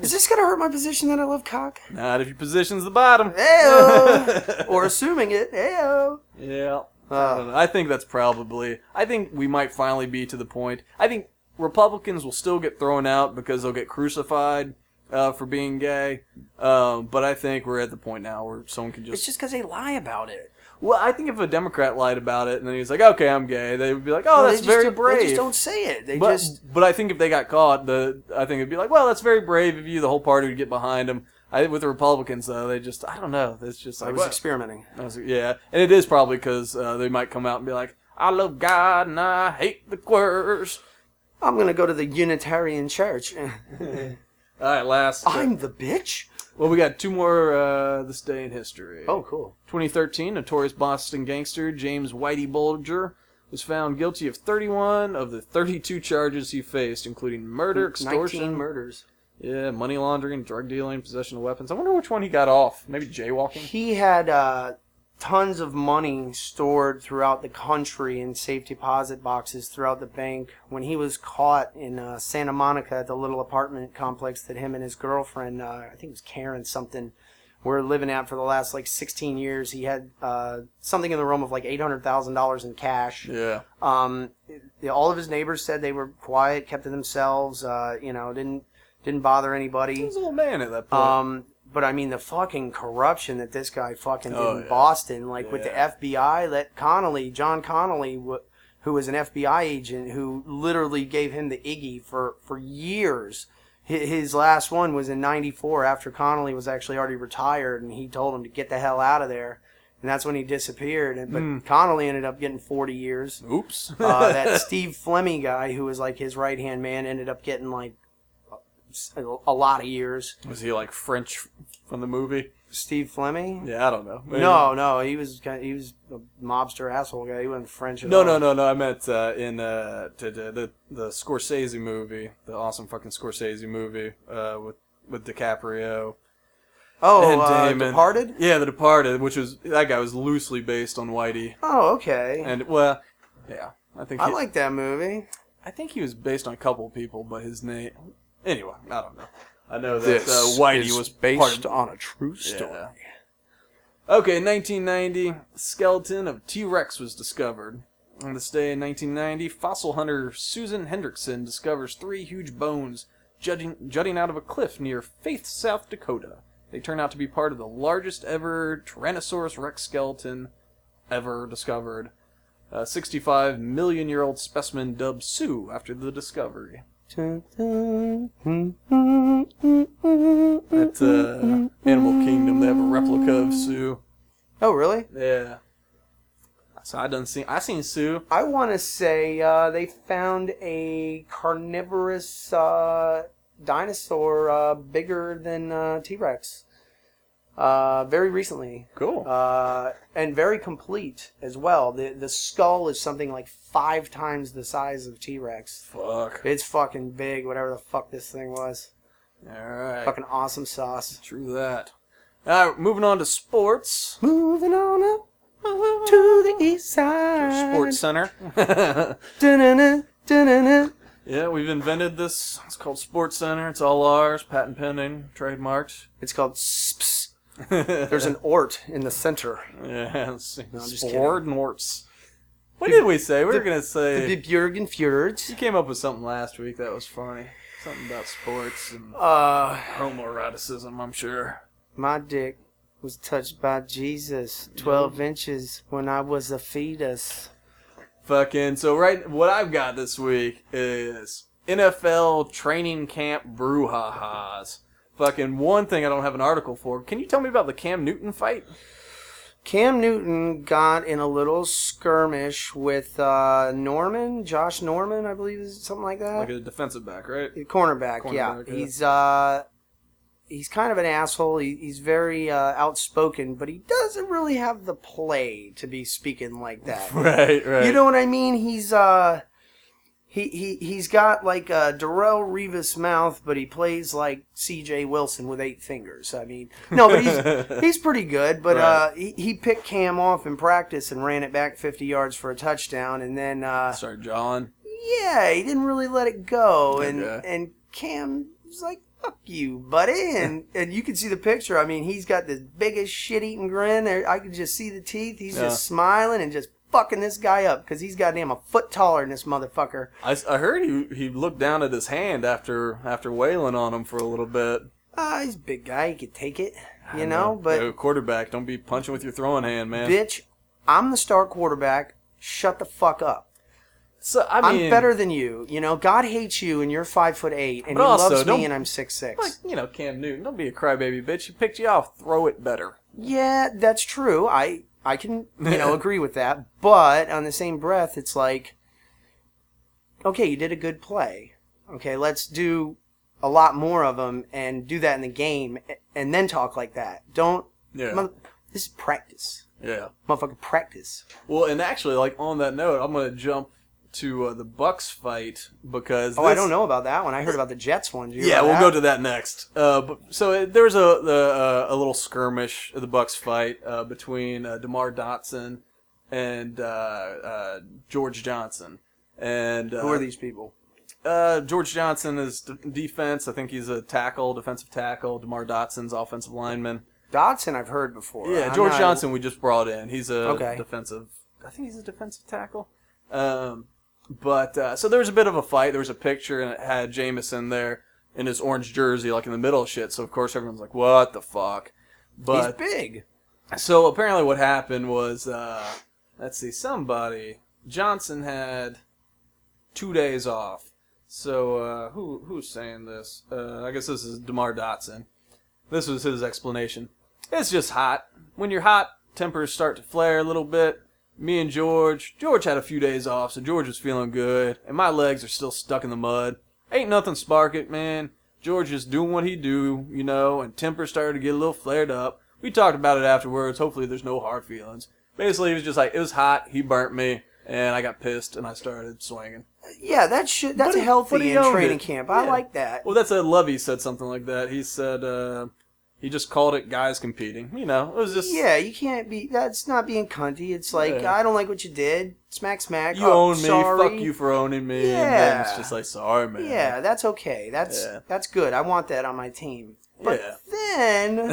Is this gonna hurt my position that I love cock?
Not if your position's the bottom.
Ayo. or assuming it. Ayo.
yeah. I, don't
Uh,
know. I think that's probably. I think we might finally be to the point. I think Republicans will still get thrown out because they'll get crucified uh, for being gay. Um, but I think we're at the point now where someone can
it's
just.
just because they lie about it.
Well, I think if a Democrat lied about it and then he was like, "Okay, I'm gay," they would be like, "Oh,
They
that's
just
very
don't-
brave."
They just don't say it. They
But,
just
but I think if they got caught, the I think it'd be like, well, that's very brave of you. The whole party would get behind him. I, with the Republicans, though, they just I don't know. It's just like
I was
what?
experimenting.
I was- yeah, and it is probably because uh, they might come out and be like, I love God and I hate the queers.
I'm gonna go to the Unitarian Church.
All right, last. uh,
I'm the bitch.
well, we got two more uh, this day in history.
Oh, cool.
2013, notorious Boston gangster James Whitey Bulger was found guilty of 31 of the 32 charges he faced, including murder, extortion,
Nineteen murders.
yeah, money laundering, drug dealing, possession of weapons. I wonder which one he got off. Maybe jaywalking.
He had uh, tons of money stored throughout the country in safe deposit boxes throughout the bank. When he was caught in uh, Santa Monica at the little apartment complex that him and his girlfriend, uh, I think it was Karen something, were living at for the last like 16 years, he had uh, something in the realm of like $800,000 in cash.
Yeah.
Um, it- all of his neighbors said they were quiet, kept to themselves. Uh, you know, didn't didn't bother
He
anybody.
was a little man at that point.
Um, but I mean the fucking corruption that this guy fucking did
Oh,
in
yeah.
Boston, like with the
Yeah.
FBI, that Connolly, John Connolly, wh- who was an FBI agent, who literally gave him the Iggy for for years. Hi- His last one was in '94 after Connolly was actually already retired, and he told him to get the hell out of there, and that's when he disappeared. And
Hmm.
but Connolly ended up getting 40 years.
Oops.
Uh, that Steve Fleming guy, who was like his right hand man, ended up getting like s- a lot of years.
was he like French from the movie?
Steve Fleming?
Yeah, I don't know. Maybe.
No, no, he was kind he was a mobster asshole guy. He wasn't French at
No,
all.
no, no, no. I meant uh, in uh, the, the the the Scorsese movie, the awesome fucking Scorsese movie uh, with with DiCaprio
Oh,
and
uh,
Damon.
Departed.
Yeah, The Departed, which was that guy was loosely based on Whitey,
Oh, okay.
and well, yeah, I think
I
he-
like that movie.
I think he was based on a couple people, but his name. Anyway, I don't know. I know that
This
uh, Whitey
is
was part
based
of-
on a true
Yeah.
story.
Okay, 1990, skeleton of T Rex was discovered. On this day in 1990, fossil hunter Susan Hendrickson discovers three huge bones jutting, jutting out of a cliff near Faith, South Dakota. They turn out to be part of the largest ever Tyrannosaurus Rex skeleton ever discovered. A 65 million year old specimen dubbed Sue after the discovery. At uh, Animal Kingdom, they have a replica of Sue.
Oh, really?
Yeah. So I done seen I seen Sue.
I want to say uh, they found a carnivorous uh, dinosaur uh, bigger than uh, T Rex uh, very recently.
Cool.
uh, and very complete as well. The the skull is something like five times the size of T Rex.
Fuck.
It's fucking big, whatever the fuck this thing was.
All right.
Fucking awesome sauce.
True that. All right. Moving on to sports.
Moving on up to the east side.
Sports Center.
Dun-dun-dun, dun-dun-dun.
yeah, we've invented this. It's called Sports Center. It's all ours, patent pending, trademarked.
It's called Sps.
There's
There's an ort in the center.
yeah, it's-
just
Sport Norts. What did we say? We were gonna
The
say
Björgen Fjords.
you came up with something last week that was funny. Something about sports and
Uh,
homoeroticism. I'm sure.
my dick was touched by Jesus 12 inches when I was a fetus.
Fucking so right what I've got this week is NFL training camp brouhahas. Fucking one thing I don't have an article for. Can you tell me about the Cam Newton fight?
Cam Newton got in a little skirmish with uh, Norman, Josh Norman, I believe, is something like that.
Like a defensive back, right?
cornerback, yeah.
Cornerback, yeah.
He's uh, he's kind of an asshole. He, he's very uh, outspoken, but he doesn't really have the play to be speaking like that.
Right, right.
You know what I mean? He's uh, he he he's got like a Darrell Revis mouth, but he plays like C.J. Wilson with eight fingers. I mean, no, but he's he's pretty good. But uh, he, he picked Cam off in practice and ran it back fifty yards for a touchdown, and then uh,
Sorry, John.
yeah, he didn't really let it go, and
Okay.
and Cam was like, "Fuck you, buddy," and and you can see the picture. I mean, he's got this biggest shit-eating grin. There, I can just see the teeth. He's
Yeah.
just smiling and just fucking this guy up because he's goddamn a foot taller than this motherfucker.
I, s- I heard he he looked down at his hand after after wailing on him for a little bit.
Ah, he's a big guy. He could take it, you
I
know. But
Yo, quarterback, don't be punching with your throwing hand, man.
bitch, I'm the star quarterback. Shut the fuck up.
so I
I'm
mean,
better than you. You know, God hates you, and you're five foot eight, and
But
He
also,
loves
don't-
me, and I'm six six.
Like you know, Cam Newton, don't be a crybaby, bitch. He picked you off. Throw it better.
Yeah, that's true. I I can you know agree with that, but on the same breath, it's like, okay, you did a good play. Okay, let's do a lot more of them and do that in the game, a- and then talk like that. Don't.
Yeah.
Mother, this is practice.
Yeah.
Motherfucking practice.
Well, and actually, like on that note, I'm gonna jump to uh, the Bucks fight because
Oh, I
this-
don't know about that one. I heard about the Jets one. Did you hear
Yeah,
about
we'll
that?
go to that next. Uh, but, so it, there was a the, uh, a little skirmish, the Bucks fight uh, between uh, Demar Dotson and uh, uh, George Johnson. And uh,
Who are these people?
Uh, George Johnson is d- defense. I think he's a tackle, defensive tackle. Demar Dotson's offensive lineman.
Dodson, I've heard before.
Yeah,
I'm
George
not-
Johnson we just brought in. He's a
Okay.
defensive. I think he's a defensive tackle. Um, but uh, so there was a bit of a fight. There was a picture and it had Jamison there in his orange jersey, like in the middle of shit. So of course everyone's like, "What the fuck?"
He's
But
big.
so apparently, what happened was, uh, let's see, somebody Johnson had two days off. So uh, who who's saying this? Uh, I guess this is Demar Dotson. This was his explanation. It's just hot. When you're hot, tempers start to flare a little bit. Me and George, George had a few days off, so George was feeling good, and my legs are still stuck in the mud. Ain't nothing spark it, man. George is doing what he do, you know, and tempers started to get a little flared up. We talked about it afterwards. Hopefully, there's no hard feelings. Basically, he was just like, it was hot. He burnt me, and I got pissed, and I started swinging.
Yeah, that should, that's
But he- but
healthy
he
in
owned
training
it.
camp. I
Yeah.
like that.
Well, that's a Lovey said something like that. He said uh, he just called it guys competing. You know, it was just
Yeah, you can't be. That's not being cunty. It's like
Yeah.
I don't like what you did. Smack, smack.
you
oh,
own me,
sorry.
fuck you for owning me. And then it's
Yeah.
just like sorry, man.
Yeah, that's okay. That's
Yeah.
that's good. I want that on my team. But
Yeah.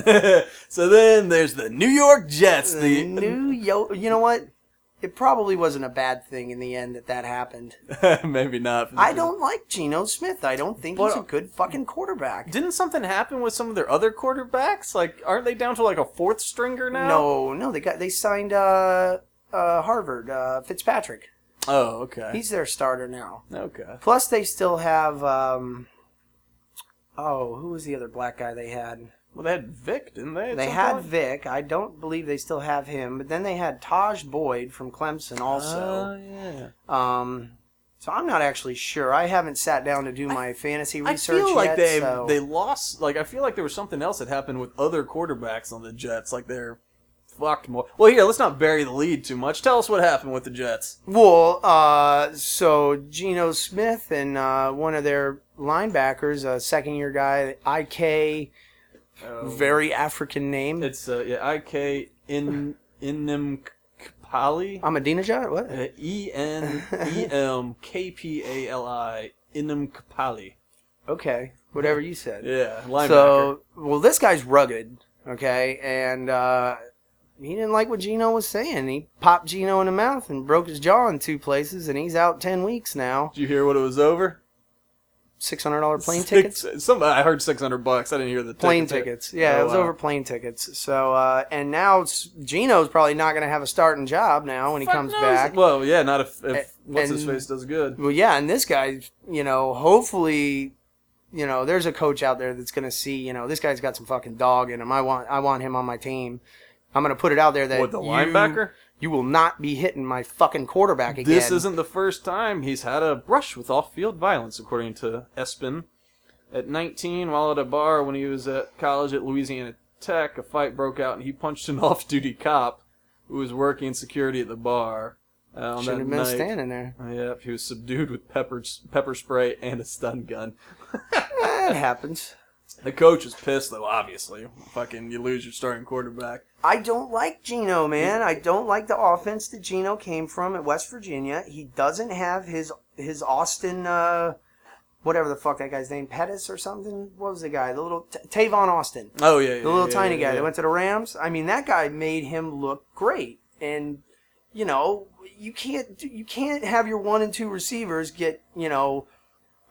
then
so then there's the New York Jets. The
the new yo. You know what? It probably wasn't a bad thing in the end that that happened.
Mm-hmm. maybe not. for the
I
Jets.
don't like Geno Smith. I don't think
But-
he's a good fucking quarterback.
Didn't something happen with some of their other quarterbacks? Like, aren't they down to like a fourth stringer now?
No, no, they got they signed uh, uh, Harvard uh, Fitzpatrick.
Oh, okay.
He's their starter now.
okay.
Plus, they still have. Um, oh, who was the other black guy they had?
Well, they had Vic, didn't they? at
They
some
had
point?
Vic. I don't believe they still have him. But then they had Taj Boyd from Clemson also.
Oh, yeah.
um, so I'm not actually sure. I haven't sat down to do my fantasy
I
research
feel like
yet.
they
so-
they lost. Like I feel like there was something else that happened with other quarterbacks on the Jets. Like they're fucked more. Well, here let's not bury the lead too much. Tell us what happened with the Jets.
Well, uh, so Geno Smith and uh, one of their linebackers, a second-year guy, IK, very African name.
It's uh, yeah, I K in Innim Kapali.
Ahmadinejad? What?
Uh, E N E M K P A L I Innim Kapali.
Okay, whatever you said.
Yeah, linebacker.
So, well, this guy's rugged, okay, and uh, he didn't like what Gino was saying. He popped Gino in the mouth and broke his jaw in two places, and he's out ten weeks now.
Did you hear what it was over?
Six hundred dollar plane
Six-
tickets.
Some I heard six hundred bucks. I didn't hear the
Plane
ticket.
tickets. Yeah,
Oh,
it was
wow.
over plane tickets. So, uh, and now it's, Gino's probably not going to have a starting job now when he
Fuck
comes
knows.
back.
Well, yeah, not if, if
A-
what's his
and-
face does good.
Well, yeah, and this guy, you know, hopefully, you know, there's a coach out there that's going to see, you know, this guy's got some fucking dog in him. I want, I want him on my team. I'm going to put it out there that
What the
you-
linebacker?
you will not be hitting my fucking quarterback again.
This isn't the first time he's had a brush with off-field violence, according to Espin. At 19, while at a bar when he was at college at Louisiana Tech, a fight broke out and he punched an off-duty cop who was working security at the bar. Uh, on
Shouldn't
that
have been
night.
standing there.
Yep, he was subdued with pepper pepper spray and a stun gun.
That happens.
The coach was pissed though, obviously. Fucking you lose your starting quarterback.
I don't like Gino, man. I don't like the offense that Gino came from at West Virginia. He doesn't have his his Austin, uh, whatever the fuck that guy's name, Pettis or something. What was the guy? The little T- Tavon Austin.
Oh yeah, yeah
the little
yeah,
tiny
yeah,
guy
yeah.
that went to the Rams. I mean, that guy made him look great, and you know, you can't you can't have your one and two receivers get you know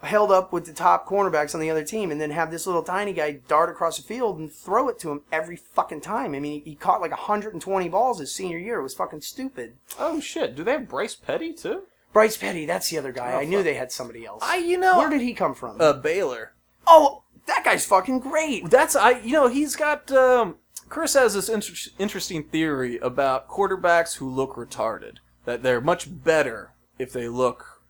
held up with the top cornerbacks on the other team, and then have this little tiny guy dart across the field and throw it to him every fucking time. I mean, he, he caught like 120 balls his senior year. It was fucking stupid.
Oh shit! Do they have Bryce Petty too?
Bryce Petty, that's the other guy.
Oh,
I knew
fuck.
they had somebody else.
you know
Where did he come from?
uh, Baylor.
oh, that guy's fucking great.
That's I. You know he's got. Um, Chris has this inter- interesting theory about quarterbacks who look retarded. That they're much better if they look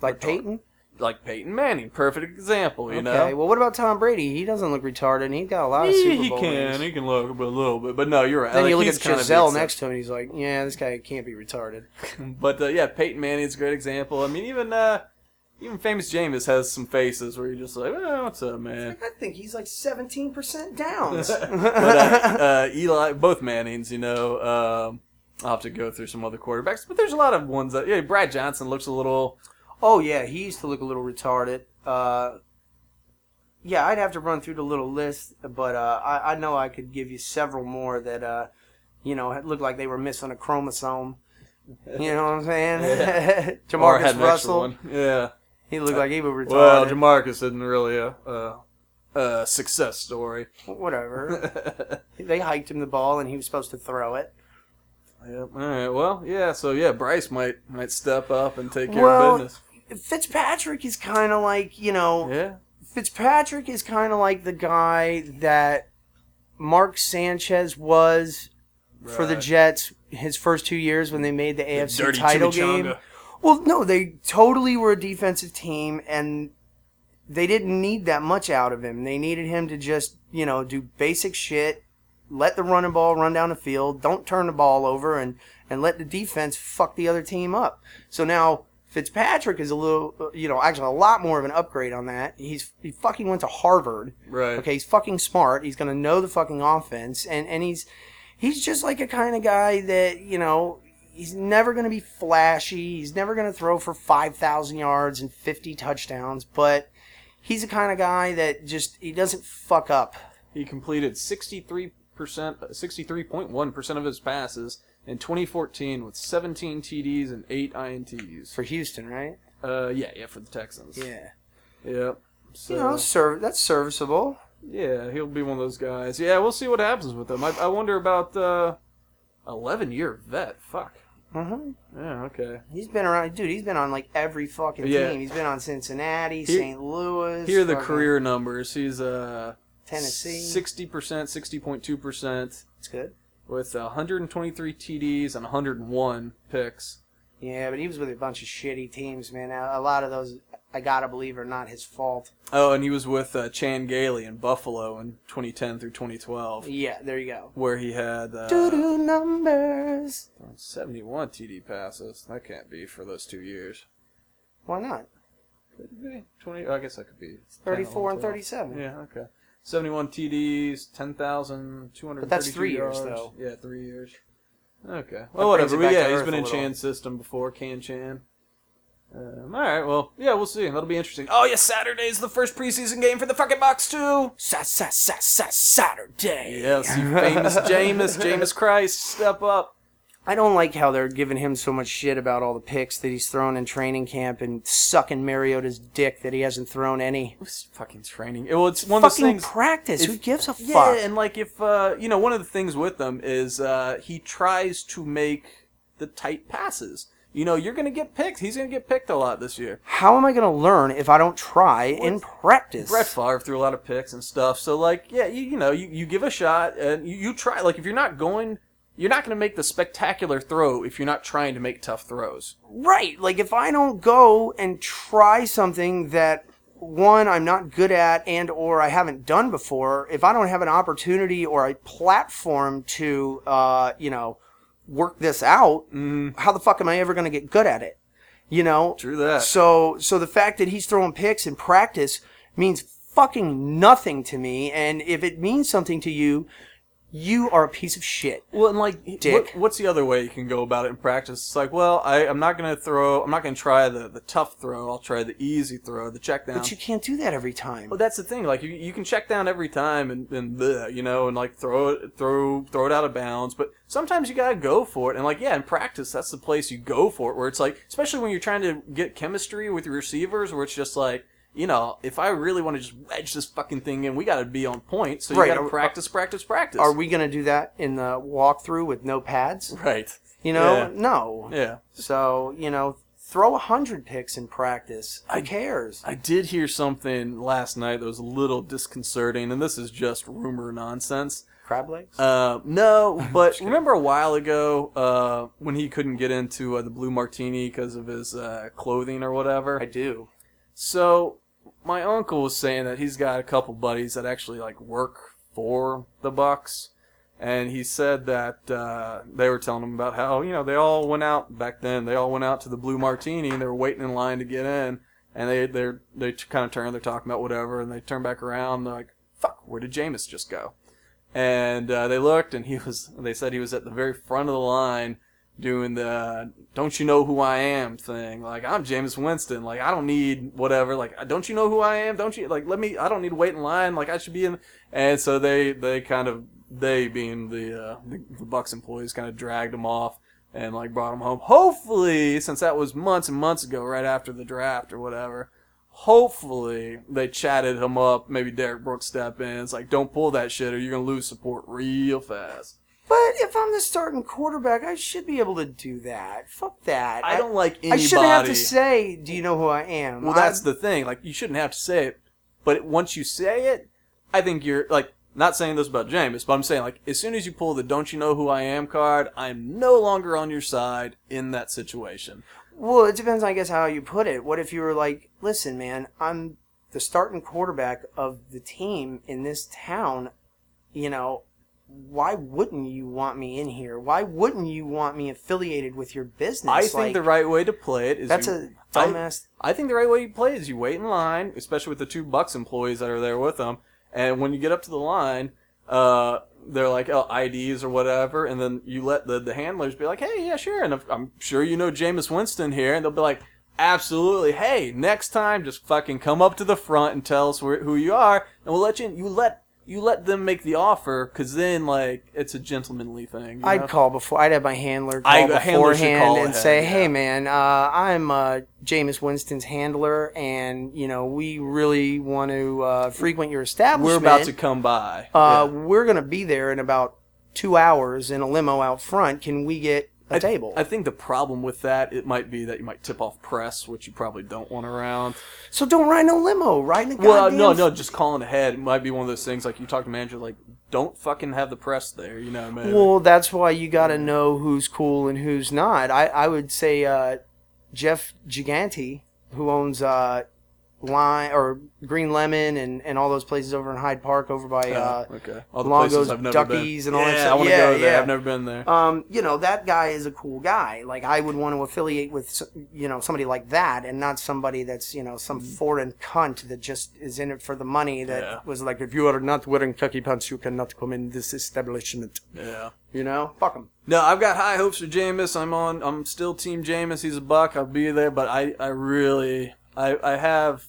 Like Peyton.
like Peyton Manning, perfect example. You know,
Okay. Well, what about Tom Brady? He doesn't look retarded. and He got a lot of
Yeah,
Super
he
Bowl
can.
rings.
He can look a bit- little bit, but no, you're right.
Then
Like,
you look
he's
at
kind of the
Giselle
exception.
next to him, and he's like, "Yeah, this guy can't be retarded."
But uh, yeah, Peyton Manning's a great example. I mean, even uh, even famous James has some faces where you're just like, oh, what's up, man?
I think he's like 17% down.
but uh, uh, Eli, both Mannings, you know, um, I'll have to go through some other quarterbacks, but there's a lot of ones that yeah. Brad Johnson looks a little.
Oh yeah, he used to look a little retarded. Uh, yeah, I'd have to run through the little list, but uh, I, I know I could give you several more that uh, you know looked like they were missing a chromosome. You know what I'm saying?
or had
Jamarcus
an extra
Russell,
one. Yeah.
he looked like he was retarded.
Well, Jamarcus isn't really a, a, a success story.
Whatever. they hiked him the ball, and he was supposed to throw it.
Yep. All right. Well, yeah. So yeah, Bryce might might step up and take care
Well,
of business.
Fitzpatrick is kind of like you know
Yeah.
Fitzpatrick is kind of like the guy that Mark Sanchez was for the
Right.
Jets his first two years when they made the AFC
dirty
title
chimichanga.
game. Well, no, they totally were a defensive team and they didn't need that much out of him. They needed him to just, you know, do basic shit, let the running ball run down the field, don't turn the ball over and and let the defense fuck the other team up. So now Fitzpatrick is a little, uh, you know, actually a lot more of an upgrade on that. He's he fucking went to Harvard.
Right.
Okay, he's fucking smart. He's gonna know the fucking offense, and and he's he's just like a kind of guy that you know he's never gonna be flashy. He's never gonna throw for five thousand yards and fifty touchdowns, but he's the kind of guy that just he doesn't fuck up.
He completed 63%, 63.1% of his passes in 2014 with 17 TDs and 8 INTs.
For Houston, right?
Uh, yeah, yeah, for the Texans.
Yeah,
Yep. So,
you know, serv- that's serviceable.
yeah, he'll be one of those guys. Yeah, we'll see what happens with him. I, I wonder about uh, 11 year vet. Fuck.
uh
Yeah, okay.
He's been around, dude. He's been on like every fucking
Yeah.
team. He's been on Cincinnati,
Here-
St. Louis.
Here are the
fucking
career numbers. He's uh,
Tennessee.
60%, 60.2%,
It's good.
with 123 TDs and 101 picks.
Yeah, but he was with a bunch of shitty teams, man. A a lot of those, I gotta believe, are not his fault.
Oh, and he was with uh, Chan Gailey in Buffalo in 2010 through 2012,
Yeah, there you go.
where he had
Doo
uh,
doo numbers.
71 TD passes. That can't be for those two years.
Why not?
Could it be 20. I guess that could be
34 and
10, 11,
37.
12. Yeah, okay. 71 TDs, 10,200.
But that's three years, though.
Yeah, three years. Okay. Well,
brings
whatever.
it
But
back
yeah,
to
he's
earth
been
a
in
little.
Chan's system before, Can Chan. Um, all right, well, yeah, we'll see. That'll be interesting. Oh, yeah, Saturday's the first preseason game for the fucking Bucks, too.
Sa- sa- sa- sa- Saturday.
Yes, you famous Jameis, Jameis Christ, step up.
I don't like how they're giving him so much shit about all the picks that he's thrown in training camp and sucking Mariota's dick that he hasn't thrown any.
It's fucking training. Well, it's one of those
Fucking
things.
practice.
if-
Who gives a
yeah,
fuck?
and like if uh, you know, one of the things with them is uh, he tries to make the tight passes. You know, you're gonna get picked. He's gonna get picked a lot this year.
How am I gonna learn if I don't try in practice?
Brett Favre threw a lot of picks and stuff. So like, yeah, you, you know, you, you give a shot and you, you try. Like if you're not going, you're not gonna make the spectacular throw if you're not trying to make tough throws.
Right. Like if I don't go and try something that one I'm not good at and or I haven't done before, if I don't have an opportunity or a platform to uh, you know, work this out, how the fuck am I ever going to get good at it? You know?
True that.
So so the fact that he's throwing picks in practice means fucking nothing to me and if it means something to you, you are a piece of shit.
Well, and like,
Dick.
what- what's the other way you can go about it in practice? It's like, well, I, I'm not gonna throw. I'm not gonna try the, the tough throw. I'll try the easy throw, the check down.
But you can't do that every time.
well, that's the thing. Like, you, you can check down every time, and and bleh, you know, and like throw it, throw, throw it out of bounds. But sometimes you gotta go for it. And like, yeah, in practice, that's the place you go for it. Where it's like, especially when you're trying to get chemistry with your receivers, where it's just like. You know, if I really want to just wedge this fucking thing in, we got to be on point. So you
Right.
got
Are-
to practice, practice, practice.
Are we going to do that in the walkthrough with no pads?
right?
You know,
Yeah.
no.
Yeah.
So you know, throw a hundred picks in practice. Who cares?
I did hear something last night that was a little disconcerting, and this is just rumor nonsense.
Crab legs.
Uh, no, but remember a while ago uh, when he couldn't get into uh, the Blue Martini because of his uh, clothing or whatever?
I do.
So my uncle was saying that he's got a couple buddies that actually like work for the Bucks, and he said that uh, they were telling him about how you know they all went out back then. They all went out to the Blue Martini and they were waiting in line to get in, and they they they kind of turn. They're talking about whatever, and they turn back around. And they're like, "Fuck, where did Jameis just go?" And uh, they looked, and he was. They said he was at the very front of the line doing the "Don't you know who I am?" thing. Like I'm James Winston. Like I don't need whatever. Like uh, don't you know who I am? Don't you like let me? I don't need to wait in line. Like I should be in. And so they they kind of they being the uh, the, the Bucks employees kind of dragged him off and like brought him home. Hopefully, since that was months and months ago, right after the draft or whatever. Hopefully they chatted him up. Maybe Derek Brooks step in. It's like, don't pull that shit, or you're gonna lose support real fast.
But if I'm the starting quarterback, I should be able to do that. Fuck that.
I don't like
I
anybody.
shouldn't have to say, "Do you know who I am?"
Well,
I-
that's the thing. Like, you shouldn't have to say it, but once you say it, I think you're like not saying this about Jameis, but I'm saying like as soon as you pull the "Don't you know who I am" card, I'm no longer on your side in that situation.
well. It depends, I guess, how you put it. What if you were like, "Listen, man, I'm the starting quarterback of the team in this town. You know, why wouldn't you want me in here? Why wouldn't you want me affiliated with your business?"
I think
Like,
the right way to play it is
that's
you-
a
I-
dumbass.
I think the right way you play is you wait in line, especially with the two Bucks employees that are there with them. And when you get up to the line, uh, they're like, oh, IDs or whatever. And then you let the, the handlers be like, hey, yeah, sure. And if, I'm sure you know Jameis Winston here. And they'll be like, absolutely. Hey, next time, just fucking come up to the front and tell us where, who you are. And we'll let you in. You let, you let them make the offer because then, like, it's a gentlemanly thing. you know?
I'd call before. I'd have my handler call
I- a handler should
beforehand
call
and
ahead,
say,
yeah.
"Hey, man, uh, I'm uh, Jameis Winston's handler, and you know we really want to uh, frequent your
We're
establishment.
about to come by.
Uh,
Yeah.
We're gonna be there in about two hours in a limo out front. Can we get a
I-
table?"
I think the problem with that it might be that you might tip off press, which you probably don't want around.
so don't ride no limo. Ride in a
Well, uh,
goddamn-
no, no, just calling ahead. It might be one of those things like you talk to manager, like don't fucking have the press there. You know, man.
Well, that's why you got to know who's cool and who's not. I, I would say uh, Jeff Gigante, who owns uh, Lime or Green Lemon and, and all those places over in Hyde Park, over by.
Uh-huh.
Uh,
okay. All the
Longo's
places I've never
Duckies
been.
and all that
yeah,
stuff.
I want to
Yeah,
go there.
yeah.
I've never been there.
um, you know that guy is a cool guy. Like I would want to affiliate with, s- you know, somebody like that, and not somebody that's you know some foreign cunt that just is in it for the money. That
Mm-hmm. Yeah.
was like, if you are not wearing khaki pants, you cannot come in this establishment.
yeah.
You know, fuck them.
No, I've got high hopes for Jameis. I'm on. I'm still Team Jameis. He's a buck. I'll be there. But I, I really, I, I have,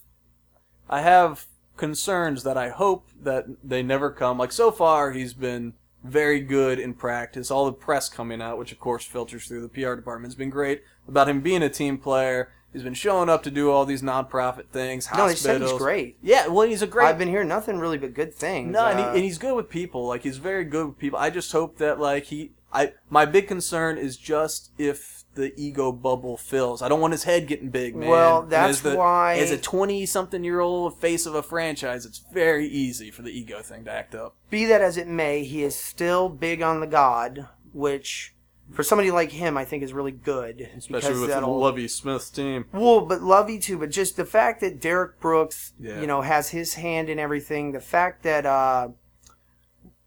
I have concerns that I hope that they never come. Like so far, he's been very good in practice. All the press coming out, which of course filters through the PR department, has been great about him being a team player. He's been showing up to do all these nonprofit things.
No,
Hospitals.
they said he's great.
Yeah, well, he's a great.
I've been hearing nothing really but good things.
No, and, he,
Uh,
and he's good with people. Like he's very good with people. I just hope that like he, I, my big concern is just if the ego bubble fills. I don't want his head getting big, man.
Well,
And
that's
as the-
why-
as a twenty-something-year-old face of a franchise, it's very easy for the ego thing to act up.
be that as it may, he is still big on the God, which for somebody like him, I think is really good. because that'll-
Smith's team.
Well, but Lovey too. But just the fact that Derek Brooks,
Yeah.
you know, has his hand in everything. The fact that uh,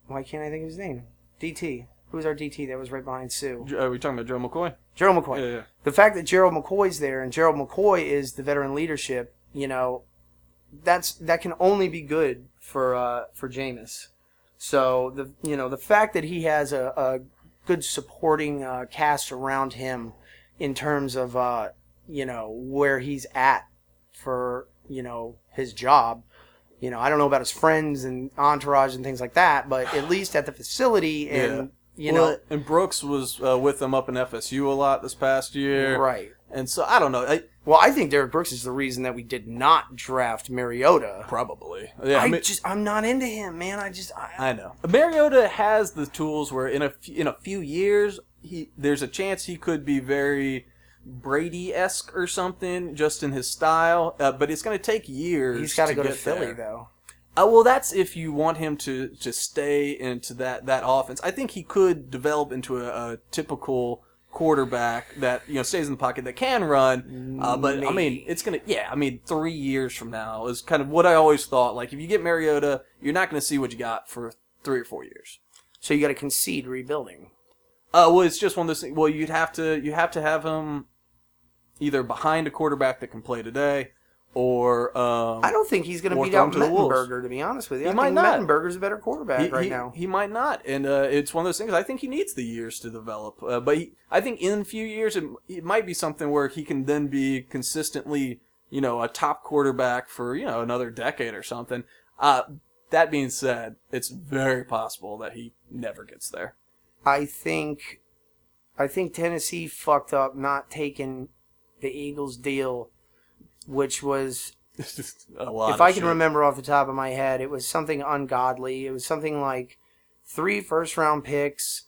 why can't I think of his name? DT. Who was our DT that was right behind Sue?
Are uh, we talking about Joe McCoy?
Gerald McCoy.
Yeah, yeah.
the fact that Gerald McCoy's there and Gerald McCoy is the veteran leadership, you know, that's that can only be good for uh, for Jameis. So the you know the fact that he has a, a good supporting uh, cast around him in terms of uh, you know where he's at for you know his job. You know, I don't know about his friends and entourage and things like that, but at least at the facility and you
Well,
know,
and Brooks was uh, with them up in FSU a lot this past year,
right.
and so I don't know. I,
Well, I think Derek Brooks is the reason that we did not draft Mariota.
probably, yeah.
I,
mean-
just I'm not into him, man. I just I,
I know. Mariota has the tools where in a f- in a few years he there's a chance he could be very Brady esque or something just in his style, uh, but it's going to take years.
he's got
to
to go to
get
Philly
there.
though.
Uh, well, that's if you want him to to stay into that that offense. I think he could develop into a, a typical quarterback that you know stays in the pocket that can run. Uh, but I mean, it's gonna yeah. I mean, three years from now is kind of what I always thought. Like if you get Mariota, you're not gonna see what you got for three or four years.
So you got to concede rebuilding.
Uh, well, it's just one of those things. Well, you'd have to you have to have him either behind a quarterback that can play today, or um,
I don't think he's going to
Or
beat
throw
out
him to the wolves.
Mettenberger. To be honest with you,
He
I
might
think
not.
Mettenberger's a better quarterback
he,
right
he-
now.
he might not, and uh, it's one of those things. I think he needs the years to develop, uh, but he, I think in a few years it, it might be something where he can then be consistently, you know, a top quarterback for you know another decade or something. Uh, that being said, it's very possible that he never gets there.
I think, I think Tennessee fucked up not taking the Eagles deal, which was
a lot.
if
of
I can
shit.
remember off the top of my head, it was something ungodly. It was something like three first round picks,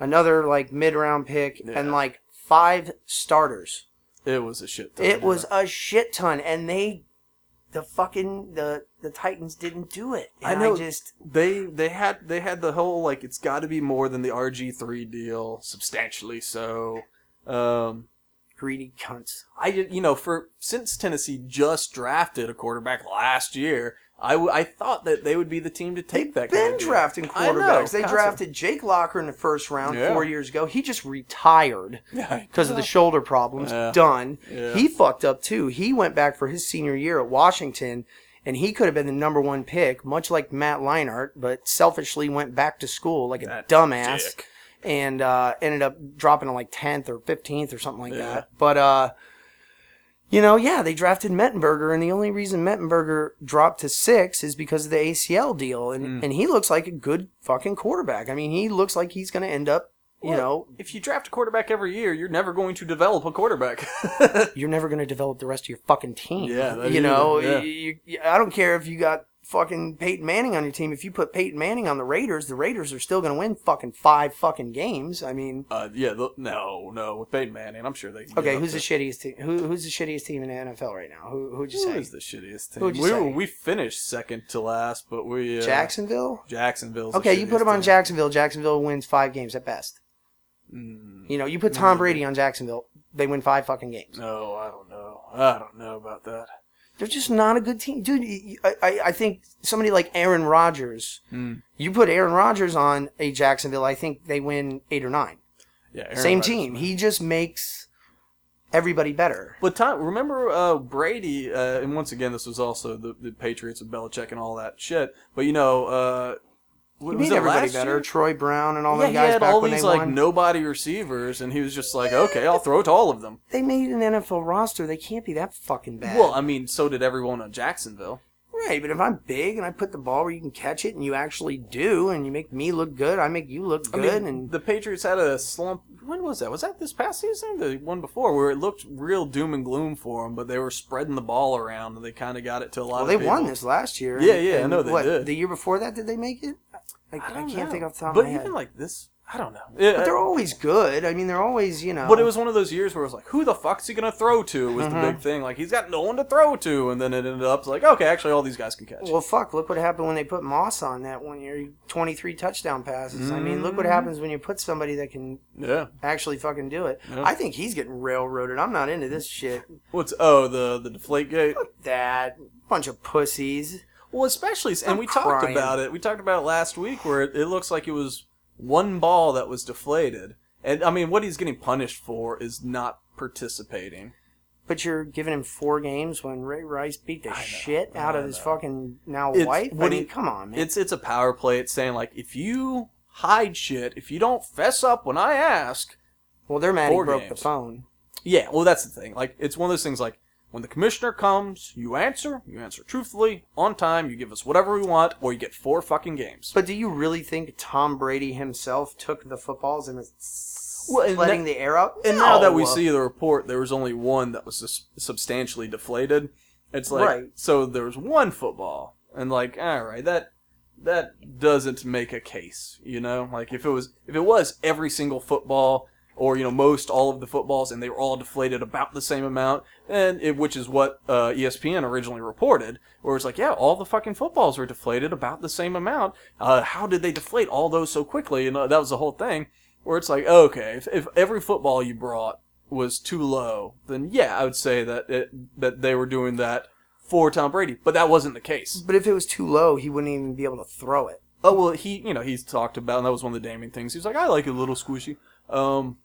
another like mid round pick,
Yeah.
and like five starters.
it was a shit. ton,
It
yeah.
was a shit ton, and they, the fucking the the Titans didn't do it.
I
And
know.
just
they they had they had the whole like it's got to be more than the RG three deal, substantially so. Um,
greedy cunts.
I ju- you know for since Tennessee just drafted a quarterback last year, I, w- I thought that they would be the team to take that. kind
Been
of deal.
drafting
I know,
quarterbacks. they
constantly.
drafted Jake Locker in the first round
Yeah.
four years ago. He just retired.
Yeah,
because of the shoulder problems.
Yeah.
Done.
Yeah.
He fucked up too. He went back for his senior year at Washington, and he could have been the number one pick, much like Matt Leinart, but selfishly went back to school like a
That
dumbass,
dick.
and uh, ended up dropping to like tenth or fifteenth or something like
Yeah.
that. But uh, you know, yeah, they drafted Mettenberger, and the only reason Mettenberger dropped to six is because of the ACL deal, and
Hmm.
and he looks like a good fucking quarterback. I mean, he looks like he's going to end up. You
Well,
know,
If you draft a quarterback every year, you're never going to develop a quarterback.
you're never going to develop the rest of your fucking team.
Yeah, that
you
is-
know,
yeah.
you, you- I don't care if you got fucking Peyton Manning on your team. If you put Peyton Manning on the Raiders, the Raiders are still going to win fucking five fucking games. I mean,
uh, yeah, the, no, no, with Peyton Manning, I'm sure they. Can
okay, who's the shittiest team? Who, who's the shittiest team in the NFL right now? Who who'd you
Who
say?
is the shittiest team?
Who'd
We,
you
were,
say?
we finished second to last, but we uh,
Jacksonville.
Jacksonville's. the
Okay, you put him
shittiest
on
team.
Jacksonville. Jacksonville wins five games at best.
Mm,
You know, you put
Mm-hmm.
Tom Brady on Jacksonville, they win five fucking games.
No, I don't know. I don't know about that.
They're just not a good team, dude. you- you- I, I, I think somebody like Aaron Rodgers.
Hmm.
You put Aaron Rodgers on a Jacksonville, I think they win eight or nine.
Yeah, Aaron
Same
Rodgers.
team. He just makes everybody better.
But Tom, remember uh, Brady? Uh, and once again, this was also the, the Patriots with Belichick and all that shit. But you know, uh, what,
He
was
made
it
everybody
last
better.
year?
Troy Brown and all
Yeah,
them
he
guys
had
back
all
when
these
they
like
won.
nobody receivers, and he was just like, okay, I'll throw it to all of them.
They made an NFL roster. They can't be that fucking bad.
Well, I mean, so did everyone on Jacksonville.
right, but if I'm big and I put the ball where you can catch it, and you actually do, and you make me look good, I make you look
I
good,
mean,
and
the Patriots had a slump. When was that? Was that this past season? The one before, where it looked real doom and gloom for them, but they were spreading the ball around, and they kind of got it to a lot.
well,
of
they
people.
won this last year.
Yeah,
and-
yeah, I
and
know they
what,
did.
The year before that, did they make it? I, I, can't think off the top of
But
my
even
head.
like this, I don't know. Yeah,
but they're always good. I mean, they're always you know.
But it was one of those years where it was like, who the fuck's he gonna throw to? Was the big thing. Like he's got no one to throw to, and then it ended up like, okay, actually, all these guys can catch.
Well, fuck! Look what happened when they put Moss on that one year. Twenty-three touchdown passes. I mean, look what
Mm-hmm.
happens when you put somebody that can
yeah.
actually fucking do it.
Yeah.
I think he's getting railroaded. I'm not into this shit.
What's oh the the deflate gate?
That bunch of pussies.
Well, especially and
I'm
we talked
crying.
about it. We talked about it last week where it, it looks like it was one ball that was deflated, and I mean, what he's getting punished for is not participating.
But you're giving him four games when Ray Rice beat the shit out of his fucking now
It's-
wife. I
what
mean,
he-
come on, man.
It's it's a power play. It's saying like if you hide shit, if you don't fess up when I ask,
well, they're mad he
four
broke the
games.
phone.
Yeah, well, that's the thing. Like, it's one of those things. Like, when the commissioner comes, you answer. You answer truthfully, on time. You give us whatever we want, or you get four fucking games.
But do you really think Tom Brady himself took the footballs and was
Well, and
letting
that-
the air out?
and now that we
No.
see the report, there was only one that was sus- substantially deflated. It's like
Right.
so there was one football, and like all right, that that doesn't make a case, you know. Like if it was if it was every single football, or you know most all of the footballs, and they were all deflated about the same amount, and it, which is what uh, ESPN originally reported, where it's like yeah, all the fucking footballs were deflated about the same amount. Uh, how did they deflate all those so quickly? And uh, that was the whole thing. where it's like, okay, if, if every football you brought was too low, then yeah, I would say that it, that they were doing that for Tom Brady, but that wasn't the case.
But if it was too low, he wouldn't even be able to throw it.
Oh well, he you know he's talked about, and that was one of the damning things. He was like, I like it a little squishy. Um,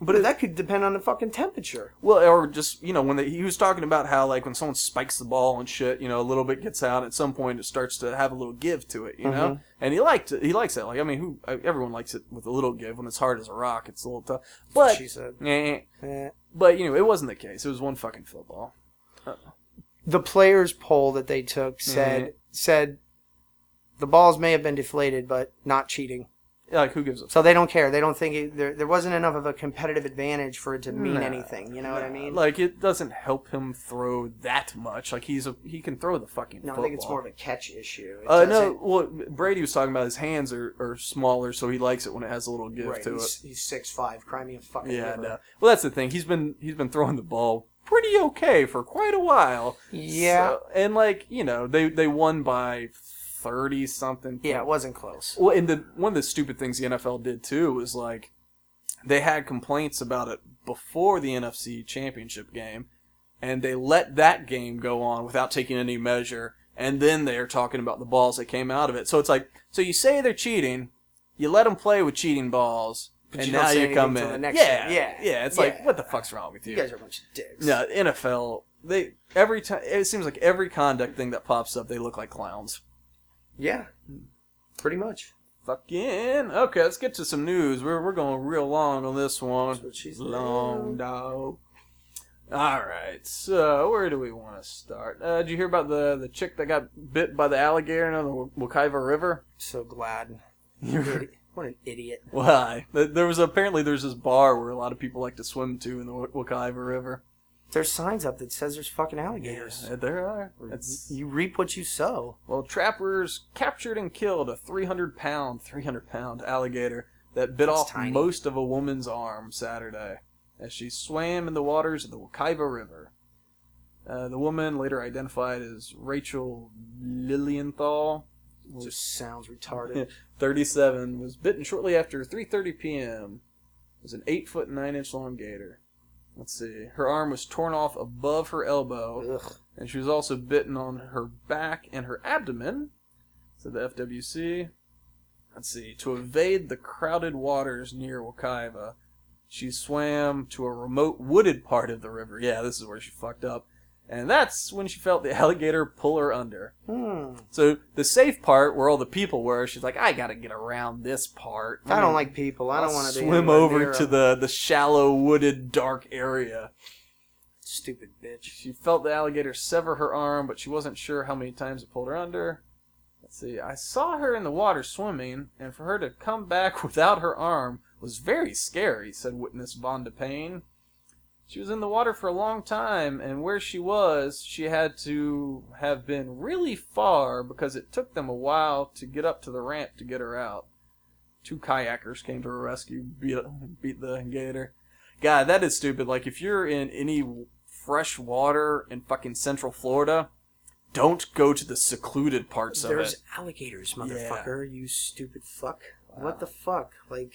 But that could depend on the fucking temperature.
Well, or just you know when they, he was talking about how like when someone spikes the ball and shit, you know, a little bit gets out. At some point, it starts to have a little give to it, you know. And he liked it. He likes that. Like I mean, who everyone likes it with a little give when it's hard as a rock. It's a little tough. But
She said.
eh,
Eh.
but you know, it wasn't the case. It was one fucking football.
The players poll that they took said
Mhm.
said the balls may have been deflated, but not cheating.
Like who gives a
So they don't care. They don't think it, there there wasn't enough of a competitive advantage for it to mean
Nah.
anything. You know what I mean?
Like it doesn't help him throw that much. Like he's a he can throw the fucking.
no, I
football.
think it's more of a catch issue. It
Uh, no,
doesn't-
well, Brady was talking about his hands are, are smaller, so he likes it when it has a little give
right?
to it.
He's, he's six five. Cry me a fucking
Yeah,
river.
no. Well, that's the thing. He's been he's been throwing the ball pretty okay for quite a while.
Yeah.
So- and like you know, they they won by thirty something.
yeah, it wasn't close.
Well, and the one of the stupid things the NFL did too was like they had complaints about it before the NFC Championship game, and they let that game go on without taking any measure, and then they're talking about the balls that came out of it. So it's like, so you say they're cheating, you let them play with cheating balls,
But
and
you don't
now
say
you
anything
come
till
in.
the next
yeah,
year. Yeah.
yeah. It's like,
Yeah.
what the fuck's wrong with
You guys are a bunch of dicks.
no, NFL. They every time it seems like every conduct thing that pops up, they look like clowns.
Yeah, pretty much.
Fucking okay. Let's get to some news. We're we're going real long on this one.
what she said.
long dog. All right. So where do we want to start? Uh, did you hear about the the chick that got bit by the alligator in the Wa- Wakaiva River?
So glad.
You're-
Idi- what an idiot.
Why? Th- There was apparently there's this bar where a lot of people like to swim to in the Wa- Wakaiva River.
There's signs up that says there's fucking alligators.
Yeah, there are. It's
You reap what you sow.
Well, trappers captured and killed a 300 pound, 300 pound alligator that bit
That's
off
tiny.
most of a woman's arm Saturday as she swam in the waters of the Wakaiva River. Uh, the woman, later identified as Rachel Lilienthal, was
Just sounds retarded.
37, was bitten shortly after 3:30 p.m. It was an 8 foot 9 inch long gator. Let's see. Her arm was torn off above her elbow
Ugh.
and she was also bitten on her back and her abdomen. So the FWC. Let's see. To evade the crowded waters near Wakaiva, she swam to a remote wooded part of the river. Yeah, this is where she fucked up. And that's when she felt the alligator pull her under.
Hmm.
So the safe part where all the people were, she's like, I gotta get around this part.
I don't like people. I don't want to be
swim
anywhere
over
near
to
'em.
the, the shallow wooded dark area.
stupid bitch.
She felt the alligator sever her arm, but she wasn't sure how many times it pulled her under. Let's see. I saw her in the water swimming, and for her to come back without her arm was very scary, said witness Vonda Payne. She was in the water for a long time, and where she was, she had to have been really far because it took them a while to get up to the ramp to get her out. Two kayakers came to her rescue, beat, beat the gator. God, that is stupid. Like, if you're in any fresh water in fucking Central Florida, don't go to the secluded parts of
There's
it.
alligators, motherfucker. You stupid fuck. What the fuck? Like,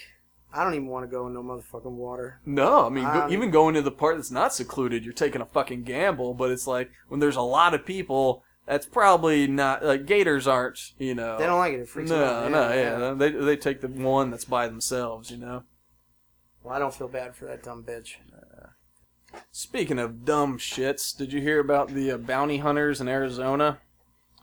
I don't even want to go in no motherfucking water.
No, I mean, go,
Um,
even going to the part that's not secluded, you're taking a fucking gamble. But it's like when there's a lot of people, that's probably not like gators aren't. You know,
They don't like it. It freaks them
Oh. no,
out.
no, yeah, They they take the one that's by themselves. You know.
Well, I don't feel bad for that dumb bitch.
Speaking of dumb shits, did you hear about the uh, bounty hunters in Arizona?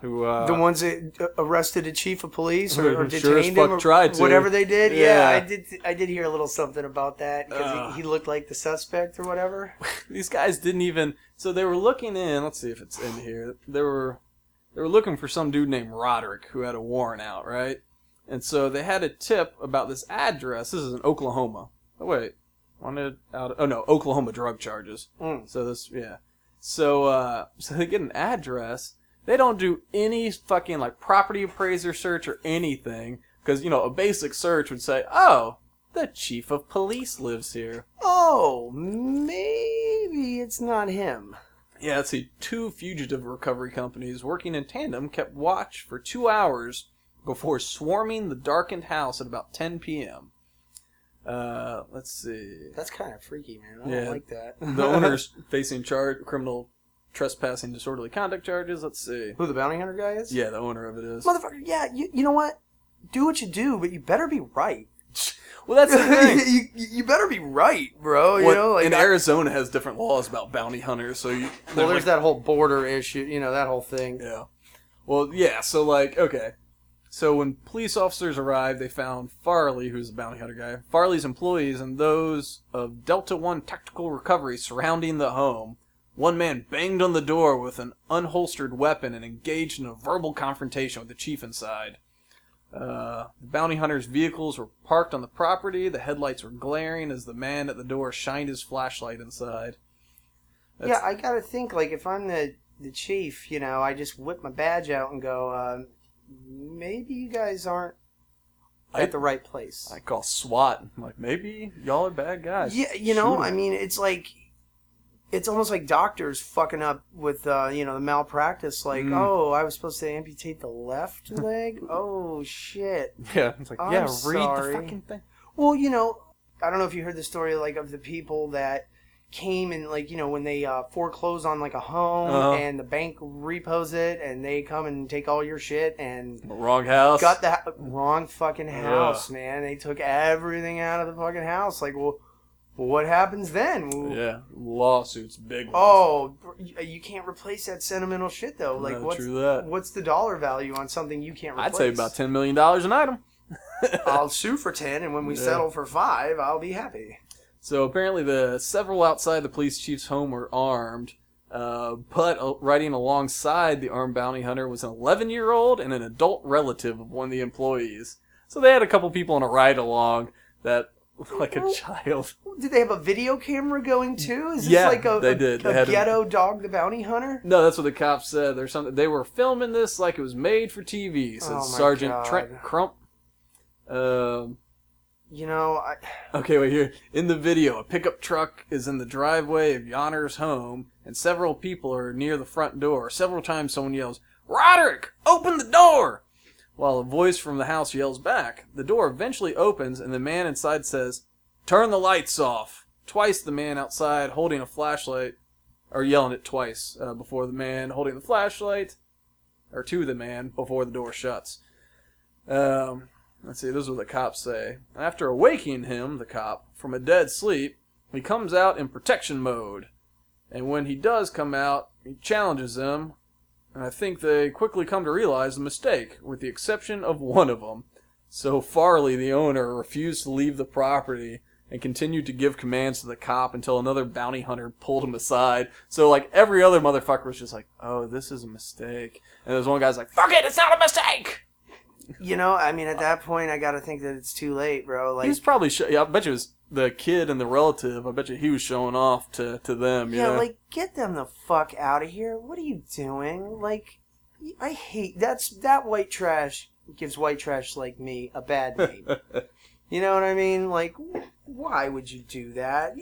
Who uh,
the ones that uh, arrested a chief of police or,
Who
or
sure as
detained
fuck
him or
tried to.
whatever they did. Yeah.
Yeah. Uh.
I did. I did hear a little something about that because
Ugh.
he, he looked like the suspect or whatever.
these guys didn't even so they were looking in let's see if it's in here they were they were looking for some dude named roderick who had a warrant out right and so they had a tip about this address this is in oklahoma oh wait wanted out oh no oklahoma drug charges
Mm.
so this yeah so uh so they get an address they don't do any fucking like property appraiser search or anything because you know a basic search would say oh the chief of police lives here
Oh, maybe it's not him.
Yeah, let's see. Two fugitive recovery companies working in tandem kept watch for two hours before swarming the darkened house at about 10 p.m. Uh, let's see.
That's kind of freaky, man. I
Yeah.
don't like that.
The owner's facing charge criminal trespassing disorderly conduct charges. Let's see.
Who the bounty hunter guy is?
Yeah, the owner of it is.
Motherfucker, yeah, you, you know what? Do what you do, but you better be right.
Well, that's the thing.
you, you bever be right, bro.
What-
you know, like
and
I-
Arizona has different laws about bounty hunters, so you,
well,
they're
there's
like-
that whole border issue, you know, that whole thing.
Yeah. Well, yeah. So like, okay. So when police officers arrived, they found Farley, who's the bounty hunter guy, Farley's employees, and those of Delta One Tactical Recovery surrounding the home. One man banged on the door with an unholstered weapon and engaged in a verbal confrontation with the chief inside. Uh, the bounty hunter's vehicles were parked on the property. The headlights were glaring as the man at the door shined his flashlight inside.
yeah, I gotta think like if I'm the the chief, you know, I just whip my badge out and go, um, maybe you guys aren't
I-
at the right place.
I call SWAT. I'm like, maybe y'all are bad guys.
yeah, you know,
Shoot 'em.
I mean, it's like it's almost like doctors fucking up with uh, you know the malpractice. Like,
Mm.
oh, I was supposed to amputate the left leg. Oh shit.
Yeah, it's like
I'm
yeah,
sorry.
read the fucking thing.
Well, you know, I don't know if you heard the story like of the people that came and like you know when they uh, foreclose on like a home
Uh-huh.
and the bank repos it and they come and take all your shit and
Wrong house.
got the ha- wrong fucking house, man. They took everything out of the fucking house. Like, well, what happens then? Well,
yeah, lawsuits, big. ones.
Oh, you you can't replace that sentimental shit though. Like,
Yeah,
what's
true that.
what's the dollar value on something you can't replace?
I'd say about ten million dollars an item.
I'll sue for ten, and when we
Yeah.
settle for five, I'll be happy.
So apparently, the several outside the police chief's home were armed, uh, but uh, riding alongside the armed bounty hunter was an 11-year-old and an adult relative of one of the employees. So they had a couple people on a ride along that, looked like a child.
Did they have a video camera going too? Is this
Yeah,
like a,
they
a-
did. They
a
had a-
ghetto dog the bounty hunter?
No, that's what the cops said. There's something they were filming this like it was made for TV. Said
Oh my
Sergeant
God.
Trent Crump. Um,
You know, I,
okay, wait here. In the video, a pickup truck is in the driveway of Yonner's home, and several people are near the front door. Several times, someone yells, "Roderick, open the door!" While a voice from the house yells back. The door eventually opens, and the man inside says, "Turn the lights off." Twice, the man outside holding a flashlight or yelling it twice uh, before the man holding the flashlight, or to the man before the door shuts. Um, let's see, this is what the cops say. After awaking him, the cop, from a dead sleep, he comes out in protection mode. And when he does come out, he challenges them, and I think they quickly come to realize the mistake, with the exception of one of them. So Farley, the owner, refused to leave the property and continued to give commands to the cop until another bounty hunter pulled him aside. So like every other motherfucker was just like, "Oh, this is a mistake," and there's one guy's like, "Fuck it, it's not a mistake."
you know, I mean, at that point, I gotta think that it's too late, bro. Like,
He was probably, sho- yeah, I bet you it was the kid and the relative. I bet you he was showing off to to them. You
yeah,
know?
like get them the fuck out of here. What are you doing? Like, I hate that's that white trash gives white trash like me a bad name. you know what I mean? Like, wh- why would you do that?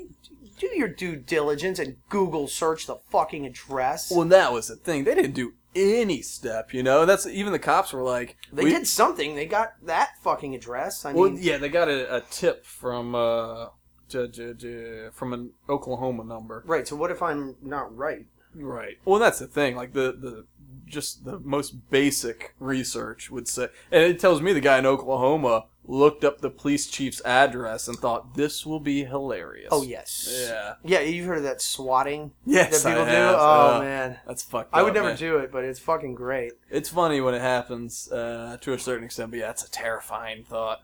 Do your due diligence and Google search the fucking address.
well, that was the thing. They didn't do any step. You know, that's even the cops were like,
They
"We-
did something. They got that fucking address. I mean,
Well, yeah, they got a, a tip from uh, j- j- j- from an Oklahoma number.
right. So what if I'm not right?
Right. Well, that's the thing. Like the the just the most basic research would say, and it tells me the guy in Oklahoma looked up the police chief's address and thought this will be hilarious.
Oh yes.
Yeah.
Yeah, you've heard of that swatting
Yes,
that
I
people
have.
do. Oh
Uh,
man,
That's fucked.
I
up,
would never
Oh, man.
do it, but it's fucking great.
It's funny when it happens uh, to a certain extent, but yeah, it's a terrifying thought.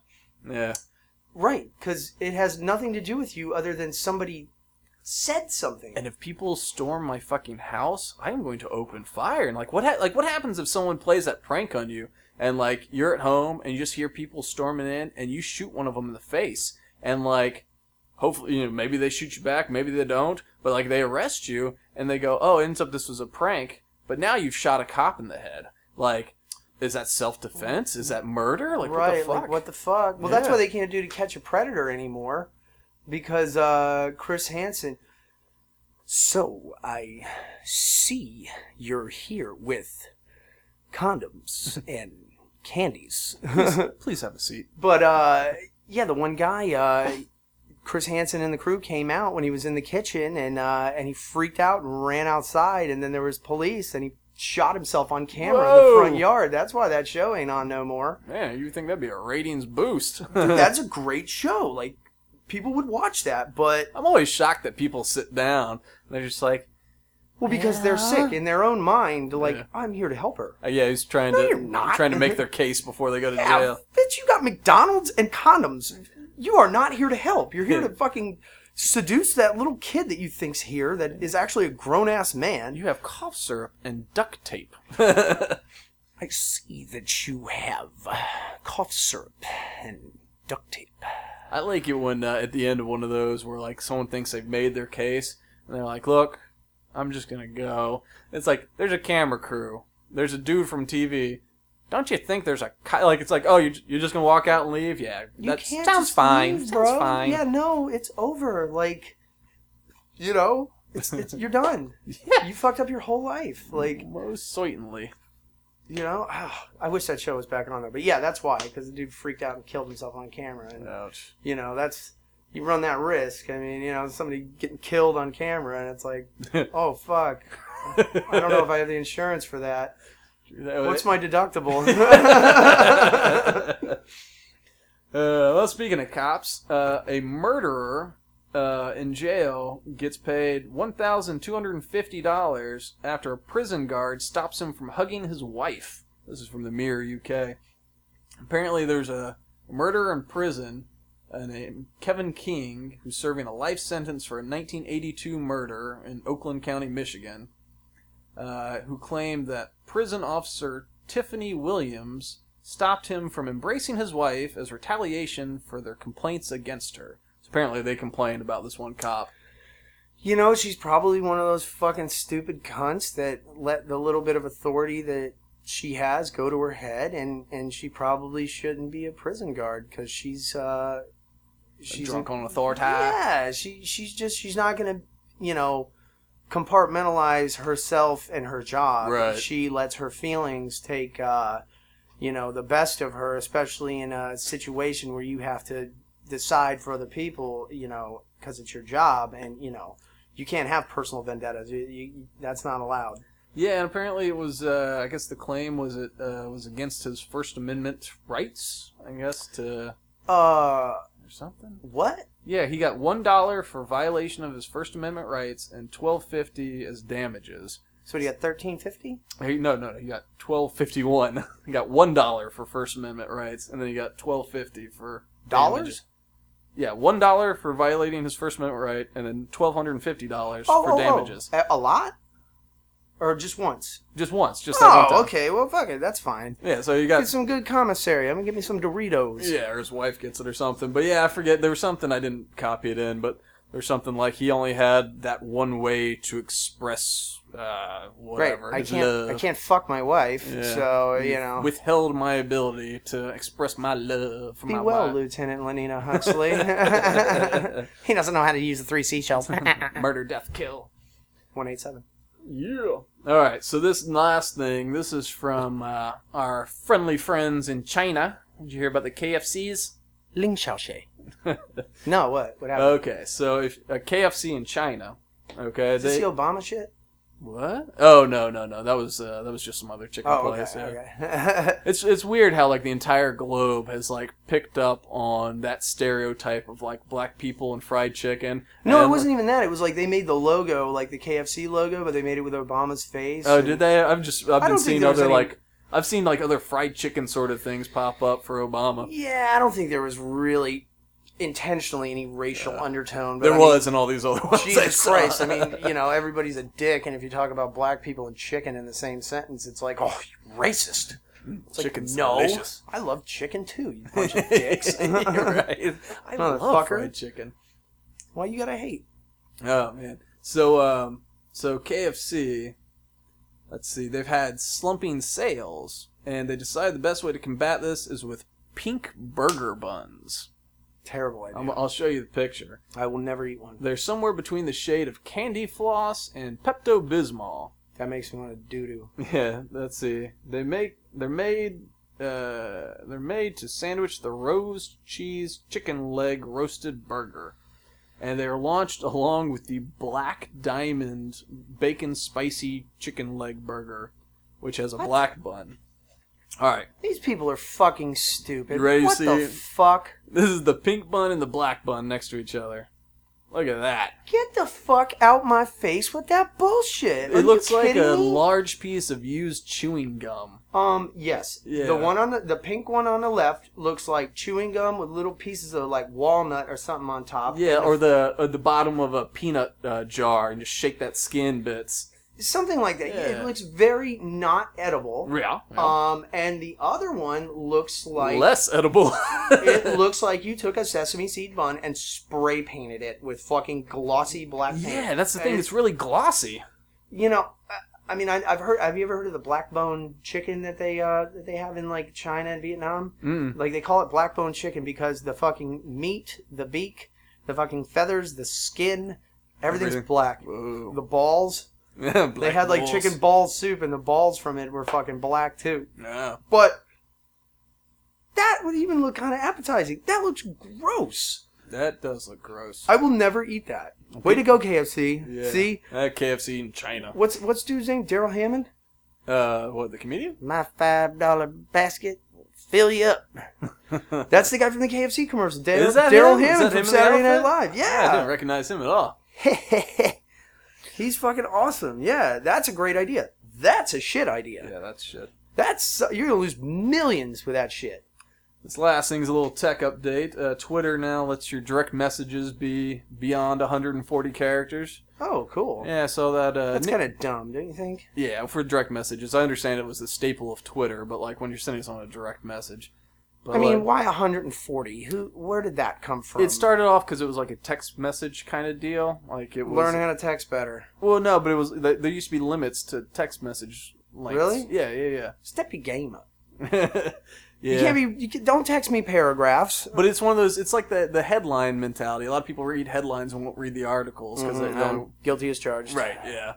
Yeah.
Right, because it has nothing to do with you other than somebody said something.
and if people storm my fucking house, I am going to open fire. And like, what ha- like what happens if someone plays that prank on you and like you're at home and you just hear people storming in and you shoot one of them in the face and like, hopefully you know maybe they shoot you back, maybe they don't, but like they arrest you and they go, oh, it ends up this was a prank, but now you've shot a cop in the head. Like, is that self defense? Is that murder? Like,
right,
what the fuck?
like what the fuck? Well, that's
Yeah.
why they can't do to catch a predator anymore, because uh, Chris Hansen. So I see you're here with condoms and candies.
please have a seat.
But uh yeah, the one guy, uh, Chris Hansen and the crew came out when he was in the kitchen, and uh, and he freaked out and ran outside, and then there was police, and he shot himself on camera in
Whoa.
the front yard. That's why that show ain't on no more.
Man, you think that'd be a ratings boost?
Dude, that's a great show. Like people would watch that, but
I'm always shocked that people sit down. And they're just like,
well, because they're
Yeah.
sick in their own mind. Like
Yeah.
I'm here to help her.
oh, yeah, he's trying
No,
to
you're not.
trying to make their case before they go to
Yeah,
jail.
bitch, you got McDonald's and condoms. You are not here to help. You're here to fucking seduce that little kid that you think's here that is actually a grown ass man.
You have cough syrup and duct tape.
I see that you have cough syrup and duct tape.
I like it when uh, at the end of one of those where like someone thinks they've made their case and they're like, "Look, I'm just gonna go." It's like there's a camera crew, there's a dude from TV. Don't you think there's a co- like it's like oh you you're just gonna walk out and leave? Yeah,
You
that
can't
sounds
just
fine.
leave,
sounds
bro.
fine.
Yeah, no, it's over. Like, you know, it's, it's you're done. You fucked up your whole life. Like,
Most certainly.
you know, Ah, I wish that show was back on there. But yeah, that's why because the dude freaked out and killed himself on camera. And
Ouch.
you know that's you run that risk i mean you know somebody getting killed on camera and it's like oh fuck i don't know if i have the insurance for that what's my deductible
uh, well, speaking of cops, uh, a murderer uh, in jail gets paid one thousand two hundred and fifty dollars after a prison guard stops him from hugging his wife. This is from the Mirror UK. Apparently, there's a murderer in prison uh, named Kevin King who's serving a life sentence for a 1982 murder in Oakland County, Michigan uh, who claimed that prison officer Tiffany Williams stopped him from embracing his wife as retaliation for their complaints against her. So apparently, they complained about this one cop.
you know she's probably one of those fucking stupid cunts that let the little bit of authority that she has go to her head and and she probably shouldn't be a prison guard because she's uh she's
drunk on authority.
Yeah, she she's just she's not gonna you know compartmentalize herself and her job.
Right.
She lets her feelings take uh, you know the best of her, especially in a situation where you have to decide for other people. You know, because it's your job, and you know you can't have personal vendettas. You, you, that's not allowed.
Yeah, and apparently it was. Uh, I guess the claim was it uh, was against his First Amendment rights. I guess to
Uh,
or something.
what?
Yeah, he got one dollar for violation of his First Amendment rights and twelve fifty as damages.
So you got thirteen fifty?
Hey, no, no, no. You got twelve fifty one. You got one dollar for First Amendment rights, and then you got twelve fifty for
Dollars?
damages. Yeah, one dollar for violating his First Amendment right, and then twelve hundred and fifty dollars
Oh,
for
oh, oh.
damages.
A, a lot, or just once?
Just once, just that one
Oh,
time.
okay. Well, fuck it. That's fine.
Yeah, so you
Get
got
some good commissary. I'm gonna give me some Doritos.
yeah, or his wife gets it or something. But yeah, I forget there was something I didn't copy it in, but there was something like he only had that one way to express uh,
right.
whatever.
I
his
can't. I
love.
can't fuck my wife.
Yeah.
So you know.
withheld my ability to express my love for
be
my
well,
wife.
Lieutenant Lenina Huxley. he doesn't know how to use the three seashells.
murder, death, kill.
One eight seven.
Yeah. All right. So this last thing, this is from uh, our friendly friends in China. Did you hear about the KFCs?
Ling Xiaoxie. no, what? What happened?
Okay. So if uh, a KFC in China, okay,
Is this
Uh, they
the Obama shit?
what? Oh no no no. That was uh, that was just some other chicken
Oh, okay.
place. yeah.
okay.
It's it's weird how like the entire globe has like picked up on that stereotype of like black people and fried chicken.
no, it
And-
wasn't even that. It was like they made the logo, like the KFC logo, but they made it with Obama's face.
Oh,
and-
did they? I've just I've
I
been
don't think
seeing
there was
other
any-
like I've seen like other fried chicken sort of things pop up for Obama.
Yeah, I don't think there was really intentionally any racial undertone. But
There
I mean,
was in all these other ones. I
Jesus
saw.
Christ! I mean, you know, everybody's a dick, and if you talk about black people and chicken in the same sentence, it's like, oh, you racist. It's like,
Chicken's
no,
delicious.
I love chicken too. You bunch of dicks.
You're right. I love
Motherfucker.
fried chicken.
Why you gotta hate?
Oh man. So um, so KFC. Let's see. They've had slumping sales, and they decided the best way to combat this is with pink burger buns.
Terrible idea.
I'm, I'll show you the picture.
I will never eat one.
They're somewhere between the shade of candy floss and Pepto Bismol.
That makes me want to doo doo.
Yeah, let's see. They make they're made uh, they're made to sandwich the rose cheese chicken leg roasted burger, and they are launched along with the black diamond bacon spicy chicken leg burger, which has a black bun. All right,
These people are fucking stupid.
You ready to
what
see
the
it?
fuck?
this is the pink bun and the black bun next to each other. Look at that.
Get the fuck out my face with that bullshit.
It
Are
looks
you
like
kidding
a
me?
large piece of used chewing gum.
Um, yes.
Yeah.
The one on the, the pink one on the left looks like chewing gum with little pieces of like walnut or something on top.
Yeah, or the or the bottom of a peanut uh, jar and just shake that skin bits.
something like that.
Yeah.
It looks very not edible.
Yeah,
Um, and the other one looks like
less edible.
it looks like you took a sesame seed bun and spray painted it with fucking glossy black paint.
yeah, that's the
And
thing. It's really glossy.
you know I- i mean I, i've heard have you ever heard of the black bone chicken that they uh that they have in like china and vietnam
Mm.
like they call it black bone chicken because the fucking meat the beak the fucking feathers the skin everything's
Everything.
black the balls they had like chicken ball soup and the balls from it were fucking black too
Yeah.
but that would even look kind of appetizing that looks gross
That does look gross.
i will never eat that way to go kfc
Yeah.
see
That KFC in China.
what's what's dude's name daryl hammond
Uh, what the comedian?
my five dollar basket will fill you up. That's the guy from the KFC commercial. Dar-
Is that
Daryl
him? Is
Hammond
that
from
him in the
Saturday Night
outfit?
Live.
I didn't
Yeah,
recognize him at all.
he's fucking awesome. Yeah, that's a great idea. That's a shit idea.
that's shit.
That's so- you're gonna lose millions with that shit.
This last thing's a little tech update. Uh, Twitter now lets your direct messages be beyond 140 characters.
Oh, cool.
Yeah, so that uh,
That's
Nick-
kind of dumb, don't you think?
Yeah, for direct messages. I understand it was the staple of Twitter, but like when you're sending someone a direct message. But
I mean,
like,
why 140? Who? Where did that come from?
it started off because it was like a text message kind of deal. Like it was.
Learn how to text better.
Well, no, but it was. th- There used to be limits to text message lengths.
Really?
Yeah, yeah,
Step your game up.
yeah. yeah.
You can't be. You can, don't text me paragraphs.
but it's one of those. It's like the the headline mentality. A lot of people read headlines and won't read the articles because
Mhm,
they don't
I'm guilty as charged.
Right, yeah.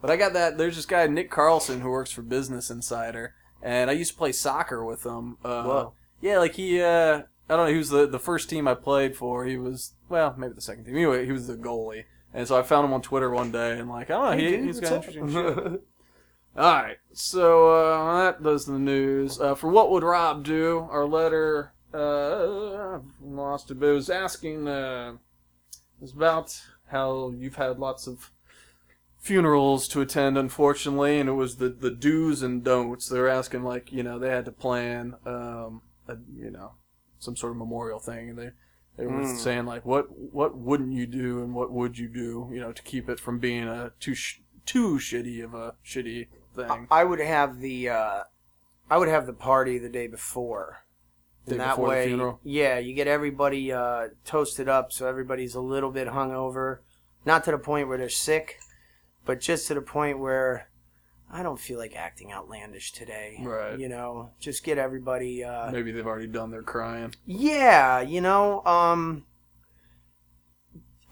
But I got that. There's this guy, Nick Carlson, who works for Business Insider, and I used to play soccer with him. Uh,
Whoa.
Yeah, like he, uh, I don't know, he was the, the first team I played for. He was, well, maybe the second team. Anyway, he was the goalie. And so I found him on Twitter one day, and like, I don't know,
Hey,
he,
dude,
he's
what's
got
up?
interesting shit. All right, so uh, that does the news. Uh, for what would Rob do? Our letter, uh, I've lost it, but it was asking. Uh, it was about how you've had lots of funerals to attend, unfortunately, and it was the the do's and don'ts. They were asking, like, you know, they had to plan, um, a, you know, some sort of memorial thing, and they they were
Mm.
saying like, what what wouldn't you do, and what would you do, you know, to keep it from being a too sh- too shitty of a shitty thing.
I would have the uh, I would have the party the day before.
Day
and that
before the
way,
funeral?
yeah, you get everybody uh, toasted up, so everybody's a little bit hungover, not to the point where they're sick, but just to the point where I don't feel like acting outlandish today.
Right.
You know, just get everybody. Uh,
Maybe they've already done their crying.
yeah, you know, um,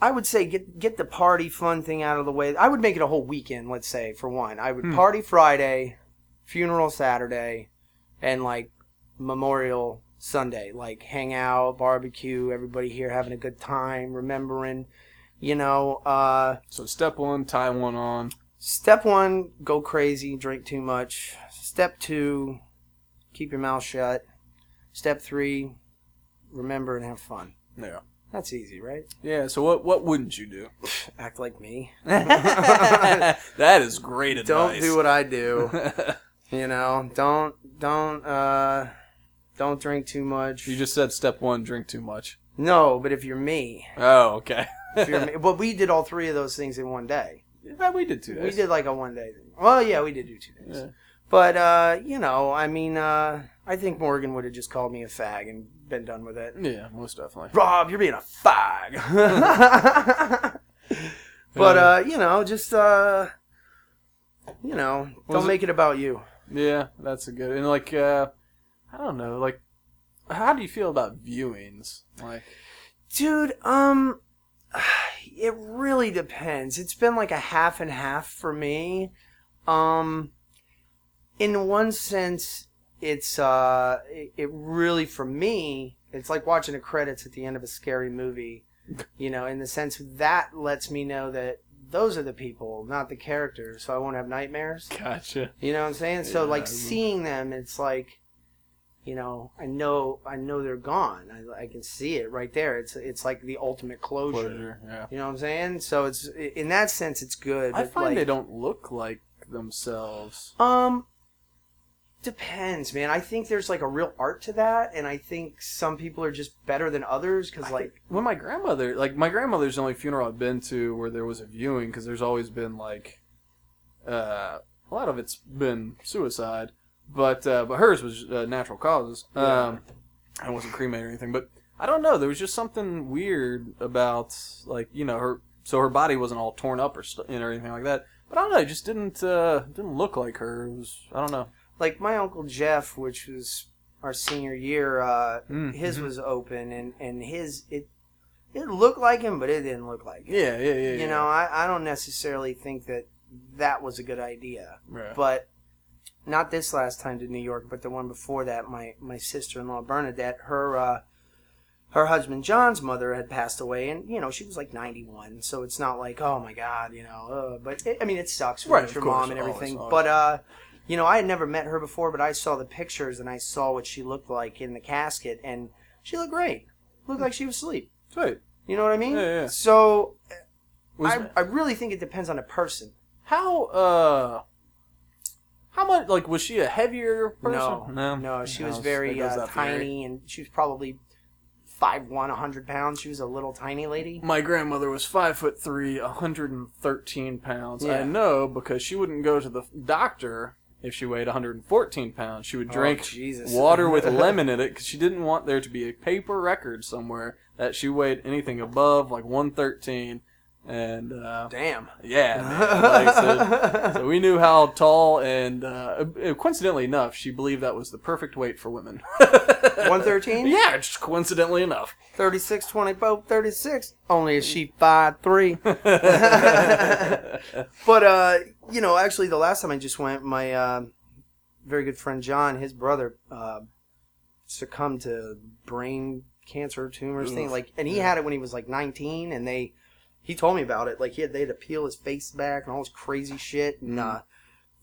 I would say get get the party fun thing out of the way. I would make it a whole weekend. Let's say for one, I would
Hmm.
party Friday, funeral Saturday, and like Memorial Sunday. Like hang out, barbecue, everybody here having a good time, remembering. You know, uh,
So step one, tie one on.
step one, go crazy, drink too much. Step two, keep your mouth shut. Step three, remember and have fun.
Yeah.
That's easy, right?
Yeah. So what what wouldn't you do?
Act like me.
that is great
Don't
advice.
do what I do.
what.
You know, don't don't uh don't drink too much.
you just said step one, drink too much.
no, but if you're me,
Oh, okay.
if you're me, but we did all three of those things in one day.
Yeah, we did two days.
We did like a one day thing. Well, yeah, we did do two days.
Yeah.
But uh, you know, I mean, uh, I think Morgan would have just called me a fag and been done with it.
Yeah, most definitely.
Rob, you're being a fag. but
Yeah.
uh, you know, just uh, you know,
Was
don't
it-
make it about you.
Yeah, that's a good. And like, uh, I don't know, like, how do you feel about viewings? Like,
Dude, um, it really depends. It's been like a half and half for me. Um, in one sense, it's uh it, it really for me it's like watching the credits at the end of a scary movie you know in the sense that lets me know that those are the people not the characters so i won't have nightmares
Gotcha.
you know what i'm saying so
Yeah, I
like
remember.
seeing them it's like you know i know i know they're gone i, I can see it right there it's it's like the ultimate closure,
Closure. Yeah.
you know what i'm saying so it's in that sense it's good
I
but,
find
like,
they don't look like themselves.
Um, depends, man. I think there's like a real art to that, and I think some people are just better than others because, like,
when my grandmother, like my grandmother's the only funeral I've been to where there was a viewing because there's always been like, uh, a lot of it's been suicide, but uh, but hers was uh, natural causes. Um, I wasn't cremated or anything, but I don't know. There was just something weird about like you know her. So her body wasn't all torn up or st- and anything like that. But I don't know. It just didn't uh, didn't look like her. It was I don't know.
like my uncle Jeff, which was our senior year, uh,
Mm,
his
mhm.
was open, and and his it it looked like him, but it didn't look like him.
yeah yeah yeah. yeah.
You know, I I don't necessarily think that that was a good idea.
Right.
but not this last time to New York, but the one before that. My my sister in law Bernadette, her uh, her husband John's mother had passed away, and you know she was like ninety one, so it's not like oh my god, you know. Uh, but it, I mean, it sucks for
Right, of
your
course,
mom and
always,
everything.
always.
But uh, you know, I had never met her before, but I saw the pictures and I saw what she looked like in the casket, and she looked great. Looked like she was asleep.
Sweet.
You know what I mean?
Yeah, yeah.
So
Was-
I, I really think it depends on the person.
How uh how much like was she a heavier person?
No, no, she was
that
very
goes
uh,
up the area.
tiny, and she was probably five one, a hundred pounds. She was a little tiny lady.
My grandmother was five foot three, hundred and thirteen pounds. I
Yeah.
know because she wouldn't go to the doctor if she weighed 114 pounds. She would drink
Jesus.
water with lemon in it because she didn't want there to be a paper record somewhere that she weighed anything above like 113. And uh,
Damn.
yeah, man, like, so- So we knew how tall, and uh, coincidentally enough, she believed that was the perfect weight for women.
113?
Yeah, just coincidentally enough.
36, 24, 36. oh, Only is she five three.
yeah,
But uh, you know, actually, the last time I just went, my uh, very good friend John, his brother, uh, succumbed to brain cancer tumors thing.
Oof.
Like, and he
Yeah.
had it when he was like 19, and they, he told me about it. Like, he had they had to peel his face back and all this crazy shit, and
Mm.
uh,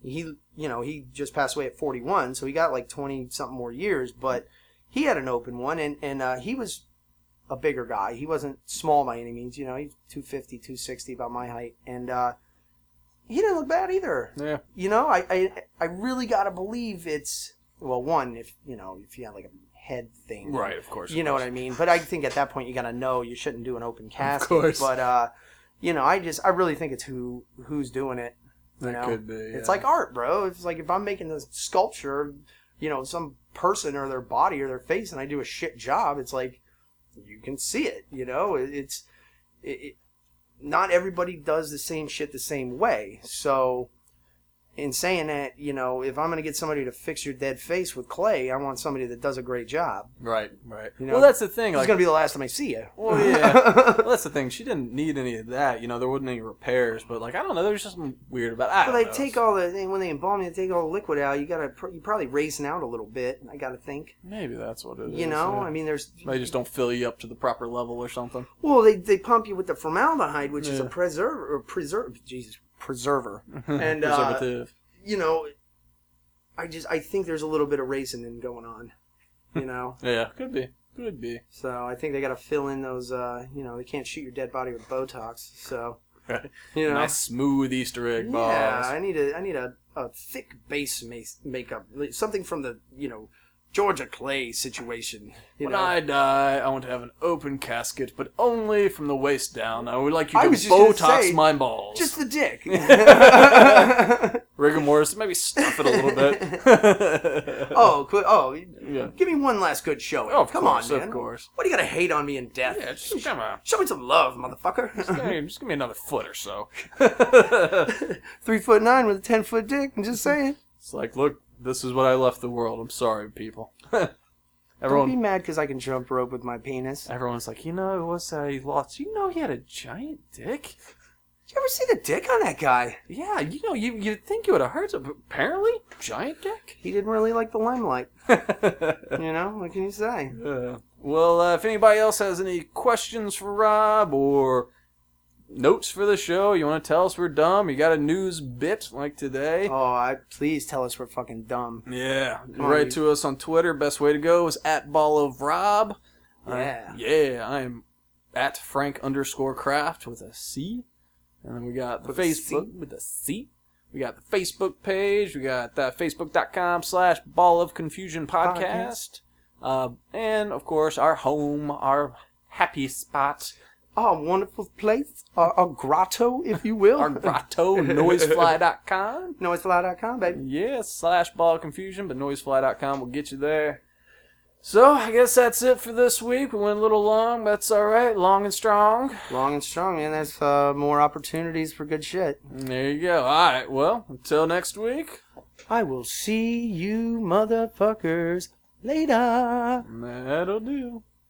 he, you know, he just passed away at 41, so he got like 20 something more years. But he had an open one, and and uh, he was a bigger guy. He wasn't small by any means. You know, he's 250, 260 about my height, and uh, he didn't look bad either. You know, I, I I really gotta believe it's well, one if you know if you have like a head thing,
right, of course.
You know what I mean. But I think at that point you gotta know you shouldn't do an open casket.
course.
But uh, you know, I just I really think it's who who's doing it.
That
you know?
could be.
It's
yeah.
like oh, art, bro. It's like if I'm making a sculpture, of, you know, some person or their body or their face, and I do a shit job, it's like you can see it. You know, It- it's it, it, not everybody does the same shit the same way. So, in saying that, you know, if I'm gonna get somebody to fix your dead face with clay, I want somebody that does a great job.
right, right.
You know,
well, that's the thing.
It's
Like,
gonna be the last time I see you.
Well, yeah. well, that's the thing. She didn't need any of that. You know, there wasn't any repairs. But like, I don't know. There's just something weird about. I
Well,
don't
they
know.
take all the they- when they embalm you, they take all the liquid out. You gotta pr- you probably raising out a little bit. I gotta think.
Maybe that's what it is.
You know,
yeah.
I mean, there's
they just don't fill you up to the proper level or something.
Well, they, they pump you with the formaldehyde, which is a
Yeah.
preserver, or preserve, Jesus, preserver. And, uh,
preservative.
You know, I just I think there's a little bit of racing going on.
Hmm.
You know,
yeah, could be. Could be.
so I think they got to fill in those. Uh, you know, they can't shoot your dead body with Botox. So,
Right.
you know,
Nice smooth Easter egg balls.
yeah, I need a I need a, a thick base ma- makeup, like something from the you know Georgia Clay situation. You
when
know,
I die, I want to have an open casket, but only from the waist down. I would like you
I
to
was just gonna
Botox
say,
my balls.
just the dick.
rigor mortis, maybe stuff it a little bit.
oh, qu- oh,
yeah.
Give me one last good showing.
Oh, of
come
course,
on,
of
man.
course.
What are you gonna hate on me in death?
Yeah, just come on.
Show me some love, motherfucker.
Hey, just give me another foot or so.
Three foot nine with a ten foot dick. I'm just saying.
It's like, look, this is what I left the world. I'm sorry, people.
Don't be
Everyone,
mad because I can jump rope with my penis.
everyone's like, you know, it was uh, he lost. You know, he had a giant dick.
Did you ever see the dick on that guy?
Yeah, you know, you you think you would have heard of apparently giant dick.
He didn't really like the limelight. You know, what can you say?
Uh, well, uh, if anybody else has any questions for Rob or notes for the show, you want to tell us we're dumb, you got a news bit like today.
Oh, I please tell us we're fucking dumb.
Yeah,
on,
write
you-
to us on Twitter. Best way to go is at Ball of Rob. I-
Yeah.
yeah, I'm at Frank underscore Craft with a C, and then we got the
With a
Facebook with a C. We got the Facebook page. We got that facebook.com slash Ball of Confusion podcast, Uh, and of course our home, our happy spot,
Our wonderful place, our, our grotto, if you will.
our grotto, noisefly.com.
Noisefly.com, baby.
Yes, slash ball confusion, but noisefly.com will get you there. So I guess that's it for this week. We went a little long, but that's all right. Long and strong.
Long and strong, man. There's uh, more opportunities for good shit.
And There you go. All right. Well, until next week.
I will see you motherfuckers later.
That'll do.